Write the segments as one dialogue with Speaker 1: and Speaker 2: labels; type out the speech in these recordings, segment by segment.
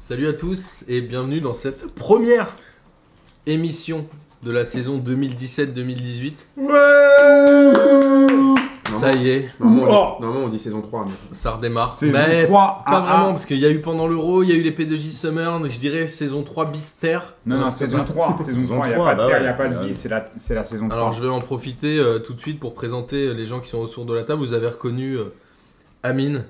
Speaker 1: Salut à tous et bienvenue dans cette première émission de la saison 2017-2018. Ça y est,
Speaker 2: Normalement, on dit-
Speaker 3: Oh.
Speaker 2: normalement, on dit saison 3. Mais...
Speaker 1: ça redémarre.
Speaker 3: C'est
Speaker 1: Mais
Speaker 3: 3
Speaker 1: Bah, pas vraiment, parce qu'il y a eu pendant l'Euro, il y a eu les P2J Summer, mais je dirais saison 3 Bister.
Speaker 3: Non, non, saison 3. Saison
Speaker 2: Saison
Speaker 3: 3, il n'y a
Speaker 2: trois,
Speaker 3: pas de
Speaker 2: bah
Speaker 3: terre, il
Speaker 2: ouais.
Speaker 3: a pas de
Speaker 2: Bah
Speaker 3: bis,
Speaker 2: oui.
Speaker 3: c'est la, c'est la saison 3.
Speaker 1: Alors je vais en profiter euh, tout de suite pour présenter euh, les gens qui sont autour de la table. Vous avez reconnu euh, Amine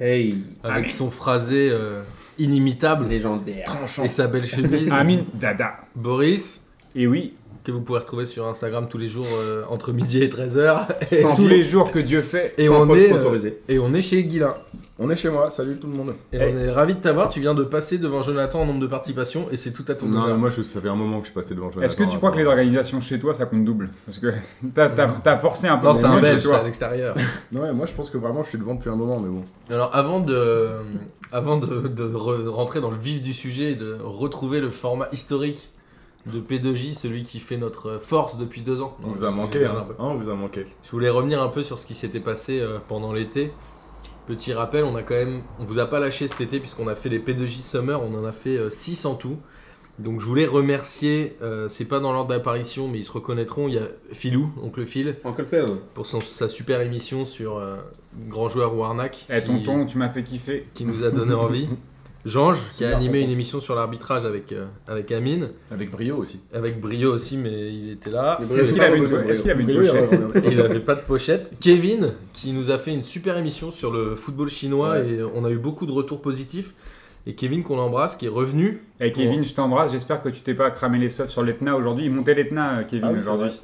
Speaker 2: Hey,
Speaker 1: avec
Speaker 3: Amine.
Speaker 1: son phrasé euh, inimitable
Speaker 2: légendaire.
Speaker 1: et sa belle chemise.
Speaker 3: Amine Dada.
Speaker 1: Boris,
Speaker 3: Et oui,
Speaker 1: que vous pouvez retrouver sur Instagram tous les jours euh, entre midi et 13h.
Speaker 2: Sans
Speaker 3: tous
Speaker 2: pause.
Speaker 3: les jours que Dieu fait.
Speaker 1: Et,
Speaker 2: Sans
Speaker 1: on
Speaker 2: pause
Speaker 1: est, euh,
Speaker 2: sponsorisée.
Speaker 1: et on est chez Guilin.
Speaker 2: On est chez moi, salut tout le monde.
Speaker 1: Et
Speaker 3: Hey.
Speaker 1: on est ravi de t'avoir. Tu viens de passer devant Jonathan en nombre de participations et c'est tout à ton
Speaker 4: Non,
Speaker 1: honneur.
Speaker 4: moi je, ça fait un moment que je suis passé devant Jonathan. hein,
Speaker 3: Est-ce que tu crois que les organisations chez toi ça compte double Parce que t'as t'as- t'as forcé un peu.
Speaker 1: Non,
Speaker 3: mais
Speaker 1: c'est un
Speaker 3: moi, chez
Speaker 1: belge, c'est
Speaker 3: toi.
Speaker 1: à l'extérieur.
Speaker 4: Non, ouais, moi je pense que vraiment je suis devant depuis un moment, mais bon.
Speaker 1: Alors avant de, euh, avant de, de re- rentrer dans le vif du sujet et de retrouver le format historique de P2J, celui qui fait notre force depuis deux ans.
Speaker 4: On vous a
Speaker 1: je
Speaker 4: manqué,
Speaker 1: reviens un
Speaker 4: hein.
Speaker 1: peu.
Speaker 4: Hein, on vous a manqué.
Speaker 1: Je voulais revenir un peu sur ce qui s'était passé euh, pendant l'été. Petit rappel, on a quand même, on vous a pas lâché cet été puisqu'on a fait les P2J Summer, on en a fait 6 en tout. Donc je voulais remercier, euh, c'est pas dans l'ordre d'apparition, mais ils se reconnaîtront. Il y a Philou, oncle Phil,
Speaker 2: Uncle Phil.
Speaker 1: pour son- sa super émission sur euh, Grand Joueur Warnack.
Speaker 3: Eh,
Speaker 1: qui-
Speaker 3: tonton, tu m'as fait kiffer.
Speaker 1: qui nous a donné envie. Jange, qui a
Speaker 2: bien,
Speaker 1: animé
Speaker 2: content.
Speaker 1: une émission sur l'arbitrage avec, euh, avec Amine,
Speaker 4: Avec brio aussi.
Speaker 1: avec Brio aussi, mais il était là.
Speaker 2: Mais Brio,
Speaker 3: Est-ce
Speaker 2: il
Speaker 3: qu'il
Speaker 2: est pas
Speaker 3: avait une,
Speaker 2: revenu, Brio.
Speaker 3: est-ce qu'il avait une
Speaker 4: Brio, il
Speaker 3: pochette
Speaker 1: Et il n'avait pas de pochette. Kevin, qui nous a fait une super émission sur le football chinois et on a eu beaucoup de retours positifs. Et Kevin, qu'on embrasse, qui est revenu.
Speaker 3: Eh, Kevin, je t'embrasse. J'espère que tu t'es pas cramé les softs sur l'Etna aujourd'hui. Il montait l'Etna, euh, Kevin,
Speaker 4: Ah oui, c'est
Speaker 3: aujourd'hui.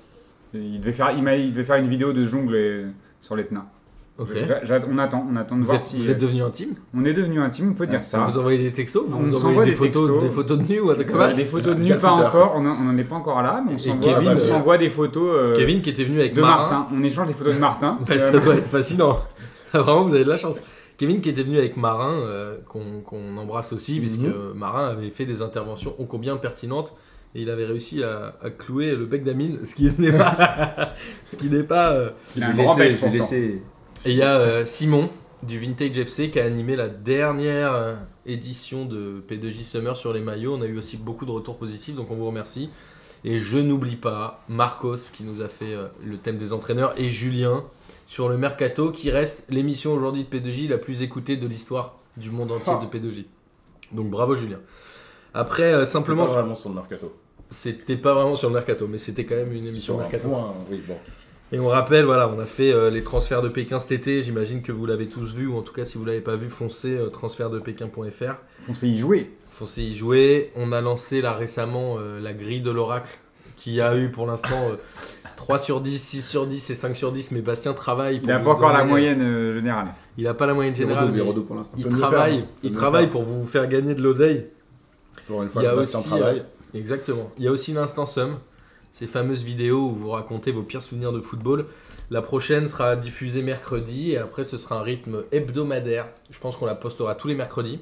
Speaker 3: Il devait, faire, il, m'a- il devait faire une vidéo de jungle euh, sur l'Etna.
Speaker 1: Ok.
Speaker 3: J'a- j'a- On attend, on attend de
Speaker 1: Vous
Speaker 3: voir
Speaker 1: êtes,
Speaker 3: si. euh,
Speaker 1: vous êtes devenus intimes
Speaker 3: On est devenu intime, on peut dire ça.
Speaker 1: Vous envoyez des textos Vous
Speaker 3: On
Speaker 1: nous
Speaker 3: s'envoie
Speaker 1: envoyez des,
Speaker 3: des
Speaker 1: photos,
Speaker 3: textos.
Speaker 1: des photos de nu ou un truc comme
Speaker 3: On a
Speaker 1: ça
Speaker 3: des photos de
Speaker 4: via
Speaker 3: nu, pas
Speaker 4: Twitter.
Speaker 3: encore, on n'en est pas encore là, mais on s'envoie
Speaker 1: Kevin,
Speaker 3: on
Speaker 1: euh,
Speaker 3: s'envoie des photos euh,
Speaker 1: Kevin, qui était venu avec
Speaker 3: de
Speaker 1: Marin.
Speaker 3: Martin. On échange des photos de Martin.
Speaker 1: Bah,
Speaker 3: Euh,
Speaker 1: ça doit être fascinant. Ah, Vraiment, vous avez de la chance. Kevin qui était venu avec Marin, euh, qu'on qu'on embrasse
Speaker 3: Mhm.
Speaker 1: aussi, puisque Marin avait fait des interventions ô combien pertinentes. Et il avait réussi à, à clouer le bec d'Amine, ce qui n'est pas. ce qui n'est pas. euh.
Speaker 3: Il a un grand bec,
Speaker 2: je l'ai
Speaker 3: pourtant.
Speaker 2: laissé.
Speaker 1: Et il y a euh, Simon du Vintage FC qui a animé la dernière euh, édition de P2J Summer sur les maillots. On a eu aussi beaucoup de retours positifs, donc on vous remercie. Et je n'oublie pas Marcos qui nous a fait euh, le thème des entraîneurs et Julien sur le mercato qui reste l'émission aujourd'hui de P2J la plus écoutée de l'histoire du monde entier
Speaker 2: Ah.
Speaker 1: de P2J. Donc bravo Julien. Après, euh, simplement,
Speaker 4: Simplement. Pas vraiment sur le mercato.
Speaker 1: c'était pas vraiment sur le mercato, mais c'était quand même une émission
Speaker 4: Sur un
Speaker 1: mercato.
Speaker 4: point, hein. oui, bon.
Speaker 1: Et on rappelle, voilà, on a fait euh, les transferts de Pékin cet été. J'imagine que vous l'avez tous vu, ou en tout cas, si vous l'avez pas vu, foncez euh, transfertdepékin.fr.
Speaker 3: On s'est y joué.
Speaker 1: Foncez y jouer. On a lancé là récemment euh, la grille de l'oracle, qui a eu pour l'instant euh, 3 sur 10, 6 sur 10 et 5 sur 10. Mais Bastien travaille.
Speaker 3: Il
Speaker 1: Pour
Speaker 3: n'a
Speaker 1: vous
Speaker 3: pas encore la
Speaker 1: donner-
Speaker 3: moyenne euh, générale.
Speaker 1: Il n'a pas la moyenne
Speaker 2: Il
Speaker 1: générale.
Speaker 2: redouble,
Speaker 1: mais
Speaker 2: il redouble pour l'instant.
Speaker 1: il
Speaker 4: peut mieux faire,
Speaker 1: travaille,
Speaker 4: hein. Peut
Speaker 1: il
Speaker 4: mieux
Speaker 1: travaille
Speaker 4: faire.
Speaker 1: pour vous faire gagner de l'oseille.
Speaker 4: Pour une fois
Speaker 1: Il y a
Speaker 4: que Bastien
Speaker 1: aussi, euh,
Speaker 4: travaille.
Speaker 1: Exactement. Il y a aussi l'instant somme, ces fameuses vidéos où vous racontez vos pires souvenirs de football. La prochaine sera diffusée mercredi et après ce sera un rythme hebdomadaire. Je pense qu'on la postera tous les mercredis.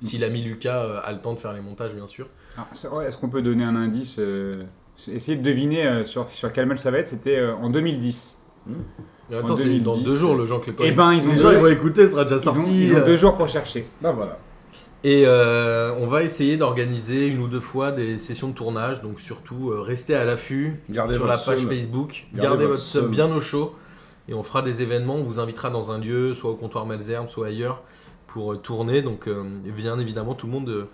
Speaker 1: Si l'ami Lucas euh, a le temps de faire les montages, bien sûr.
Speaker 3: Alors, ça, ouais, Est-ce qu'on peut donner un indice euh, Essayer de deviner euh, sur, sur quel match ça va être. C'était euh, en 2010.
Speaker 1: Mais en même
Speaker 3: En
Speaker 1: temps, c'est dans
Speaker 3: 2010,
Speaker 1: deux jours le Jean Cléton.
Speaker 3: Eh ben, ils ont
Speaker 1: les
Speaker 3: deux-
Speaker 1: gens ils vont écouter, ce sera déjà
Speaker 3: Ils ont,
Speaker 1: sorti.
Speaker 3: ils ont
Speaker 1: euh.
Speaker 3: deux jours pour chercher.
Speaker 4: Bah voilà.
Speaker 1: Et euh, on va essayer d'organiser une ou deux fois des sessions de tournage. Donc surtout, euh, restez à l'affût.
Speaker 4: Gardez
Speaker 1: sur
Speaker 4: votre
Speaker 1: la page
Speaker 4: seum.
Speaker 1: Facebook. Gardez,
Speaker 4: Gardez
Speaker 1: votre,
Speaker 4: votre
Speaker 1: somme
Speaker 4: seum.
Speaker 1: bien au chaud. Et on fera des événements. On vous invitera dans un lieu, soit au comptoir Malzerbe, soit ailleurs, pour euh, tourner. Donc, euh, bien évidemment, tout le monde euh,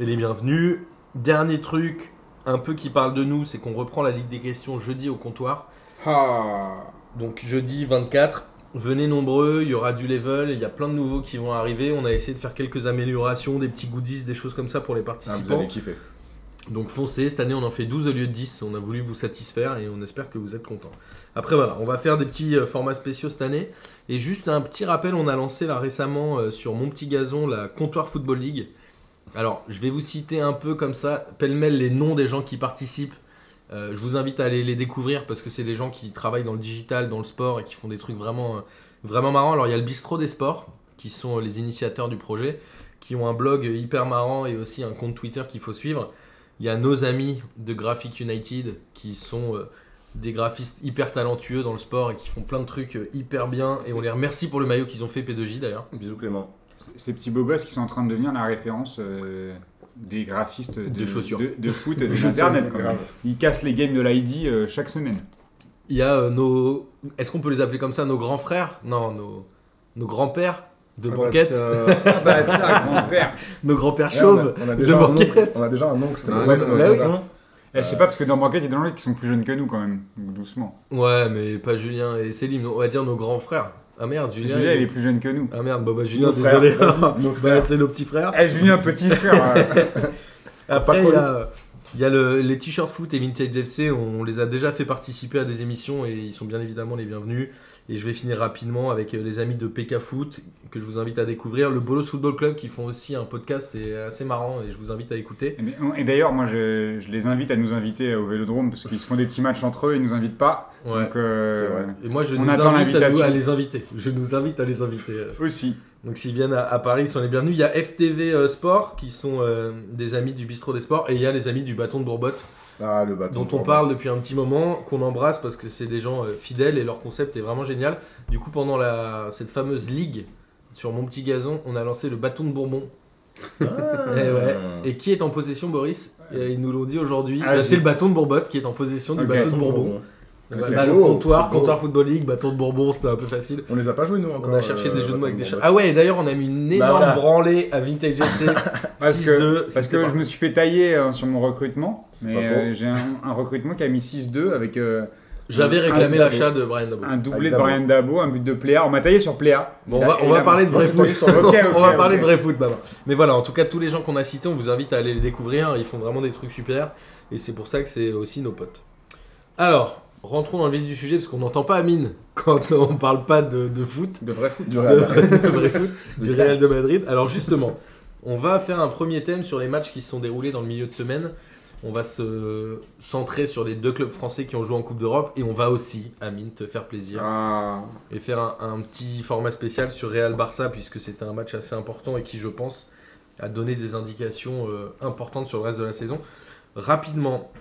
Speaker 1: est les bienvenus. Dernier truc, un peu qui parle de nous, c'est qu'on reprend la Ligue des questions jeudi au comptoir.
Speaker 2: Ah.
Speaker 1: Donc, jeudi 24. Venez nombreux, il y aura du level, il y a plein de nouveaux qui vont arriver. On a essayé de faire quelques améliorations, des petits goodies, des choses comme ça pour les
Speaker 4: Ah,
Speaker 1: participants.
Speaker 4: vous allez kiffer.
Speaker 1: Donc foncez, cette année on en fait 12 au lieu de 10, on a voulu vous satisfaire et on espère que vous êtes contents. Après voilà, on va faire des petits euh, formats spéciaux cette année. Et juste un petit rappel, on a lancé là récemment euh, sur Mon Petit Gazon la Comptoir Football League. Alors je vais vous citer un peu comme ça, pêle-mêle les noms des gens qui participent. Euh, je vous invite à aller les découvrir parce que c'est des gens qui travaillent dans le digital, dans le sport et qui font des trucs vraiment, euh, vraiment marrants. Alors il y a le Bistrot des Sports qui sont euh, les initiateurs du projet, qui ont un blog euh, hyper marrant et aussi un compte Twitter qu'il faut suivre. Il y a nos amis de Graphic United qui sont euh, des graphistes hyper talentueux dans le sport et qui font plein de trucs euh, hyper bien. Et on les remercie pour le maillot qu'ils ont fait, P2J d'ailleurs.
Speaker 4: Bisous Clément.
Speaker 3: ces petits beaux gosses qui sont en train de devenir la référence euh, des graphistes de,
Speaker 1: De chaussures.
Speaker 3: de, de foot et
Speaker 2: Des
Speaker 3: de
Speaker 2: chaussures,
Speaker 3: l'internet. quand
Speaker 2: grave.
Speaker 3: même. Ils cassent les games de l'ID euh, chaque semaine.
Speaker 1: Il y a euh, nos. Est-ce qu'on peut les appeler comme ça Nos grands frères Non, nos, nos grands-pères de
Speaker 2: Ah bah,
Speaker 1: banquette.
Speaker 2: tiens.
Speaker 3: euh,
Speaker 2: Ah,
Speaker 3: Bâtard, grand-père
Speaker 1: nos grands-pères
Speaker 4: Eh, on, a,
Speaker 1: chauves.
Speaker 4: on a déjà
Speaker 1: de
Speaker 4: un
Speaker 1: banquette.
Speaker 4: oncle. On a déjà un oncle. Ça
Speaker 1: Ah,
Speaker 4: peut pas
Speaker 1: bah,
Speaker 4: être notre
Speaker 1: bah oui.
Speaker 4: tonton.
Speaker 3: Eh, je sais pas, parce que dans Banquette, il y a des gens qui sont plus jeunes que nous quand même, donc doucement.
Speaker 1: Ouais, mais pas Julien et Céline. On va dire nos grands frères. Ah merde, Julien.
Speaker 3: Julien,
Speaker 1: il-
Speaker 3: il est plus jeune que nous.
Speaker 1: Ah merde, bah, bah Julien,
Speaker 2: Nos frères,
Speaker 1: désolé.
Speaker 2: vas-y, nos
Speaker 1: Bah,
Speaker 2: frères.
Speaker 1: c'est nos petits frères.
Speaker 3: Eh, Julien, petit frère euh,
Speaker 1: Après,
Speaker 2: pas
Speaker 1: il
Speaker 2: trop
Speaker 1: y a, il y a le- les t-shirts foot et Vintage FC, on les a déjà fait participer à des émissions et ils sont bien évidemment les bienvenus. Et je vais finir rapidement avec euh, les amis de PK Foot que je vous invite à découvrir, le Bolos Football Club qui font aussi un podcast, c'est assez marrant et je vous invite à écouter.
Speaker 3: Mais on- Et d'ailleurs, moi, je, je les invite à nous inviter au Vélodrome, parce qu'ils se font des petits matchs entre eux, ils nous invitent pas.
Speaker 1: Ouais.
Speaker 3: Donc, euh,
Speaker 4: C'est vrai.
Speaker 1: Et moi je
Speaker 3: On
Speaker 1: nous
Speaker 3: attend
Speaker 1: invite à, nous-
Speaker 3: l'invitation.
Speaker 1: à les inviter. Je nous invite à les inviter. euh.
Speaker 3: aussi.
Speaker 1: Donc s'ils viennent à, à Paris, ils sont les bienvenus. Il y a FTV euh, Sport qui sont euh, des amis du Bistrot des Sports et il y a les amis du Bâton de Bourbotte
Speaker 4: Ah, le bâton.
Speaker 1: dont on parle depuis un petit moment, qu'on embrasse parce que c'est des gens euh, fidèles et leur concept est vraiment génial. Du coup, pendant la, cette fameuse ligue sur mon petit gazon, on a lancé le bâton de Bourbon.
Speaker 4: Ah.
Speaker 1: Eh ouais. Et qui est en possession, Boris Et Ils nous l'ont dit aujourd'hui.
Speaker 3: Ah,
Speaker 1: Bah,
Speaker 3: j'ai-
Speaker 1: c'est le bâton de Bourbotte qui est en possession du
Speaker 3: Ok,
Speaker 1: bâton de
Speaker 3: bâton
Speaker 1: Bourbon. Bah,
Speaker 4: C'est
Speaker 1: bah, le
Speaker 4: beau,
Speaker 1: comptoir,
Speaker 4: c'est beau.
Speaker 1: comptoir Football League, bâton de Bourbon, c'était un peu facile.
Speaker 4: On les a pas joués, nous, encore.
Speaker 1: on a cherché
Speaker 4: euh,
Speaker 1: des jeux de mots avec des
Speaker 4: Bâton
Speaker 1: chats.
Speaker 4: de
Speaker 1: Ah ouais, et d'ailleurs, on a mis une énorme
Speaker 4: voilà.
Speaker 1: branlée à Vintage FC.
Speaker 3: Parce
Speaker 1: 6-2,
Speaker 3: que, parce
Speaker 1: c'était
Speaker 3: que
Speaker 1: pas-
Speaker 3: je me suis fait tailler euh, sur mon recrutement.
Speaker 4: C'est
Speaker 3: Mais
Speaker 4: pas faux.
Speaker 3: euh, j'ai un, un recrutement qui a mis 6-2 avec euh,
Speaker 1: J'avais réclamé
Speaker 3: Un-
Speaker 1: l'achat de Brian Dabo.
Speaker 3: un doublé
Speaker 4: Avec
Speaker 3: de
Speaker 4: Dabo.
Speaker 3: Brian Dabo, un but de Pléa. On m'a taillé sur Pléa.
Speaker 1: Oh. Bon,
Speaker 3: Ah,
Speaker 1: on
Speaker 3: Il a-
Speaker 1: va, on
Speaker 3: il
Speaker 1: va
Speaker 3: a-
Speaker 1: parler de vrai foot.
Speaker 3: Ok, ok,
Speaker 1: on va
Speaker 3: ok.
Speaker 1: parler de vrai foot, maintenant. Mais voilà, en tout cas, tous les gens qu'on a cités, on vous invite à aller les découvrir. Ils font vraiment des trucs super. Et c'est pour ça que c'est aussi nos potes. Alors, rentrons dans le vif du sujet, parce qu'on n'entend pas Amine quand on parle pas de, de foot,
Speaker 3: De vrai foot.
Speaker 4: Du
Speaker 1: de,
Speaker 4: Real Madrid.
Speaker 1: de vrai foot, du Real de Madrid. Alors, justement, on va faire un premier thème sur les matchs qui se sont déroulés dans le milieu de semaine. On va se centrer sur les deux clubs français qui ont joué en Coupe d'Europe. Et on va aussi, Amine, te faire plaisir
Speaker 2: Ah.
Speaker 1: et faire un, un petit format spécial sur Real Barça puisque c'était un match assez important et qui je pense a donné des indications euh, importantes sur le reste de la saison. Rapidement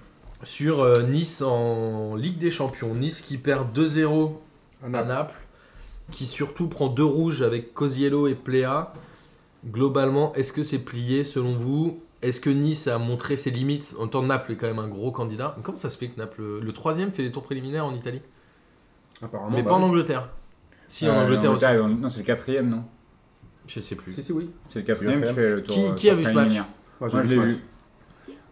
Speaker 1: sur euh, Nice en Ligue des Champions, Nice qui perd 2-0
Speaker 2: Ah,
Speaker 1: à Naples, qui surtout prend deux rouges avec Cosiello et Plea. Globalement, est-ce que c'est plié selon vous Est-ce que Nice a montré ses limites En temps de Naples est quand même un gros candidat. Mais comment ça se fait que Naples, le troisième, fait les tours préliminaires en Italie
Speaker 2: Apparemment.
Speaker 1: Mais
Speaker 2: bah
Speaker 1: pas en
Speaker 2: oui.
Speaker 1: Angleterre. Si, en
Speaker 3: Euh,
Speaker 1: Angleterre aussi.
Speaker 3: on- Non, c'est le quatrième, non
Speaker 1: Je sais plus.
Speaker 2: Si, si, oui.
Speaker 3: C'est le quatrième qui fait le tour.
Speaker 1: Qui-
Speaker 3: euh,
Speaker 1: qui a
Speaker 3: tour
Speaker 1: vu ce
Speaker 3: préliminaire.
Speaker 2: Moi, j'ai
Speaker 3: Moi,
Speaker 2: vu
Speaker 3: je
Speaker 2: ce
Speaker 3: l'ai
Speaker 2: match.
Speaker 3: vu.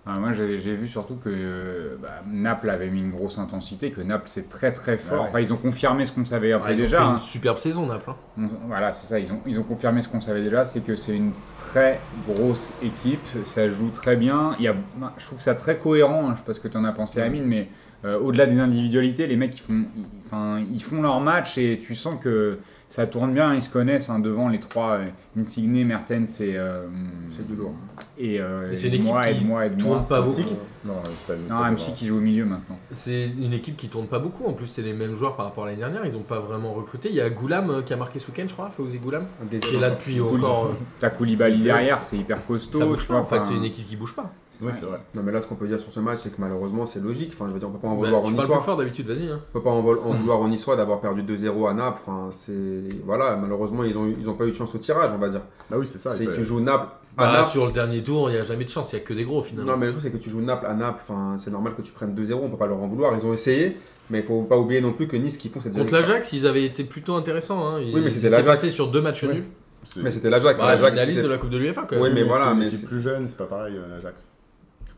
Speaker 3: Ah, moi, j'ai j'ai vu surtout que euh, bah, Naples avait mis une grosse intensité, que Naples c'est très très fort.
Speaker 4: Ouais.
Speaker 3: Enfin, ils ont confirmé ce qu'on savait
Speaker 1: Ah,
Speaker 3: après
Speaker 1: ils ont
Speaker 3: déjà.
Speaker 1: fait
Speaker 3: hein.
Speaker 1: une superbe saison Naples. hein.
Speaker 3: On- Voilà, c'est ça. Ils ont, ils ont confirmé ce qu'on savait déjà, c'est que c'est une très grosse équipe. Ça joue très bien. Il y a, ben, je trouve que ça très cohérent. hein. Je sais pas ce que tu en as pensé, Amine, mais euh, au-delà des individualités, les mecs ils font, ils- enfin, ils font leur match et tu sens que ça tourne bien. Ils se connaissent hein, devant les trois euh, Insigne, Mertens et euh,
Speaker 2: C'est du lourd.
Speaker 3: et, euh,
Speaker 1: Et c'est une
Speaker 3: moi,
Speaker 1: équipe qui
Speaker 3: aide-moi, aide-moi.
Speaker 1: Tourne pas beaucoup.
Speaker 4: Hamsik Ah, Non, pas
Speaker 3: Non, Hamsik qui joue au milieu maintenant.
Speaker 1: C'est une équipe qui tourne pas beaucoup. En plus, c'est les mêmes joueurs par rapport à l'année dernière. Ils ont pas vraiment recruté. Il y a Goulam euh, qui a marqué ce week-end, je crois. Fawzi Goulam.
Speaker 2: Un
Speaker 1: Qui est
Speaker 2: désert.
Speaker 1: là depuis
Speaker 3: Cool.
Speaker 1: encore. euh,
Speaker 3: T'as Koulibaly
Speaker 4: C'est-
Speaker 3: derrière, c'est hyper costaud.
Speaker 1: ça bouge
Speaker 3: tu
Speaker 1: pas. En
Speaker 3: vois,
Speaker 1: fait,
Speaker 3: enfin,
Speaker 1: c'est une équipe qui bouge pas.
Speaker 4: Oui, c'est vrai.
Speaker 2: Non, mais là, ce qu'on peut dire sur ce match, c'est que malheureusement, c'est logique. Enfin, je veux dire, on peut pas en
Speaker 1: Bah,
Speaker 2: vouloir en
Speaker 1: tu parles
Speaker 2: histoire.
Speaker 1: plus fort d'habitude. Vas-y. hein.
Speaker 2: On peut pas en, vol- en vouloir en Niçois d'avoir perdu 2-0 à Naples. Enfin, c'est voilà, malheureusement ils ont eu- ils ont pas eu de chance au tirage, on va dire.
Speaker 4: Bah oui, c'est ça.
Speaker 2: c'est
Speaker 4: il
Speaker 2: que
Speaker 4: fait-
Speaker 2: tu joues Naples à
Speaker 1: Bah,
Speaker 2: Naples.
Speaker 1: sur le dernier tour, il y a jamais de chance. Il y a que des gros
Speaker 2: Ah, Non,
Speaker 1: finalement.
Speaker 2: mais le truc c'est que tu joues Naples à Naples. Enfin, c'est normal que tu prennes 2-0. On peut pas leur en vouloir. Ils ont essayé, mais il faut pas oublier non plus que Nice qui font cette.
Speaker 1: Contre l'Ajax, ils avaient été plutôt intéressants. hein. Ils
Speaker 2: Oui, mais c'était
Speaker 1: étaient
Speaker 2: l'Ajax.
Speaker 1: passés sur deux matchs
Speaker 4: Oui.
Speaker 1: nuls.
Speaker 4: C'est-
Speaker 2: Mais c'était l'Ajax.
Speaker 1: Bah,
Speaker 2: l'Ajax,
Speaker 1: finaliste
Speaker 2: c'est-
Speaker 1: de la Coupe de l'UEFA quand même.
Speaker 2: Oui, mais voilà,
Speaker 4: Euh, c'est une
Speaker 2: mais
Speaker 4: équipe
Speaker 2: c'est-
Speaker 4: plus jeune, c'est pas pareil, euh, l'Ajax.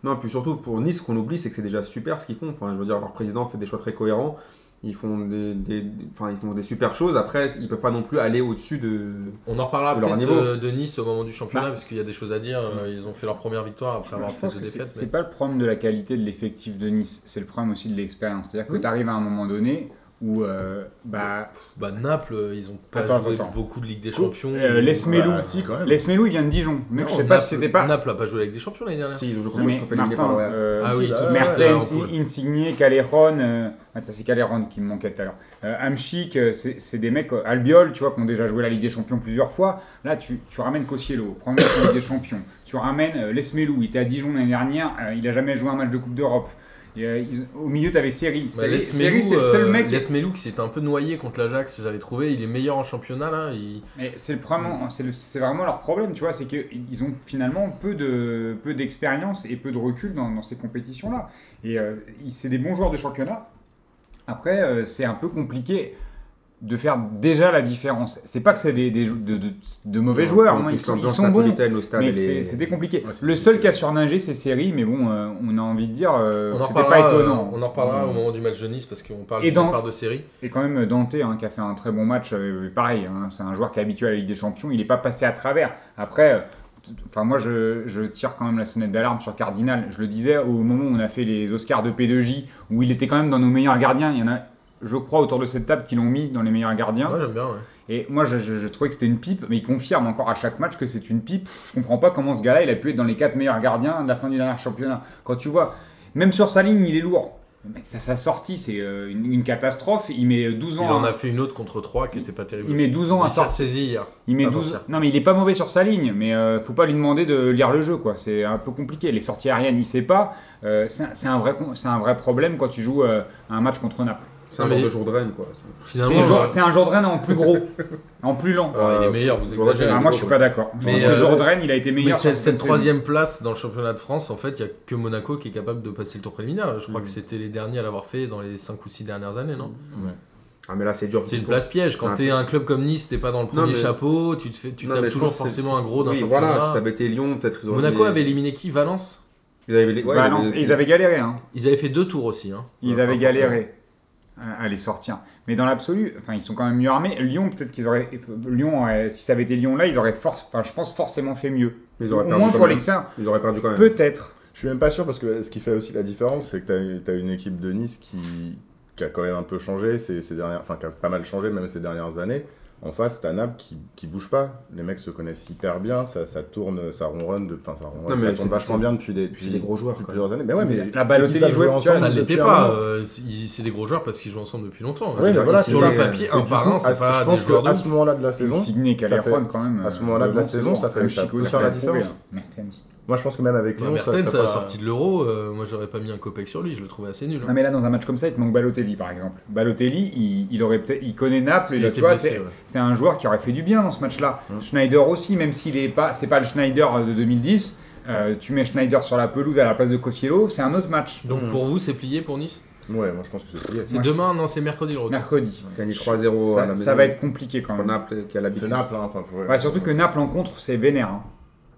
Speaker 2: Non, puis surtout pour Nice, ce qu'on oublie, c'est que c'est déjà super ce qu'ils font. Enfin, je veux dire, leur président fait des choix très cohérents. Ils font des, des- enfin, ils font des super choses. Après, ils peuvent pas non plus aller au-dessus de.
Speaker 1: On en reparlera
Speaker 2: De leur
Speaker 1: peut-être
Speaker 2: niveau.
Speaker 1: euh, de Nice au moment du championnat
Speaker 3: Bah.
Speaker 1: parce qu'il y a des choses à dire. Euh, Ils ont fait leur première victoire après avoir
Speaker 3: je pense
Speaker 1: fait deux
Speaker 3: que c'est
Speaker 1: défaites.
Speaker 3: c'est pas le problème de la qualité de l'effectif de Nice, c'est le problème aussi de l'expérience. C'est-à-dire que
Speaker 2: Oui.
Speaker 3: tu arrives à un moment donné où euh, bah,
Speaker 1: Bah Naples, euh, ils ont pas
Speaker 3: Attends,
Speaker 1: joué
Speaker 3: attends.
Speaker 1: beaucoup de Ligue des
Speaker 3: Cool.
Speaker 1: Champions.
Speaker 3: Euh, laisse- Smélou.
Speaker 4: Bah, si, quand même.
Speaker 3: Les Smelou, il vient de Dijon. Mec,
Speaker 1: Non,
Speaker 3: je sais pas
Speaker 1: Naples-
Speaker 3: si c'était pas.
Speaker 1: Naples a pas joué avec des champions l'année dernière.
Speaker 2: Si, ils ont
Speaker 3: Non, mais
Speaker 2: joué contre
Speaker 3: Martin, euh,
Speaker 1: Ah oui,
Speaker 4: bah,
Speaker 1: tout de
Speaker 4: ouais.
Speaker 1: suite.
Speaker 3: Mertens,
Speaker 1: Ouais, ouais.
Speaker 3: Insigne, Caléron, euh, attends, c'est Caléron qui me manquait tout à l'heure. Euh, Hamsik, euh, c'est c'est des mecs, euh, Albiol, tu vois, qui ont déjà joué la Ligue des Champions plusieurs fois. Là, tu, tu ramènes Kosciello, premier de la Ligue des Champions. Tu ramènes euh, Lesmelou, il était à Dijon l'année dernière, euh, il a jamais joué un match de Coupe d'Europe. Il y a- ils- au milieu, t'avais Seri.
Speaker 1: Bah,
Speaker 3: Seri,
Speaker 1: Les
Speaker 3: Seri, c'est le seul mec.
Speaker 1: qui s'est un peu noyé contre l'Ajax, j'avais trouvé, il est meilleur en championnat là. il-
Speaker 3: Mais c'est
Speaker 4: Mm.
Speaker 3: vraiment, c'est le- c'est vraiment leur problème, tu vois, c'est qu'ils ont finalement peu de peu d'expérience et peu de recul dans, dans ces compétitions-là. Et euh, ils- c'est des bons joueurs de championnat. Après, euh, c'est un peu compliqué de faire déjà la différence. C'est pas que c'est des, des- de, de- de mauvais joueurs, hein, ils, sont, ils sont bons, mais c'est- c'était compliqué.
Speaker 4: Ouais, c'est
Speaker 3: le seul
Speaker 4: difficile.
Speaker 3: qui a surnagé, c'est Série, mais bon, euh, on a envie de dire, euh,
Speaker 1: on en
Speaker 3: c'était
Speaker 1: reparlera,
Speaker 3: pas
Speaker 1: euh,
Speaker 3: étonnant.
Speaker 1: on en reparlera
Speaker 4: Mm.
Speaker 3: Euh,
Speaker 1: au moment du match de Nice parce qu'on parle
Speaker 3: Et
Speaker 1: du
Speaker 3: dans-
Speaker 1: départ de série.
Speaker 3: et quand même Dante, hein, qui a fait un très bon match, euh, pareil, hein, c'est un joueur qui est habitué à la Ligue des Champions, il n'est pas passé à travers. Après, euh, t- enfin moi je, je tire quand même la sonnette d'alarme sur Cardinal. Je le disais au moment où on a fait les Oscars de P2J, où il était quand même dans nos meilleurs gardiens. Il y en a, je crois, autour de cette table qui l'ont mis dans les meilleurs gardiens.
Speaker 1: Moi j'aime bien. ouais.
Speaker 3: Et moi, je, je- je trouvais que c'était une pipe, mais il confirme encore à chaque match que c'est une pipe. Je comprends pas comment ce gars-là, il a pu être dans les 4 meilleurs gardiens de la fin du dernier championnat. Quand tu vois, même sur sa ligne, il est lourd. Le Mec, ça, sa sortie, c'est euh, une, une catastrophe. Il met 12
Speaker 1: Il
Speaker 3: ans. hein.
Speaker 1: en
Speaker 3: à-
Speaker 1: a fait une autre contre 3 qui était pas terrible.
Speaker 3: il met 12 ans à sortir.
Speaker 1: saisi hier.
Speaker 3: Il met
Speaker 1: Ah,
Speaker 3: 12
Speaker 1: bon,
Speaker 3: Non, mais il est pas mauvais sur sa ligne, mais euh, faut pas lui demander de lire le jeu, quoi. C'est un peu compliqué. Les sorties aériennes, il sait pas. Euh, c'est un- c'est un, vrai con- c'est un vrai problème quand tu joues euh, un match contre Naples.
Speaker 2: C'est un
Speaker 1: Mais-
Speaker 2: genre de jour de Rennes, quoi. C'est-
Speaker 3: C'est
Speaker 1: Finalement,
Speaker 3: un
Speaker 1: ouais.
Speaker 3: jour- c'est un Jordan en plus gros, en plus lent.
Speaker 1: Alors, il est
Speaker 2: Euh,
Speaker 1: meilleur, vous
Speaker 2: Jordan,
Speaker 1: exagérez.
Speaker 3: Ah, moi, je suis pas d'accord. Je
Speaker 1: Mais,
Speaker 3: pense que
Speaker 1: euh,
Speaker 3: Jordan, il a été
Speaker 1: Mais
Speaker 3: meilleur. sur
Speaker 1: cette, cette
Speaker 3: saison.
Speaker 1: troisième place dans le championnat de France, en fait, il n'y a que Monaco qui est capable de passer le tour préliminaire. Je crois
Speaker 3: Mm.
Speaker 1: que c'était les derniers à l'avoir fait dans les 5 ou 6 dernières années, non
Speaker 2: Ah, mais là, c'est dur.
Speaker 1: C'est une
Speaker 2: Pour-
Speaker 1: place piège. Quand
Speaker 2: Un
Speaker 1: t'es un club comme Nice, t'es pas dans le
Speaker 2: Non,
Speaker 1: premier
Speaker 2: mais-
Speaker 1: chapeau, tu, te fais, tu
Speaker 2: Non, mais
Speaker 1: tapes
Speaker 2: je
Speaker 1: toujours
Speaker 2: pense que c'est-
Speaker 1: forcément un gros dans le
Speaker 2: Oui,
Speaker 1: championnat.
Speaker 2: voilà, si ça avait été Lyon, peut-être ils auraient
Speaker 1: Monaco
Speaker 2: mis-
Speaker 1: avait éliminé qui Valence
Speaker 2: Ils avaient les- ouais,
Speaker 3: Valence,
Speaker 2: mais-
Speaker 3: et Bah ils avaient galéré. hein.
Speaker 1: Ils avaient fait deux tours aussi. hein.
Speaker 3: Ils
Speaker 1: Enfin,
Speaker 3: avaient
Speaker 1: forcément.
Speaker 3: galéré à, à les sortir. Mais dans l'absolu, enfin, ils sont quand même mieux armés. Lyon, peut-être qu'ils auraient. Lyon, euh, si ça avait été Lyon là, ils auraient force. Enfin, je pense forcément fait mieux.
Speaker 2: mais ils
Speaker 3: Au
Speaker 2: auraient perdu
Speaker 3: moins
Speaker 2: quand
Speaker 3: pour
Speaker 2: même.
Speaker 3: l'expérience.
Speaker 2: Ils auraient perdu quand même.
Speaker 3: Peut-être.
Speaker 4: Je suis même pas sûr parce que ce qui fait aussi la différence, c'est que tu as, une équipe de Nice qui, qui a quand même un peu changé, ces, ces dernières, enfin qui a pas mal changé même ces dernières années. En face, t'as Naples qui, qui bouge pas. Les mecs se connaissent hyper bien, ça, ça tourne, ça ronronne, de- enfin ça, ronronne,
Speaker 2: Non, mais
Speaker 4: ça
Speaker 2: c'est-
Speaker 4: tourne vachement
Speaker 2: c'est-
Speaker 4: bien depuis des,
Speaker 2: c'est des gros joueurs,
Speaker 4: depuis
Speaker 2: quoi.
Speaker 4: plusieurs années. Mais ouais, mais
Speaker 3: La Balotelli
Speaker 4: et qu'ils savent
Speaker 3: jouait,
Speaker 4: jouer
Speaker 3: tu vois,
Speaker 4: ensemble
Speaker 1: Ça ne l'était
Speaker 4: depuis un
Speaker 1: pas.
Speaker 4: moment.
Speaker 1: euh, c'est- ils- c'est des gros joueurs parce qu'ils jouent ensemble depuis longtemps. hein.
Speaker 4: Ouais,
Speaker 1: C'est-
Speaker 4: mais voilà,
Speaker 1: sur
Speaker 4: c'est-
Speaker 1: le papier,
Speaker 4: et
Speaker 1: un
Speaker 4: du
Speaker 1: par
Speaker 4: coup,
Speaker 1: un,
Speaker 4: à
Speaker 1: c'est
Speaker 4: ce-
Speaker 1: pas
Speaker 4: je
Speaker 1: des
Speaker 4: pense
Speaker 1: joueurs de
Speaker 4: qu'à
Speaker 1: ouf.
Speaker 4: ce moment-là de la saison,
Speaker 3: Signé
Speaker 4: ça fait-
Speaker 3: Caliafron, quand même.
Speaker 4: à ce moment-là de la
Speaker 3: devant,
Speaker 4: saison,
Speaker 3: c'est
Speaker 4: ça fait-
Speaker 3: bon.
Speaker 4: ça
Speaker 3: Chico,
Speaker 4: peut faire
Speaker 3: ça
Speaker 4: la
Speaker 3: fait trouver,
Speaker 4: différence.
Speaker 3: hein. Mertens.
Speaker 4: moi je pense que même avec
Speaker 1: Non,
Speaker 4: Lyon, ça
Speaker 1: Mertens,
Speaker 4: serait
Speaker 1: à la
Speaker 4: pas-
Speaker 1: sortie de l'euro, euh, moi j'aurais pas mis un copec sur lui, je le trouvais assez nul. hein.
Speaker 3: Non mais là dans un match comme ça il te manque Balotelli par exemple. Balotelli il, il aurait peut-être il connaît Naples et
Speaker 1: Il
Speaker 3: là,
Speaker 1: était
Speaker 3: tu vois
Speaker 1: blessé,
Speaker 3: c'est
Speaker 1: ouais.
Speaker 3: c'est un joueur qui aurait fait du bien dans ce match-là.
Speaker 2: Hum.
Speaker 3: Schneider aussi même s'il est pas c'est pas le Schneider de 2010. euh, tu mets Schneider sur la pelouse à la place de Cossiello, c'est un autre match.
Speaker 1: Donc pour vous, c'est plié pour Nice
Speaker 4: Ouais, moi je pense que c'est plié.
Speaker 1: C'est
Speaker 3: Moi, je-
Speaker 1: demain, non, c'est mercredi le retour.
Speaker 3: mercredi.
Speaker 2: Gagner 3-0 Oh, à la
Speaker 3: Ça,
Speaker 2: maison.
Speaker 3: ça va être compliqué quand
Speaker 2: contre
Speaker 3: même.
Speaker 2: Naples qui a l'habitude.
Speaker 4: C'est Naples, hein, enfin faut-
Speaker 3: Ouais, surtout que Naples en contre c'est vénère. hein.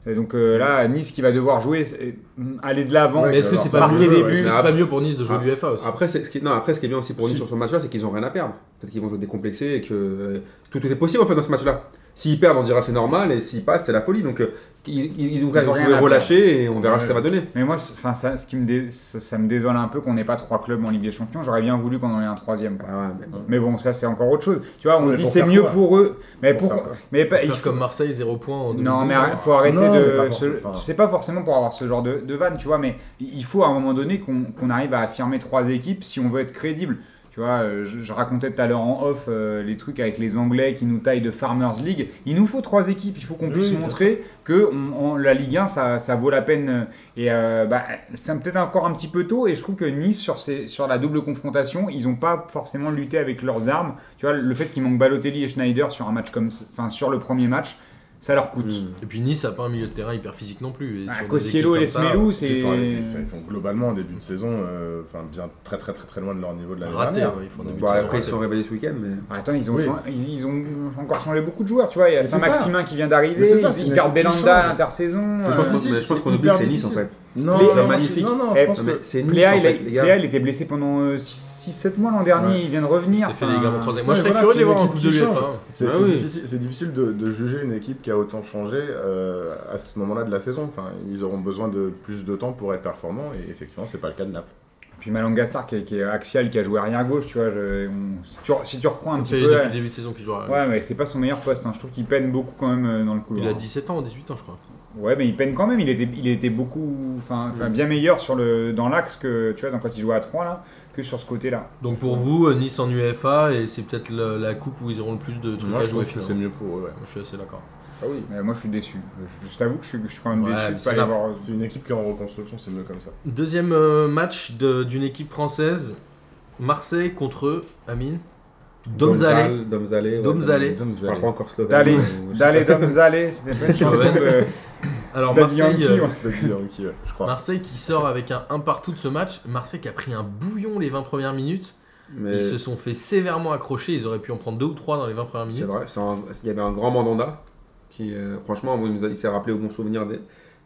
Speaker 3: Et donc euh, là Nice qui va devoir jouer c'est- mm, aller de l'avant. euh,
Speaker 4: Ouais,
Speaker 1: Mais est-ce que c'est pas,
Speaker 3: Marquer
Speaker 1: mieux,
Speaker 3: des
Speaker 1: est-ce que
Speaker 3: buts.
Speaker 1: c'est pas mieux pour Nice de jouer
Speaker 2: Ah.
Speaker 1: l'UFA aussi
Speaker 2: Après, c'est- ce qui, non, après, ce qui est bien aussi pour nous
Speaker 3: Si.
Speaker 2: sur ce match-là, c'est qu'ils ont rien à perdre. Peut-être qu'ils vont jouer décomplexés et que euh, tout, tout est possible en fait dans ce match-là. S'ils perdent, on dira c'est normal et s'ils passent, c'est la folie. Donc euh, ils, ils- ils ont qu'à
Speaker 3: Ils ont rien
Speaker 2: jouer
Speaker 3: à
Speaker 2: relâché et on verra ce que ça va donner.
Speaker 3: Mais moi, c'est- enfin, ça, ce qui me dé- ça, ça me désole un peu qu'on n'ait pas trois clubs en Ligue des Champions. J'aurais bien voulu qu'on en ait un troisième. quoi.
Speaker 2: Ouais, ouais, mais bon.
Speaker 3: Mais bon, ça c'est encore autre chose. Tu vois, on
Speaker 4: Mais
Speaker 3: se dit
Speaker 4: pour
Speaker 3: c'est
Speaker 4: faire
Speaker 3: mieux
Speaker 4: quoi
Speaker 3: pour eux. Mais
Speaker 4: Pour
Speaker 3: pourquoi
Speaker 4: faire quoi
Speaker 3: Mais pas- il
Speaker 1: Faire
Speaker 3: faut-
Speaker 1: comme Marseille, 0 points en
Speaker 3: Non,
Speaker 1: 2012.
Speaker 3: mais arrête, faut arrêter
Speaker 4: Non, mais
Speaker 3: de.
Speaker 4: pas
Speaker 3: se-
Speaker 4: forcément.
Speaker 3: C'est pas forcément pour avoir ce genre de, de vanne, tu vois. Mais il faut à un moment donné qu'on qu'on arrive à affirmer trois équipes si on veut être crédible. Tu vois, euh, je, je racontais tout à l'heure en off euh, les trucs avec les Anglais qui nous taillent de Farmers League. Il nous faut trois équipes. Il faut qu'on
Speaker 1: Oui,
Speaker 3: puisse
Speaker 1: bien
Speaker 3: montrer que on- on- la Ligue 1, ça, ça vaut la peine. euh, Et euh, bah, c'est peut-être encore un petit peu tôt. Et je trouve que Nice, sur, ces- sur la double confrontation, ils n'ont pas forcément lutté avec leurs armes. Tu vois, le fait qu'il manque Balotelli et Schneider sur un match comme, ça- enfin, sur le premier match, ça leur coûte.
Speaker 1: Et puis Nice a pas un milieu de terrain hyper physique non plus. Et
Speaker 3: Ah,
Speaker 1: sur Hmm, des
Speaker 3: Kosciello
Speaker 1: équipes
Speaker 3: et
Speaker 1: comme ça,
Speaker 3: Smelou,
Speaker 4: Puis,
Speaker 3: c'est.
Speaker 4: enfin, les- Ils font globalement au début de saison, euh, enfin bien très très très très loin de leur niveau de l'année
Speaker 1: Raté,
Speaker 4: dernière. Bah,
Speaker 1: ouais, ils font des
Speaker 4: Donc,
Speaker 1: buts.
Speaker 2: Bon,
Speaker 1: Ils
Speaker 2: bah, après,
Speaker 1: ont
Speaker 2: ils se sont réveillés ce week-end, mais.
Speaker 3: Attends, ils ont,
Speaker 4: Oui.
Speaker 3: chang- ils, ils ont encore changé beaucoup de joueurs, tu vois. Il y a
Speaker 4: Mais c'est
Speaker 3: Saint-Maximin qui vient d'arriver,
Speaker 4: Mais c'est ça, c'est
Speaker 3: ils
Speaker 4: une
Speaker 3: perdent
Speaker 4: équipe qui
Speaker 3: Belanda à
Speaker 4: change.
Speaker 3: l'intersaison.
Speaker 4: C'est
Speaker 2: Je
Speaker 3: euh,
Speaker 2: pense, qu'on-
Speaker 4: difficile,
Speaker 2: mais je pense
Speaker 4: c'est
Speaker 2: qu'on oublie
Speaker 4: hyper
Speaker 2: que c'est Nice en
Speaker 4: difficile.
Speaker 2: fait.
Speaker 4: Non,
Speaker 3: C'est
Speaker 4: non, non,
Speaker 2: magnifique.
Speaker 4: Non, non,
Speaker 3: Eh,
Speaker 4: je pense
Speaker 2: Non,
Speaker 4: que
Speaker 2: mais c'est Nice
Speaker 3: Léa,
Speaker 2: en
Speaker 3: il a,
Speaker 2: fait, les gars.
Speaker 3: Léa, il était blessé pendant euh, 6-7 mois l'an dernier,
Speaker 4: Ouais.
Speaker 3: il vient de revenir.
Speaker 1: C'était fait les gammes
Speaker 3: enfin,
Speaker 1: croisés. Moi,
Speaker 4: Ouais,
Speaker 1: je serais
Speaker 4: voilà,
Speaker 1: curieux de
Speaker 4: c'est
Speaker 1: les voir
Speaker 4: une
Speaker 1: en
Speaker 4: équipe
Speaker 1: Coupe
Speaker 4: qui
Speaker 1: de l'UEFA.
Speaker 4: change.
Speaker 1: hein.
Speaker 4: C'est
Speaker 1: Ah
Speaker 4: c'est
Speaker 1: oui.
Speaker 4: difficile, c'est difficile de, de juger une équipe qui a autant changé euh, à ce moment-là de la saison. Enfin, ils auront besoin de plus de temps pour être performants et effectivement, c'est pas le cas de Naples.
Speaker 3: Puis Malangasar qui, est- qui est axial, qui a joué arrière gauche, tu vois. je- on- si, tu, si tu reprends un
Speaker 1: Ça
Speaker 3: petit
Speaker 1: fait
Speaker 3: peu.
Speaker 1: depuis
Speaker 3: Ouais,
Speaker 1: le début de saison qu'ils jouent. à-
Speaker 3: ouais, mais c'est pas son meilleur poste. hein. Je trouve qu'il peine beaucoup quand même euh, dans le couloir.
Speaker 1: Il a 17 ans, 18 ans, je crois.
Speaker 3: Ouais, mais il peine quand même. Il était, il était beaucoup, enfin, enfin, bien meilleur sur le, dans l'axe que tu vois, dans- quand il jouait à 3 là, que sur ce côté-là.
Speaker 1: Donc pour vous, euh, Nice en UEFA, et c'est peut-être la, la coupe où ils auront le plus de trucs
Speaker 4: Moi,
Speaker 1: à
Speaker 4: je
Speaker 1: jouer.
Speaker 4: pense que c'est
Speaker 1: finalement.
Speaker 4: mieux pour eux. ouais.
Speaker 1: Moi, je suis assez d'accord.
Speaker 2: Ah oui.
Speaker 3: Euh, moi, je suis déçu. Je, je t'avoue que je, suis- je suis quand même
Speaker 1: Ouais,
Speaker 3: déçu.
Speaker 1: mais
Speaker 3: de
Speaker 1: c'est
Speaker 3: Pas aller
Speaker 1: la-
Speaker 3: voir...
Speaker 4: C'est une équipe qui est en reconstruction, c'est mieux comme ça.
Speaker 1: Deuxième euh, match de- d'une équipe française, Marseille contre eux, Amine. Domzale.
Speaker 2: Domzale. Domzale. ouais,
Speaker 1: Domzale.
Speaker 2: Dom- Je parle pas encore slovène.
Speaker 3: D'aller,
Speaker 2: ou je sais
Speaker 3: euh, d'aller,
Speaker 2: pas.
Speaker 3: comme d'aller. C'était pas une chanson de.
Speaker 1: Alors
Speaker 3: Daddy
Speaker 1: Marseille,
Speaker 3: Yankee,
Speaker 1: euh,
Speaker 3: ouais.
Speaker 4: C'est dit, hein, qui, euh, je crois.
Speaker 1: Marseille qui sort avec un 1 partout de ce match. Marseille qui a pris un bouillon les 20 premières minutes.
Speaker 2: Mais
Speaker 1: Ils se sont fait sévèrement accrocher. Ils auraient pu en prendre deux ou trois dans les 20 premières
Speaker 2: c'est
Speaker 1: minutes.
Speaker 2: vrai. c'est un- Il y avait un grand Mandanda qui, euh, franchement, il, nous a- il s'est rappelé au bon souvenir des,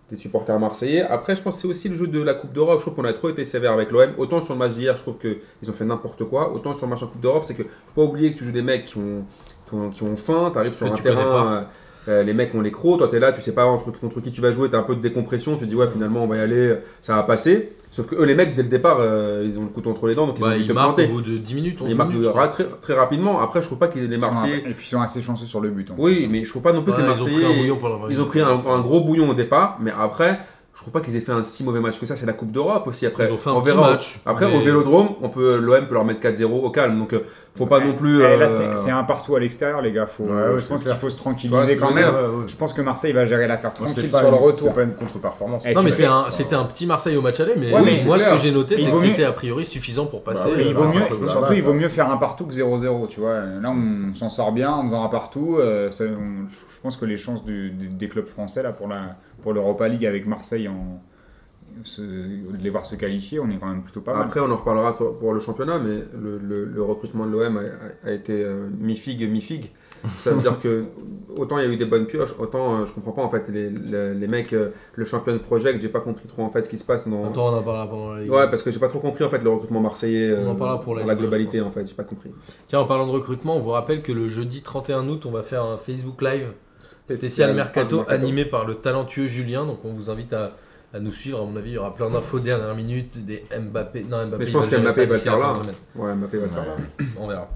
Speaker 2: des supporters marseillais. Après, je pense que c'est aussi le jeu de la Coupe d'Europe. Je trouve qu'on a trop été sévère avec l'OM. Autant sur le match d'hier, je trouve qu'ils ont fait n'importe quoi. Autant sur le match en Coupe d'Europe, c'est que faut pas oublier que tu joues des mecs qui ont, qui ont, qui ont faim. Tu arrives sur
Speaker 1: Que
Speaker 2: un
Speaker 1: tu connais pas.
Speaker 2: terrain. euh, euh, les mecs ont les crocs, toi t'es là, tu sais pas entre, contre qui tu vas jouer, t'as un peu de décompression, tu dis ouais finalement on va y aller, ça va passer. Sauf que eux les mecs dès le départ euh, ils ont le couteau entre les dents donc ils ont
Speaker 1: Bah,
Speaker 2: envie de
Speaker 1: ils
Speaker 2: te
Speaker 1: marquent
Speaker 2: planter.
Speaker 1: au bout de 10 minutes. 11
Speaker 2: Il marque
Speaker 1: minutes, je crois.
Speaker 2: très, très rapidement. Après, je trouve pas qu'il les Marseillais.
Speaker 3: Et puis, ils sont assez chanceux sur le but. hein. en
Speaker 2: Oui, mais je trouve pas non plus
Speaker 1: Ouais,
Speaker 2: que les
Speaker 1: ils ont pris un
Speaker 2: Marseillais.
Speaker 1: bouillon pendant 20
Speaker 2: Ils ont
Speaker 1: minutes.
Speaker 2: pris un, un gros bouillon au départ, mais après, je trouve pas qu'ils aient fait un si mauvais match que ça. C'est la Coupe d'Europe aussi. Après,
Speaker 1: Ils ont fait un
Speaker 2: on
Speaker 1: petit
Speaker 2: verra.
Speaker 1: match,
Speaker 2: après,
Speaker 1: mais-
Speaker 2: au Vélodrome, on peut l'OM peut leur mettre 4-0 au calme. Donc, euh, faut pas
Speaker 3: Eh,
Speaker 2: non plus.
Speaker 3: eh, là,
Speaker 2: euh,
Speaker 3: c'est- c'est un partout à l'extérieur, les gars. Faut,
Speaker 4: Ouais,
Speaker 3: euh,
Speaker 4: ouais,
Speaker 3: je pense
Speaker 4: c'est-
Speaker 3: qu'il faut se
Speaker 4: Ouais,
Speaker 3: tranquilliser
Speaker 4: c'est
Speaker 3: quand
Speaker 4: vrai,
Speaker 3: même.
Speaker 4: ouais, ouais.
Speaker 3: Je pense que Marseille va gérer l'affaire
Speaker 4: Bon, c'est
Speaker 3: tranquille
Speaker 4: pas
Speaker 3: sur le
Speaker 4: une- C'est
Speaker 3: retour.
Speaker 4: pas une contre-performance.
Speaker 3: Eh,
Speaker 1: Non, mais
Speaker 3: tu
Speaker 1: c'est
Speaker 3: vois,
Speaker 1: un- c'était un petit Marseille au match aller, mais
Speaker 3: Ouais,
Speaker 1: moi
Speaker 3: mais
Speaker 2: c'est
Speaker 1: ce que
Speaker 2: clair.
Speaker 1: j'ai noté,
Speaker 3: Et il
Speaker 1: c'est
Speaker 3: vaut
Speaker 1: que
Speaker 3: mieux-
Speaker 1: c'était a priori suffisant pour passer.
Speaker 4: Bah
Speaker 3: Et
Speaker 4: oui,
Speaker 1: euh,
Speaker 3: il vaut
Speaker 4: bah,
Speaker 1: Marseille.
Speaker 4: ça,
Speaker 3: mieux,
Speaker 4: c'est
Speaker 3: surtout,
Speaker 4: pas
Speaker 3: il
Speaker 4: ça.
Speaker 3: vaut mieux faire un partout que 0-0, tu vois. Là, on s'en sort bien en faisant un partout. euh, ça, on- je pense que les chances du- du- des clubs français là, pour, la, pour l'Europa League avec Marseille, en, se- de les voir se qualifier, on est quand même plutôt pas mal.
Speaker 2: Après, on en reparlera to- pour le championnat, mais le, le- le recrutement de l'OM a, a- a été euh, mi-figue, mi-figue. Ça veut dire que autant il y a eu des bonnes pioches, autant euh, je comprends pas en fait les, les- les mecs, euh, le champion de project, j'ai pas compris trop en fait ce qui se passe dans.
Speaker 1: Attends, on en parlera pendant la Ligue.
Speaker 2: Ouais, parce que j'ai pas trop compris en fait le recrutement marseillais
Speaker 1: On en
Speaker 2: euh,
Speaker 1: parlera pour la
Speaker 2: dans la
Speaker 1: Ligue, je
Speaker 2: globalité
Speaker 1: pense.
Speaker 2: en fait, j'ai pas compris.
Speaker 1: Tiens, en parlant de recrutement, on vous rappelle que le jeudi 31 août, on va faire un Facebook Live spécial mercato animé par le talentueux Julien. Donc on vous invite à, à nous suivre. À mon avis, il y aura plein d'infos dernière minute, des Mbappé. Non, Mbappé.
Speaker 2: Mais je
Speaker 1: il
Speaker 2: pense
Speaker 1: gérer ça
Speaker 2: qu'Mbappé va le
Speaker 1: d'ici la
Speaker 2: faire
Speaker 1: fin
Speaker 2: là,
Speaker 1: de
Speaker 2: hein.
Speaker 1: semaine.
Speaker 2: Ouais, Mbappé va le faire.
Speaker 1: On verra.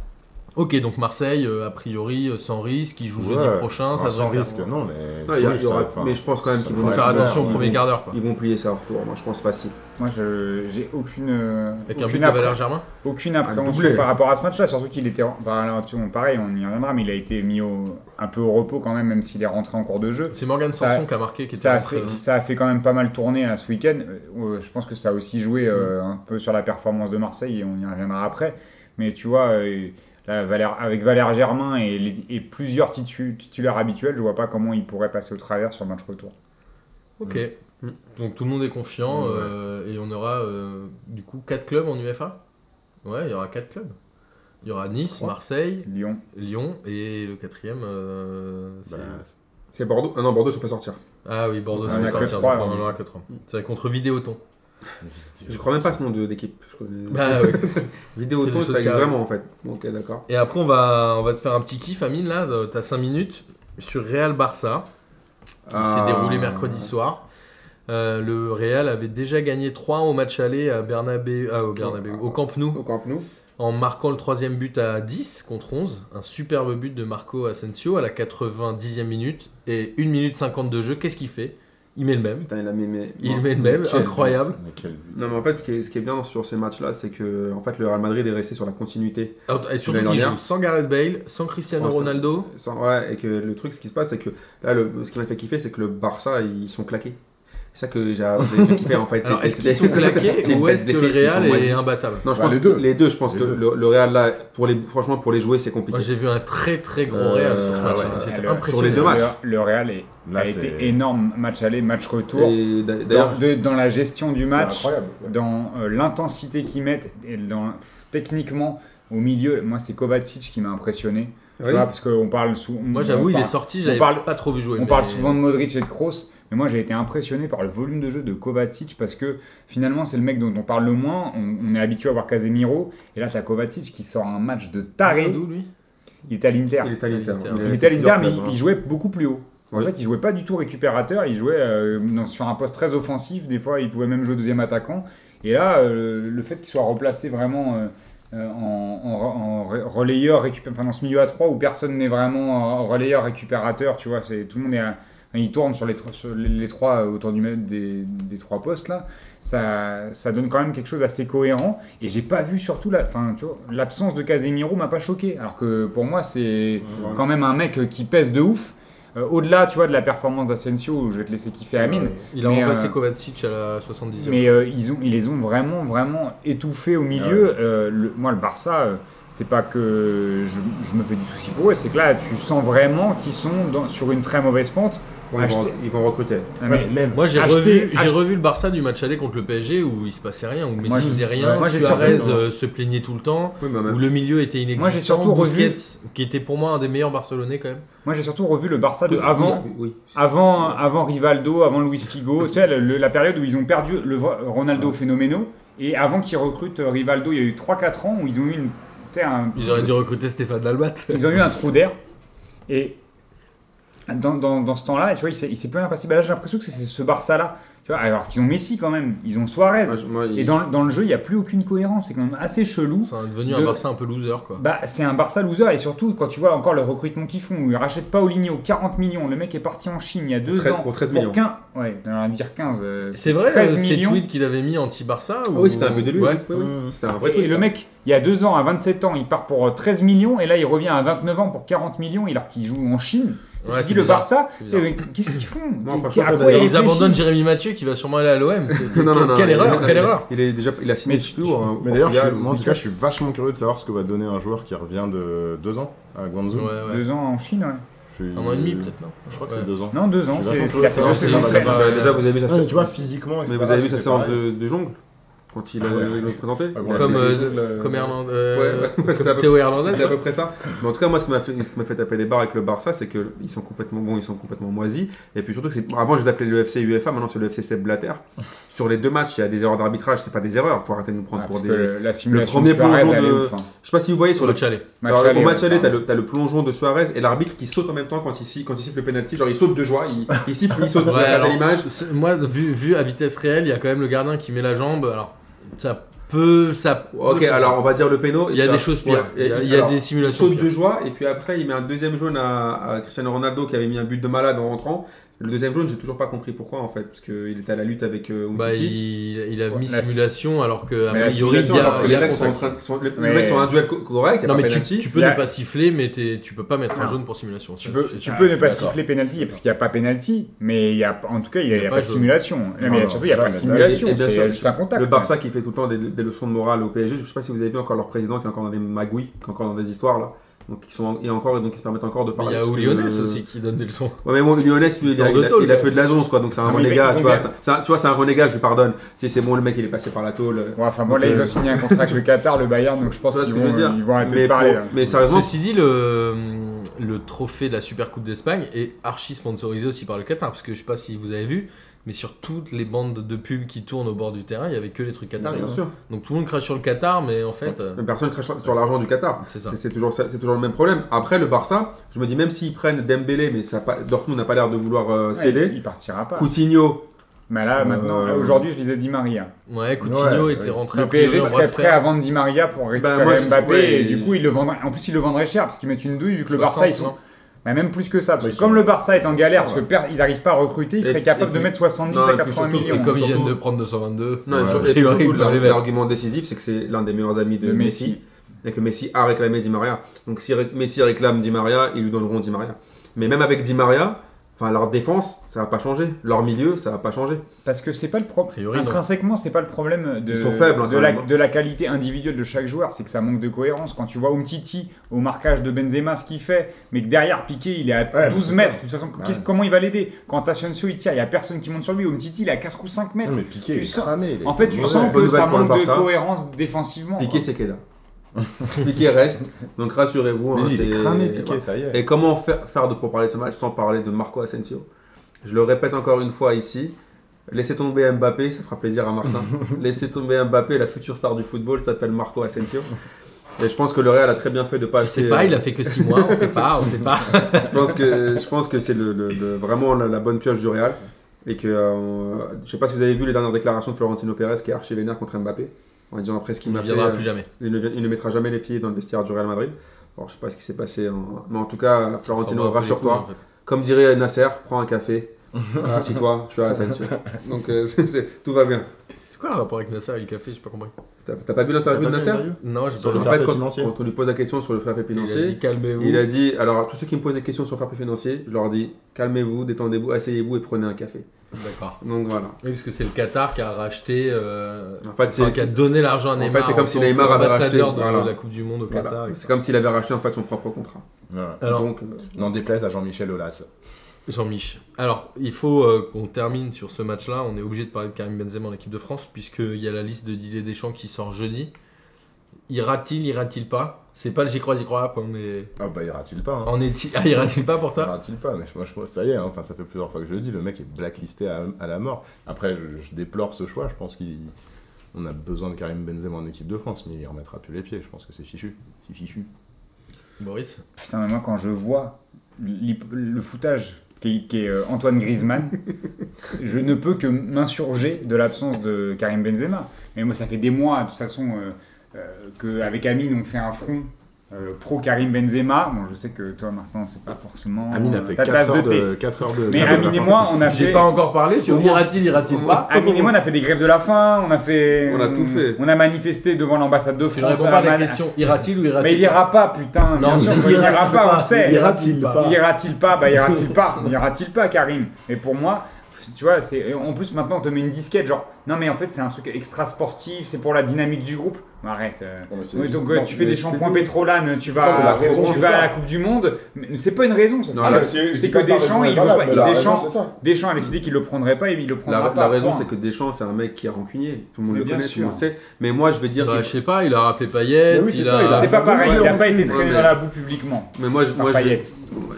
Speaker 1: Ok, donc Marseille, euh, a priori, euh, sans risque, il joue jeudi
Speaker 4: Ouais,
Speaker 1: prochain.
Speaker 2: Ah,
Speaker 4: enfin,
Speaker 1: ça
Speaker 4: sans
Speaker 1: devrait
Speaker 4: risque,
Speaker 1: faire-
Speaker 4: non, mais.
Speaker 2: Non, il y a-
Speaker 4: oui,
Speaker 2: il y aura-
Speaker 4: ça, enfin,
Speaker 2: mais je pense quand même qu'ils
Speaker 4: ça
Speaker 2: vont
Speaker 1: Faut
Speaker 4: va
Speaker 1: faire
Speaker 4: être-
Speaker 1: attention au
Speaker 4: ouais,
Speaker 1: premier
Speaker 4: ouais.
Speaker 1: quart d'heure, quoi.
Speaker 2: Ils vont plier ça au retour, moi je pense facile.
Speaker 3: Moi, je, j'ai aucune, euh,
Speaker 1: Avec un but
Speaker 3: aucune,
Speaker 1: de
Speaker 3: appré-
Speaker 1: Valère Germain. Ah,
Speaker 3: aucune
Speaker 2: doublé.
Speaker 3: appréhension par rapport à ce match-là, surtout qu'il était. en- Bah, là, tu- on- pareil, on y reviendra, mais il a été mis au- un peu au repos quand même, même s'il est rentré en cours de jeu.
Speaker 1: C'est Morgan
Speaker 3: Ça-
Speaker 1: Sanson qui a marqué, qui était
Speaker 3: Ça a,
Speaker 1: rentré. hein.
Speaker 3: fait, ça a fait quand même pas mal tourner là, ce week-end. Euh, euh, je pense que ça a aussi joué euh,
Speaker 1: Mm.
Speaker 3: un peu sur la performance de Marseille et on y reviendra après. Mais tu vois, euh, là, Valère- avec Valère Germain et, les- et plusieurs titu- titulaires habituels, je vois pas comment ils pourraient passer au travers sur le match retour.
Speaker 1: Ok.
Speaker 2: Mm.
Speaker 1: Donc tout le monde est confiant euh, et on aura euh, du coup 4 clubs en UEFA. Ouais, il y aura 4 clubs. Il y aura Nice,
Speaker 2: Trois.
Speaker 1: Marseille,
Speaker 3: Lyon.
Speaker 1: Lyon et le quatrième. euh, c'est-
Speaker 4: Bah,
Speaker 2: C'est Bordeaux Ah non, Bordeaux se fait sortir.
Speaker 1: Ah oui, Bordeaux,
Speaker 4: On
Speaker 1: c'est
Speaker 4: en a
Speaker 1: sorti,
Speaker 4: que
Speaker 1: c'est
Speaker 3: trois,
Speaker 1: pas- on
Speaker 3: hein.
Speaker 1: en aura que trois. C'est contre Vidéoton.
Speaker 2: Je crois même pas à ce nom de- d'équipe. Je connais.
Speaker 1: Bah ouais. C'est
Speaker 2: Vidéoton,
Speaker 1: des choses
Speaker 2: ça existe
Speaker 1: qui
Speaker 2: vraiment en fait. Ok, d'accord.
Speaker 1: Et après, on va, on va te faire un petit kiff, Amine, là. euh, T'as 5 minutes sur Real Barça qui
Speaker 2: Ah.
Speaker 1: s'est déroulé mercredi soir. Euh, le Real avait déjà gagné 3 au match aller à Bernabeu, ah, au, Bernabeu, au Camp Nou.
Speaker 2: Au Camp Nou.
Speaker 1: en marquant le troisième but à 10 contre 11. Un superbe but de Marco Asensio à la 90e minute et 1 minute 50 de jeu. Qu'est-ce qu'il fait Il met le même.
Speaker 2: Putain, il a mis- mais-
Speaker 1: Il met le même,
Speaker 4: Quel but,
Speaker 1: incroyable.
Speaker 4: mais quel but.
Speaker 2: Non mais en fait ce qui est, ce qui est bien sur ces matchs là c'est que en fait le Real Madrid est resté sur la continuité.
Speaker 1: Et surtout
Speaker 2: L'année
Speaker 1: qu'il joue
Speaker 2: dernière.
Speaker 1: sans Gareth Bale, sans Cristiano
Speaker 2: Sans-
Speaker 1: Ronaldo.
Speaker 2: Sans- ouais, et que le truc ce qui se passe c'est que là le, ce qui m'a fait kiffer c'est que le Barça ils sont claqués. C'est ça que j'ai j'ai fait kiffer en fait.
Speaker 1: Alors
Speaker 2: C'est-
Speaker 1: est-ce
Speaker 2: c'est-
Speaker 1: qu'ils sont
Speaker 2: c'est- c'est- c'est
Speaker 1: claqués
Speaker 2: une
Speaker 1: ou
Speaker 2: bête
Speaker 1: est-ce que
Speaker 2: blessée,
Speaker 1: le
Speaker 2: c'est- ils sont
Speaker 1: Real est
Speaker 2: moisis.
Speaker 1: imbatable
Speaker 2: Non, je
Speaker 4: Bah,
Speaker 2: pense
Speaker 4: les
Speaker 2: que
Speaker 4: deux.
Speaker 2: les deux, je pense
Speaker 4: Les
Speaker 2: que
Speaker 4: deux.
Speaker 2: Le, le Real là pour les franchement pour les jouer c'est compliqué.
Speaker 1: Moi j'ai vu un très très gros
Speaker 2: Euh,
Speaker 1: Real sur ce
Speaker 2: ah
Speaker 1: match.
Speaker 2: ouais,
Speaker 1: hein. C'était
Speaker 3: le-
Speaker 1: impressionnant.
Speaker 2: sur les deux matchs.
Speaker 3: Le, le Real est-
Speaker 4: Là,
Speaker 3: a
Speaker 4: c'est-
Speaker 3: été énorme match aller, match retour.
Speaker 2: Et d'a-
Speaker 3: Dans,
Speaker 2: d'ailleurs
Speaker 3: de- dans la gestion du
Speaker 4: C'est
Speaker 3: match,
Speaker 4: incroyable. ouais.
Speaker 3: dans euh, l'intensité qu'ils mettent, et dans, pff, techniquement, au milieu, moi c'est Kovacic qui m'a impressionné. Tu
Speaker 2: Oui.
Speaker 3: vois, parce qu'on parle sous.
Speaker 1: Moi j'avoue, il est sorti, j'avais
Speaker 3: parle-
Speaker 1: pas trop vu jouer.
Speaker 3: On
Speaker 1: mais-
Speaker 3: parle souvent de Modric et de Kroos, mais moi j'ai été impressionné par le volume de jeu de Kovacic parce que finalement c'est le mec dont on parle le moins. On, on est habitué à voir Casemiro et là t'as Kovacic qui sort un match de taré.
Speaker 1: Ronaldo, lui
Speaker 3: Il est à l'Inter.
Speaker 2: il est à l'Inter.
Speaker 1: Il
Speaker 3: Il
Speaker 2: a
Speaker 3: était
Speaker 2: fait
Speaker 3: à l'Inter,
Speaker 2: plusieurs
Speaker 3: mais
Speaker 2: clubs, hein.
Speaker 3: il jouait beaucoup plus haut. En
Speaker 2: Oui.
Speaker 3: fait, il jouait pas du tout récupérateur, il jouait euh, dans- sur un poste très offensif. Des fois, il pouvait même jouer deuxième attaquant. Et là, euh, le fait qu'il soit replacé vraiment euh, euh, en, en re- en re- relayeur, récup- enfin, dans ce milieu à 3 où personne n'est vraiment euh, relayeur, récupérateur, tu vois, c'est, tout le monde est à- il tourne sur les, tro- sur les- les trois euh, autour du, ma- des, des trois postes là. Ça, ça donne quand même quelque chose d'assez cohérent. Et j'ai pas vu surtout la, enfin, tu vois, l'absence de Casemiro m'a pas choqué. Alors que pour moi, c'est quand même un mec qui euh, pèse de ouf. Euh, Au-delà, tu vois, de la performance d'Asensio, où je vais te laisser kiffer
Speaker 1: Ah
Speaker 3: Amine,
Speaker 1: Il a
Speaker 3: Mais,
Speaker 1: remplacé
Speaker 3: euh,
Speaker 1: Kovacic à la 70e.
Speaker 3: mais euh, ils, ont, ils les ont vraiment, vraiment étouffés au milieu. Euh, le- moi, le Barça, euh, c'est pas que je, je me fais du souci pour eux, c'est que là, tu sens vraiment qu'ils sont dans- sur une très mauvaise pente.
Speaker 2: Bon, ils, vont,
Speaker 3: Acheter-
Speaker 2: ils vont recruter.
Speaker 3: Ah, mais-
Speaker 4: Ouais, mais même.
Speaker 1: Moi j'ai
Speaker 3: Acheter-
Speaker 1: revu, j'ai
Speaker 3: acheter-
Speaker 1: revu le Barça du match aller contre le PSG où il se passait rien, où Messi
Speaker 3: j'ai-
Speaker 1: faisait rien,
Speaker 3: ouais, moi, j'ai
Speaker 1: Suarez
Speaker 3: surtout-
Speaker 1: euh, se plaignait tout le temps,
Speaker 2: Oui, mais
Speaker 1: où
Speaker 2: même.
Speaker 1: le milieu était inexistant.
Speaker 3: Moi, j'ai surtout revu-
Speaker 1: Busquets, qui était pour moi un des meilleurs Barcelonais quand même.
Speaker 3: Moi, j'ai surtout revu le Barça de avant.
Speaker 4: hein.
Speaker 2: Oui, Ah, oui.
Speaker 4: Ah,
Speaker 3: Avant, avant Rivaldo, avant Luis Figo, tu sais, le- le- la période où ils ont perdu le vrai- Ronaldo phénoméno, et avant qu'ils recrutent euh, Rivaldo, il y a eu 3-4 ans où ils ont eu une, tu sais, un-
Speaker 1: Ils auraient dû recruter Stéphane Dalbat.
Speaker 3: ils ont eu un trou d'air. Et dans, dans- dans ce temps-là, tu vois, il s'est il s'est plus rien passé. Bah là, j'ai l'impression que c'est c'est ce Barça-là. Tu vois, alors qu'ils ont Messi quand même, ils ont Suarez.
Speaker 2: Ah, Moi, je- moi, il-
Speaker 3: Et dans, le- dans le jeu, il n'y a plus aucune cohérence. C'est quand même assez chelou.
Speaker 1: C'est devenu un
Speaker 3: De-
Speaker 1: Barça un peu loser quoi.
Speaker 3: Bah, c'est un Barça loser et surtout quand tu vois encore le recrutement qu'ils font, où ils rachètent Paulinho 40 millions, le mec est parti en Chine il y a deux
Speaker 2: 13
Speaker 3: ans
Speaker 2: pour 13 millions.
Speaker 3: 15, ouais, on va dire 15. euh,
Speaker 1: C'est vrai,
Speaker 3: 13
Speaker 1: euh, ces
Speaker 3: millions.
Speaker 1: tweets qu'il avait mis anti-Barça
Speaker 2: Ah oui, c'était un peu de lui.
Speaker 1: Ouais.
Speaker 2: oui, oui,
Speaker 4: Mmh.
Speaker 2: oui. C'était un vrai
Speaker 3: Et
Speaker 2: truc.
Speaker 3: le
Speaker 2: ça.
Speaker 3: mec, il y a deux ans, à 27 ans, il part pour euh, 13 millions et là il revient à 29 ans pour 40 millions alors qu'il joue en Chine. Et
Speaker 1: Ouais,
Speaker 3: tu
Speaker 1: c'est
Speaker 3: dis le
Speaker 1: bizarre.
Speaker 3: Barça,
Speaker 1: C'est bizarre.
Speaker 3: eh, mais qu'est-ce qu'ils font
Speaker 2: Non,
Speaker 3: Qu'est-
Speaker 2: franchement,
Speaker 3: à
Speaker 2: pour
Speaker 3: quoi
Speaker 2: des-
Speaker 3: ils
Speaker 1: euh, Ils abandonnent
Speaker 3: réfléchissent
Speaker 1: Jérémy Mathieu qui va sûrement aller à l'OM.
Speaker 2: Non, non, non,
Speaker 1: quelle
Speaker 2: il-
Speaker 1: erreur,
Speaker 2: non,
Speaker 1: quelle
Speaker 2: il-
Speaker 1: erreur.
Speaker 2: Il est déjà, il a signé
Speaker 3: Mais-
Speaker 2: plus haut. hein, au
Speaker 4: Mais d'ailleurs, je
Speaker 2: Portugal,
Speaker 4: suis-
Speaker 2: au
Speaker 4: moi, en tout cas, je
Speaker 2: Portugal.
Speaker 4: suis vachement curieux de savoir ce que va donner un joueur qui revient de deux ans à Guangzhou.
Speaker 1: Ouais, ouais.
Speaker 3: Deux ans en Chine, ouais.
Speaker 4: Je suis-
Speaker 1: Un an et demi peut-être, non
Speaker 4: Je crois que
Speaker 1: Ouais.
Speaker 4: c'est deux ans.
Speaker 3: Non, deux ans. c'est-
Speaker 4: Je suis vachement
Speaker 3: c'est-
Speaker 4: curieux de
Speaker 3: c'est
Speaker 4: savoir
Speaker 3: la
Speaker 4: ce
Speaker 3: saison
Speaker 4: que
Speaker 3: de
Speaker 4: ça
Speaker 3: fait.
Speaker 4: va
Speaker 2: Bah, déjà, vous avez vu sa
Speaker 4: Ouais, mais
Speaker 2: séance.
Speaker 4: tu vois, physiquement,
Speaker 2: Mais
Speaker 4: etc.,
Speaker 2: vous avez vu sa
Speaker 4: c'était
Speaker 2: séance de,
Speaker 4: pareil.
Speaker 2: de jongle quand il
Speaker 4: Ah ouais.
Speaker 2: euh, ils l'ont présenté
Speaker 4: Ah,
Speaker 2: Il a
Speaker 1: Comme,
Speaker 2: fait
Speaker 1: euh,
Speaker 2: des jongles, euh,
Speaker 1: Comme Hernandez.
Speaker 2: Ouais,
Speaker 1: euh,
Speaker 2: ouais, c'était à
Speaker 1: Comme
Speaker 2: peu-
Speaker 1: Théo
Speaker 2: C'était à
Speaker 1: Hernandez.
Speaker 2: peu près ça. Mais en tout cas, moi, ce qui m'a fait, ce qui m'a fait taper les barres avec le Barça, c'est que ils sont complètement bons, ils sont complètement moisis. Et puis surtout, que c'est- avant, je les appelais le FC UEFA, maintenant c'est le FC Sepp Blatter. Sur les deux matchs, il y a des erreurs d'arbitrage. C'est pas des erreurs. Faut arrêter de nous prendre
Speaker 3: Ah,
Speaker 2: pour
Speaker 3: parce
Speaker 2: des.
Speaker 3: que le- la simulation
Speaker 2: premier
Speaker 3: de Suarez,
Speaker 2: plongeon
Speaker 3: elle est
Speaker 2: de-
Speaker 3: ouf, hein.
Speaker 2: Je sais pas si vous voyez sur
Speaker 1: Sur le
Speaker 2: le.
Speaker 1: chalet.
Speaker 2: Alors,
Speaker 3: aller, euh,
Speaker 2: au match
Speaker 3: ouais,
Speaker 2: aller, t'as
Speaker 3: pardon.
Speaker 2: le, t'as le plongeon de Suarez et l'arbitre qui saute en même temps quand il, si- quand il siffle le penalty. Genre, il saute de joie, il, il siffle, il saute.
Speaker 1: Ouais,
Speaker 2: Regardez
Speaker 1: alors,
Speaker 2: l'image.
Speaker 1: ce- Moi, vu, vu à vitesse réelle, il y a quand même le gardien qui met la jambe. Alors, ça peut. Ça
Speaker 2: Ok,
Speaker 1: peut-
Speaker 2: alors on va dire le péno.
Speaker 1: Il y a des choses pires. Il y a- il y a des
Speaker 2: Il
Speaker 1: simulations.
Speaker 2: saute
Speaker 1: pires.
Speaker 2: de joie et puis après il met un deuxième jaune à, à Cristiano Ronaldo qui avait mis un but de malade en rentrant. Le deuxième jaune, j'ai toujours pas compris pourquoi en fait, parce qu'il était à la lutte avec euh,
Speaker 1: Bah,
Speaker 2: Umtiti.
Speaker 1: il, il a
Speaker 3: Ouais,
Speaker 1: mis
Speaker 3: la-
Speaker 1: simulation alors que a
Speaker 3: Mais la
Speaker 1: priori, il y
Speaker 2: alors
Speaker 1: a,
Speaker 2: que
Speaker 1: il y
Speaker 2: les
Speaker 1: a
Speaker 2: mecs sont en
Speaker 1: contact.
Speaker 2: train de- sont- le- les
Speaker 3: Mais-
Speaker 2: mecs sont un duel co- correct, il y a
Speaker 1: Non
Speaker 2: pas
Speaker 1: mais tu,
Speaker 2: penalty.
Speaker 1: tu peux
Speaker 3: Il y a-
Speaker 1: ne pas siffler mais t'es- tu peux pas mettre un
Speaker 3: Ah.
Speaker 1: jaune pour simulation.
Speaker 3: Tu
Speaker 1: Ça,
Speaker 3: peux,
Speaker 1: c'est-
Speaker 3: tu
Speaker 4: ah,
Speaker 3: peux
Speaker 4: je
Speaker 3: ne
Speaker 4: suis
Speaker 3: pas
Speaker 4: d'accord.
Speaker 3: siffler penalty parce qu'il n'y a pas penalty, mais il y a, en tout cas, il n'y a,
Speaker 1: Il y a
Speaker 3: pas
Speaker 1: pas
Speaker 3: de
Speaker 1: jaune.
Speaker 3: simulation. Non, mais il y a
Speaker 4: non,
Speaker 3: surtout, il n'y a
Speaker 4: jamais.
Speaker 3: pas de simulation.
Speaker 2: Et- et bien
Speaker 3: c'est
Speaker 2: sûr,
Speaker 3: juste un contact.
Speaker 2: Le Barça qui fait tout le temps des, des leçons de morale au PSG. Je sais pas si vous avez vu encore leur président qui est encore dans des magouilles, qui est encore dans des histoires là. Donc ils sont en- et encore donc ils se permettent encore de
Speaker 1: Mais Il
Speaker 2: parler.
Speaker 1: y a
Speaker 2: parce que-
Speaker 1: Oulionès aussi qui donne des leçons.
Speaker 2: Ouais, mais bon, Lyonnais, lui, il,
Speaker 1: Sort
Speaker 2: a,
Speaker 1: de
Speaker 2: il a-
Speaker 1: tôle,
Speaker 2: il a
Speaker 1: quoi.
Speaker 2: fait de la zone, quoi. Donc c'est un
Speaker 3: Ah oui,
Speaker 2: renégat,
Speaker 3: mais-
Speaker 2: tu vois. c'est un- c'est un- Soit c'est un renégat, je lui pardonne. Si c'est bon, le mec, il est passé par la tôle.
Speaker 3: Ouais, enfin, bon, là,
Speaker 2: Donc,
Speaker 3: ils
Speaker 2: euh,
Speaker 3: ont signé un contrat avec le Qatar, le Bayern, donc je pense
Speaker 2: Tu vois ce
Speaker 3: qu'ils
Speaker 2: que je veux
Speaker 3: vont,
Speaker 2: dire
Speaker 3: ils vont arrêter
Speaker 2: mais,
Speaker 3: de parler. hein.
Speaker 2: pour-
Speaker 3: là.
Speaker 2: mais sérieusement,
Speaker 1: Ceci dit, le, hum, le trophée de la Super Coupe d'Espagne est archi sponsorisé aussi par le Qatar parce que je sais pas si vous avez vu. Mais sur toutes les bandes de pubs qui tournent au bord du terrain, il y avait que les trucs Qatar.
Speaker 2: bien sûr.
Speaker 1: Donc tout le monde crache sur le Qatar, mais en fait, euh,
Speaker 2: Personne crache sur l'argent du Qatar.
Speaker 1: c'est ça.
Speaker 2: C'est- C'est toujours, ça- c'est toujours le même problème. Après, le Barça, je me dis, même s'ils prennent Dembélé, mais ça, a pas- Dortmund n'a pas l'air de vouloir euh,
Speaker 3: Ouais,
Speaker 2: céder.
Speaker 3: il partira pas.
Speaker 2: Coutinho,
Speaker 3: Mais là,
Speaker 2: Euh,
Speaker 3: maintenant, là, aujourd'hui, je lisais Di Maria.
Speaker 1: Ouais, Coutinho
Speaker 4: Ouais,
Speaker 1: était
Speaker 4: ouais.
Speaker 1: rentré
Speaker 3: Le
Speaker 1: a priori
Speaker 3: PSG
Speaker 1: en droit
Speaker 3: serait
Speaker 1: de
Speaker 3: prêt
Speaker 1: fer.
Speaker 3: à vendre Di Maria pour récupérer
Speaker 2: Bah, moi, je-
Speaker 3: Mbappé,
Speaker 2: ouais,
Speaker 3: et du
Speaker 2: il-
Speaker 3: coup, ils le vendraient. En plus, ils le vendraient cher parce qu'ils mettent une douille vu que le Barça, ils
Speaker 1: 60,
Speaker 3: sont.
Speaker 2: hein.
Speaker 1: non
Speaker 3: Bah, même plus que ça, parce
Speaker 4: Bah,
Speaker 3: que
Speaker 4: ils
Speaker 3: comme
Speaker 4: sont-
Speaker 3: le Barça est en
Speaker 4: sont
Speaker 3: galère,
Speaker 4: forts,
Speaker 3: parce que per- ils n'arrivent pas à recruter, ils
Speaker 2: Et
Speaker 3: seraient
Speaker 2: puis-
Speaker 3: capables
Speaker 2: et
Speaker 3: de
Speaker 2: puis-
Speaker 3: mettre 70
Speaker 2: non, et
Speaker 3: à
Speaker 2: puis
Speaker 3: 80
Speaker 2: surtout-
Speaker 1: hein. Et
Speaker 3: millions.
Speaker 1: comme ils
Speaker 2: Surtout-
Speaker 1: viennent de prendre 222,
Speaker 2: non,
Speaker 4: Ouais.
Speaker 2: sur- et puis
Speaker 1: Et
Speaker 2: surtout,
Speaker 1: ouais, il doit
Speaker 2: l'ar-
Speaker 1: les mettre.
Speaker 2: l'argument décisif, c'est que c'est l'un des meilleurs amis de
Speaker 3: De
Speaker 2: Messi.
Speaker 3: Messi.
Speaker 2: et que Messi a réclamé Di Maria. Donc si ré- Messi réclame Di Maria, ils lui donneront Di Maria. Mais même avec Di Maria, enfin leur défense, ça va pas changer. Leur milieu, ça va pas changer.
Speaker 3: Parce que c'est pas le
Speaker 1: a
Speaker 3: propre.
Speaker 1: priori, non.
Speaker 3: Intrinsèquement, c'est pas le problème de,
Speaker 2: Ils sont faibles, hein,
Speaker 3: de,
Speaker 2: quand
Speaker 3: la,
Speaker 2: même, hein.
Speaker 3: de la qualité individuelle de chaque joueur, c'est que ça manque de cohérence. Quand tu vois Umtiti au marquage de Benzema ce qu'il fait, mais que derrière Piqué il est à
Speaker 4: mais
Speaker 3: 12
Speaker 4: c'est
Speaker 3: mètres,
Speaker 4: ça.
Speaker 3: de toute façon,
Speaker 4: Ouais.
Speaker 3: qu'est-ce- comment il va l'aider Quand Asensio il tire, il y a personne qui monte sur lui, Umtiti il est à 4 ou 5 mètres.
Speaker 4: Non, mais Piqué,
Speaker 3: Tu
Speaker 4: il est
Speaker 3: sens-
Speaker 4: cramé. il est-
Speaker 3: En fait, tu
Speaker 4: Ouais.
Speaker 3: sens
Speaker 2: bonne
Speaker 3: que
Speaker 2: nouvelle
Speaker 3: ça
Speaker 2: pour le
Speaker 3: manque de
Speaker 2: Barça.
Speaker 3: cohérence défensivement.
Speaker 2: Piqué, c'est Keda. Piqué reste. Donc rassurez-vous.
Speaker 4: Mais
Speaker 2: hein,
Speaker 4: lui, il est
Speaker 2: c'est-
Speaker 4: cramé, Piqué,
Speaker 2: ouais.
Speaker 4: ça y est.
Speaker 2: Et comment faire, faire de- pour parler de ce match sans parler de Marco Asensio Je le répète encore une fois ici. Laissez tomber Mbappé, ça fera plaisir à Martin. Laissez tomber Mbappé, la future star du football s'appelle Marco Asensio. Et je pense que le Real a très bien fait de
Speaker 3: bah,
Speaker 1: Je
Speaker 2: passer.
Speaker 1: sais pas,
Speaker 3: euh,
Speaker 1: il a fait que 6 mois, on sait pas, on sait pas.
Speaker 2: je pense que je pense que c'est le, le- le- vraiment la, la bonne pioche du Real et que euh, on- je sais pas si vous avez vu les dernières déclarations de Florentino Pérez qui est archi vénère contre Mbappé en disant après ce qu'il
Speaker 1: Il ne
Speaker 2: m'a fait
Speaker 1: viendra
Speaker 2: euh,
Speaker 1: plus jamais.
Speaker 2: il, ne, vi- il ne mettra jamais les pieds dans le vestiaire du Real Madrid. Alors je sais pas ce qui s'est passé en- mais en tout cas Florentino
Speaker 1: hein.
Speaker 2: rassure-toi. Comme dirait Nasser, prends un café. Assis-toi, tu as Asensio. Donc euh, c'est- c'est- tout va bien.
Speaker 1: C'est quoi le rapport avec Nasser et le café J'ai pas compris.
Speaker 2: T'as t'as pas vu l'interview de Nasser
Speaker 1: Non, j'ai
Speaker 4: Sur
Speaker 1: pas vu.
Speaker 4: le
Speaker 2: En fait,
Speaker 4: fair play
Speaker 2: quand,
Speaker 4: financier.
Speaker 2: quand on lui pose la question sur le fair play
Speaker 1: Il a
Speaker 2: financier,
Speaker 1: dit, calmez-vous.
Speaker 2: Il a dit, alors à tous ceux qui me posent des questions sur le fair play financier, je leur dis, calmez-vous, détendez-vous, asseyez-vous et prenez un café.
Speaker 1: D'accord.
Speaker 2: Donc voilà.
Speaker 1: Oui, parce que c'est le Qatar qui a racheté, euh,
Speaker 2: En fait,
Speaker 1: enfin,
Speaker 2: c'est
Speaker 1: qui a donné l'argent à
Speaker 2: en fait,
Speaker 1: Neymar.
Speaker 2: c'est comme si
Speaker 1: tant
Speaker 2: Neymar avait
Speaker 1: qu'ambassadeur
Speaker 2: racheté,
Speaker 1: de
Speaker 2: voilà.
Speaker 1: la Coupe du Monde au
Speaker 2: voilà.
Speaker 1: Qatar. etc.
Speaker 2: C'est comme s'il avait racheté en fait son propre contrat.
Speaker 4: Voilà.
Speaker 1: Alors,
Speaker 2: Donc euh,
Speaker 4: N'en déplaise à Jean-Michel Aulas.
Speaker 1: Jean-Mich. Alors, il faut euh, qu'on termine sur ce match-là. On est obligé de parler de Karim Benzema en équipe de France, puisqu'il y a la liste de Didier Deschamps qui sort jeudi. Ira-t-il, ira-t-il pas C'est pas le j'y crois, j'y crois pas, mais.
Speaker 4: Ah bah ira-t-il pas hein.
Speaker 1: En est-il. Ah, ira-t-il pas pour toi
Speaker 4: Ira-t-il pas Mais moi, je, ça y est, hein. enfin, ça fait plusieurs fois que je le dis, le mec est blacklisté à, à la mort. Après, je, je déplore ce choix, je pense qu'il. On a besoin de Karim Benzema en équipe de France, mais il y remettra plus les pieds, je pense que c'est fichu. C'est fichu.
Speaker 1: Boris
Speaker 3: Putain, mais moi, quand je vois l'hyp- le foutage qui qui est euh, Antoine Griezmann, je ne peux que m'insurger de l'absence de Karim Benzema. Mais moi, ça fait des mois, de toute façon, euh, euh, qu'avec Amine, on fait un front. euh, pro Karim Benzema, bon je sais que toi Martin c'est pas forcément
Speaker 4: Amine
Speaker 3: euh,
Speaker 4: a fait
Speaker 3: ta
Speaker 4: 4
Speaker 3: tasse
Speaker 4: heures
Speaker 3: thé.
Speaker 4: de, 4 heures de.
Speaker 3: Mais
Speaker 4: de- de-
Speaker 3: Amine et moi on a
Speaker 1: J'ai
Speaker 3: fait
Speaker 1: pas encore parlé sur
Speaker 2: Au moins-
Speaker 1: ira-t-il, ira-t-il
Speaker 2: au moins-
Speaker 1: pas
Speaker 3: Amine et moi on a fait des grèves de la faim, on a fait
Speaker 2: On a tout fait.
Speaker 3: on a manifesté devant l'ambassade de
Speaker 1: Tu ne
Speaker 3: France.
Speaker 1: réponds pas à la
Speaker 3: Man-
Speaker 1: question. Ira-t-il ou ira-t-il
Speaker 3: Mais il ira pas putain,
Speaker 1: Non,
Speaker 3: bien sûr qu'il ira pas, on sait.
Speaker 4: Ira-t-il pas
Speaker 3: Ira-t-il pas Bah ira-t-il pas Ira-t-il pas Karim Mais pour moi, tu vois, c'est et en plus maintenant on te met une disquette genre non mais en fait c'est un truc extra sportif, c'est pour la dynamique du groupe. Mais Arrête. euh,
Speaker 4: Non, mais c'est-
Speaker 3: ouais, donc
Speaker 4: non,
Speaker 3: euh, tu fais
Speaker 4: mais
Speaker 3: des
Speaker 4: c'est
Speaker 3: shampoings
Speaker 4: tout.
Speaker 3: pétrolanes, tu
Speaker 4: Non,
Speaker 3: vas,
Speaker 4: mais la raison,
Speaker 3: tu
Speaker 4: c'est
Speaker 3: vas à
Speaker 4: ça.
Speaker 3: la Coupe du Monde. mais C'est pas une raison, ça.
Speaker 2: Non,
Speaker 3: c'est-
Speaker 2: la-
Speaker 3: Ah, c'est que Deschamps, il veut pas- Deschamps-
Speaker 4: ça.
Speaker 3: Deschamps a décidé qu'il le prendrait pas et il le
Speaker 2: la,
Speaker 3: prendra
Speaker 2: la
Speaker 3: pas.
Speaker 2: raison
Speaker 3: point.
Speaker 2: c'est que Deschamps c'est un mec qui est rancunier, tout le monde
Speaker 3: Mais
Speaker 2: le
Speaker 3: bien
Speaker 2: connaît, tout le
Speaker 3: sûr.
Speaker 2: monde le sait. Mais moi je vais dire,
Speaker 1: Bah, je sais pas, il a rappelé Payet.
Speaker 4: Mais oui, c'est
Speaker 1: il
Speaker 4: ça,
Speaker 1: a-
Speaker 4: il a
Speaker 3: C'est pas
Speaker 4: Ouais,
Speaker 3: pareil, il a
Speaker 4: ouais,
Speaker 3: pas
Speaker 4: ouais,
Speaker 3: été traîné
Speaker 2: mais-
Speaker 3: dans la boue publiquement.
Speaker 2: mais moi je,
Speaker 3: Par
Speaker 2: moi, je-
Speaker 3: Payet.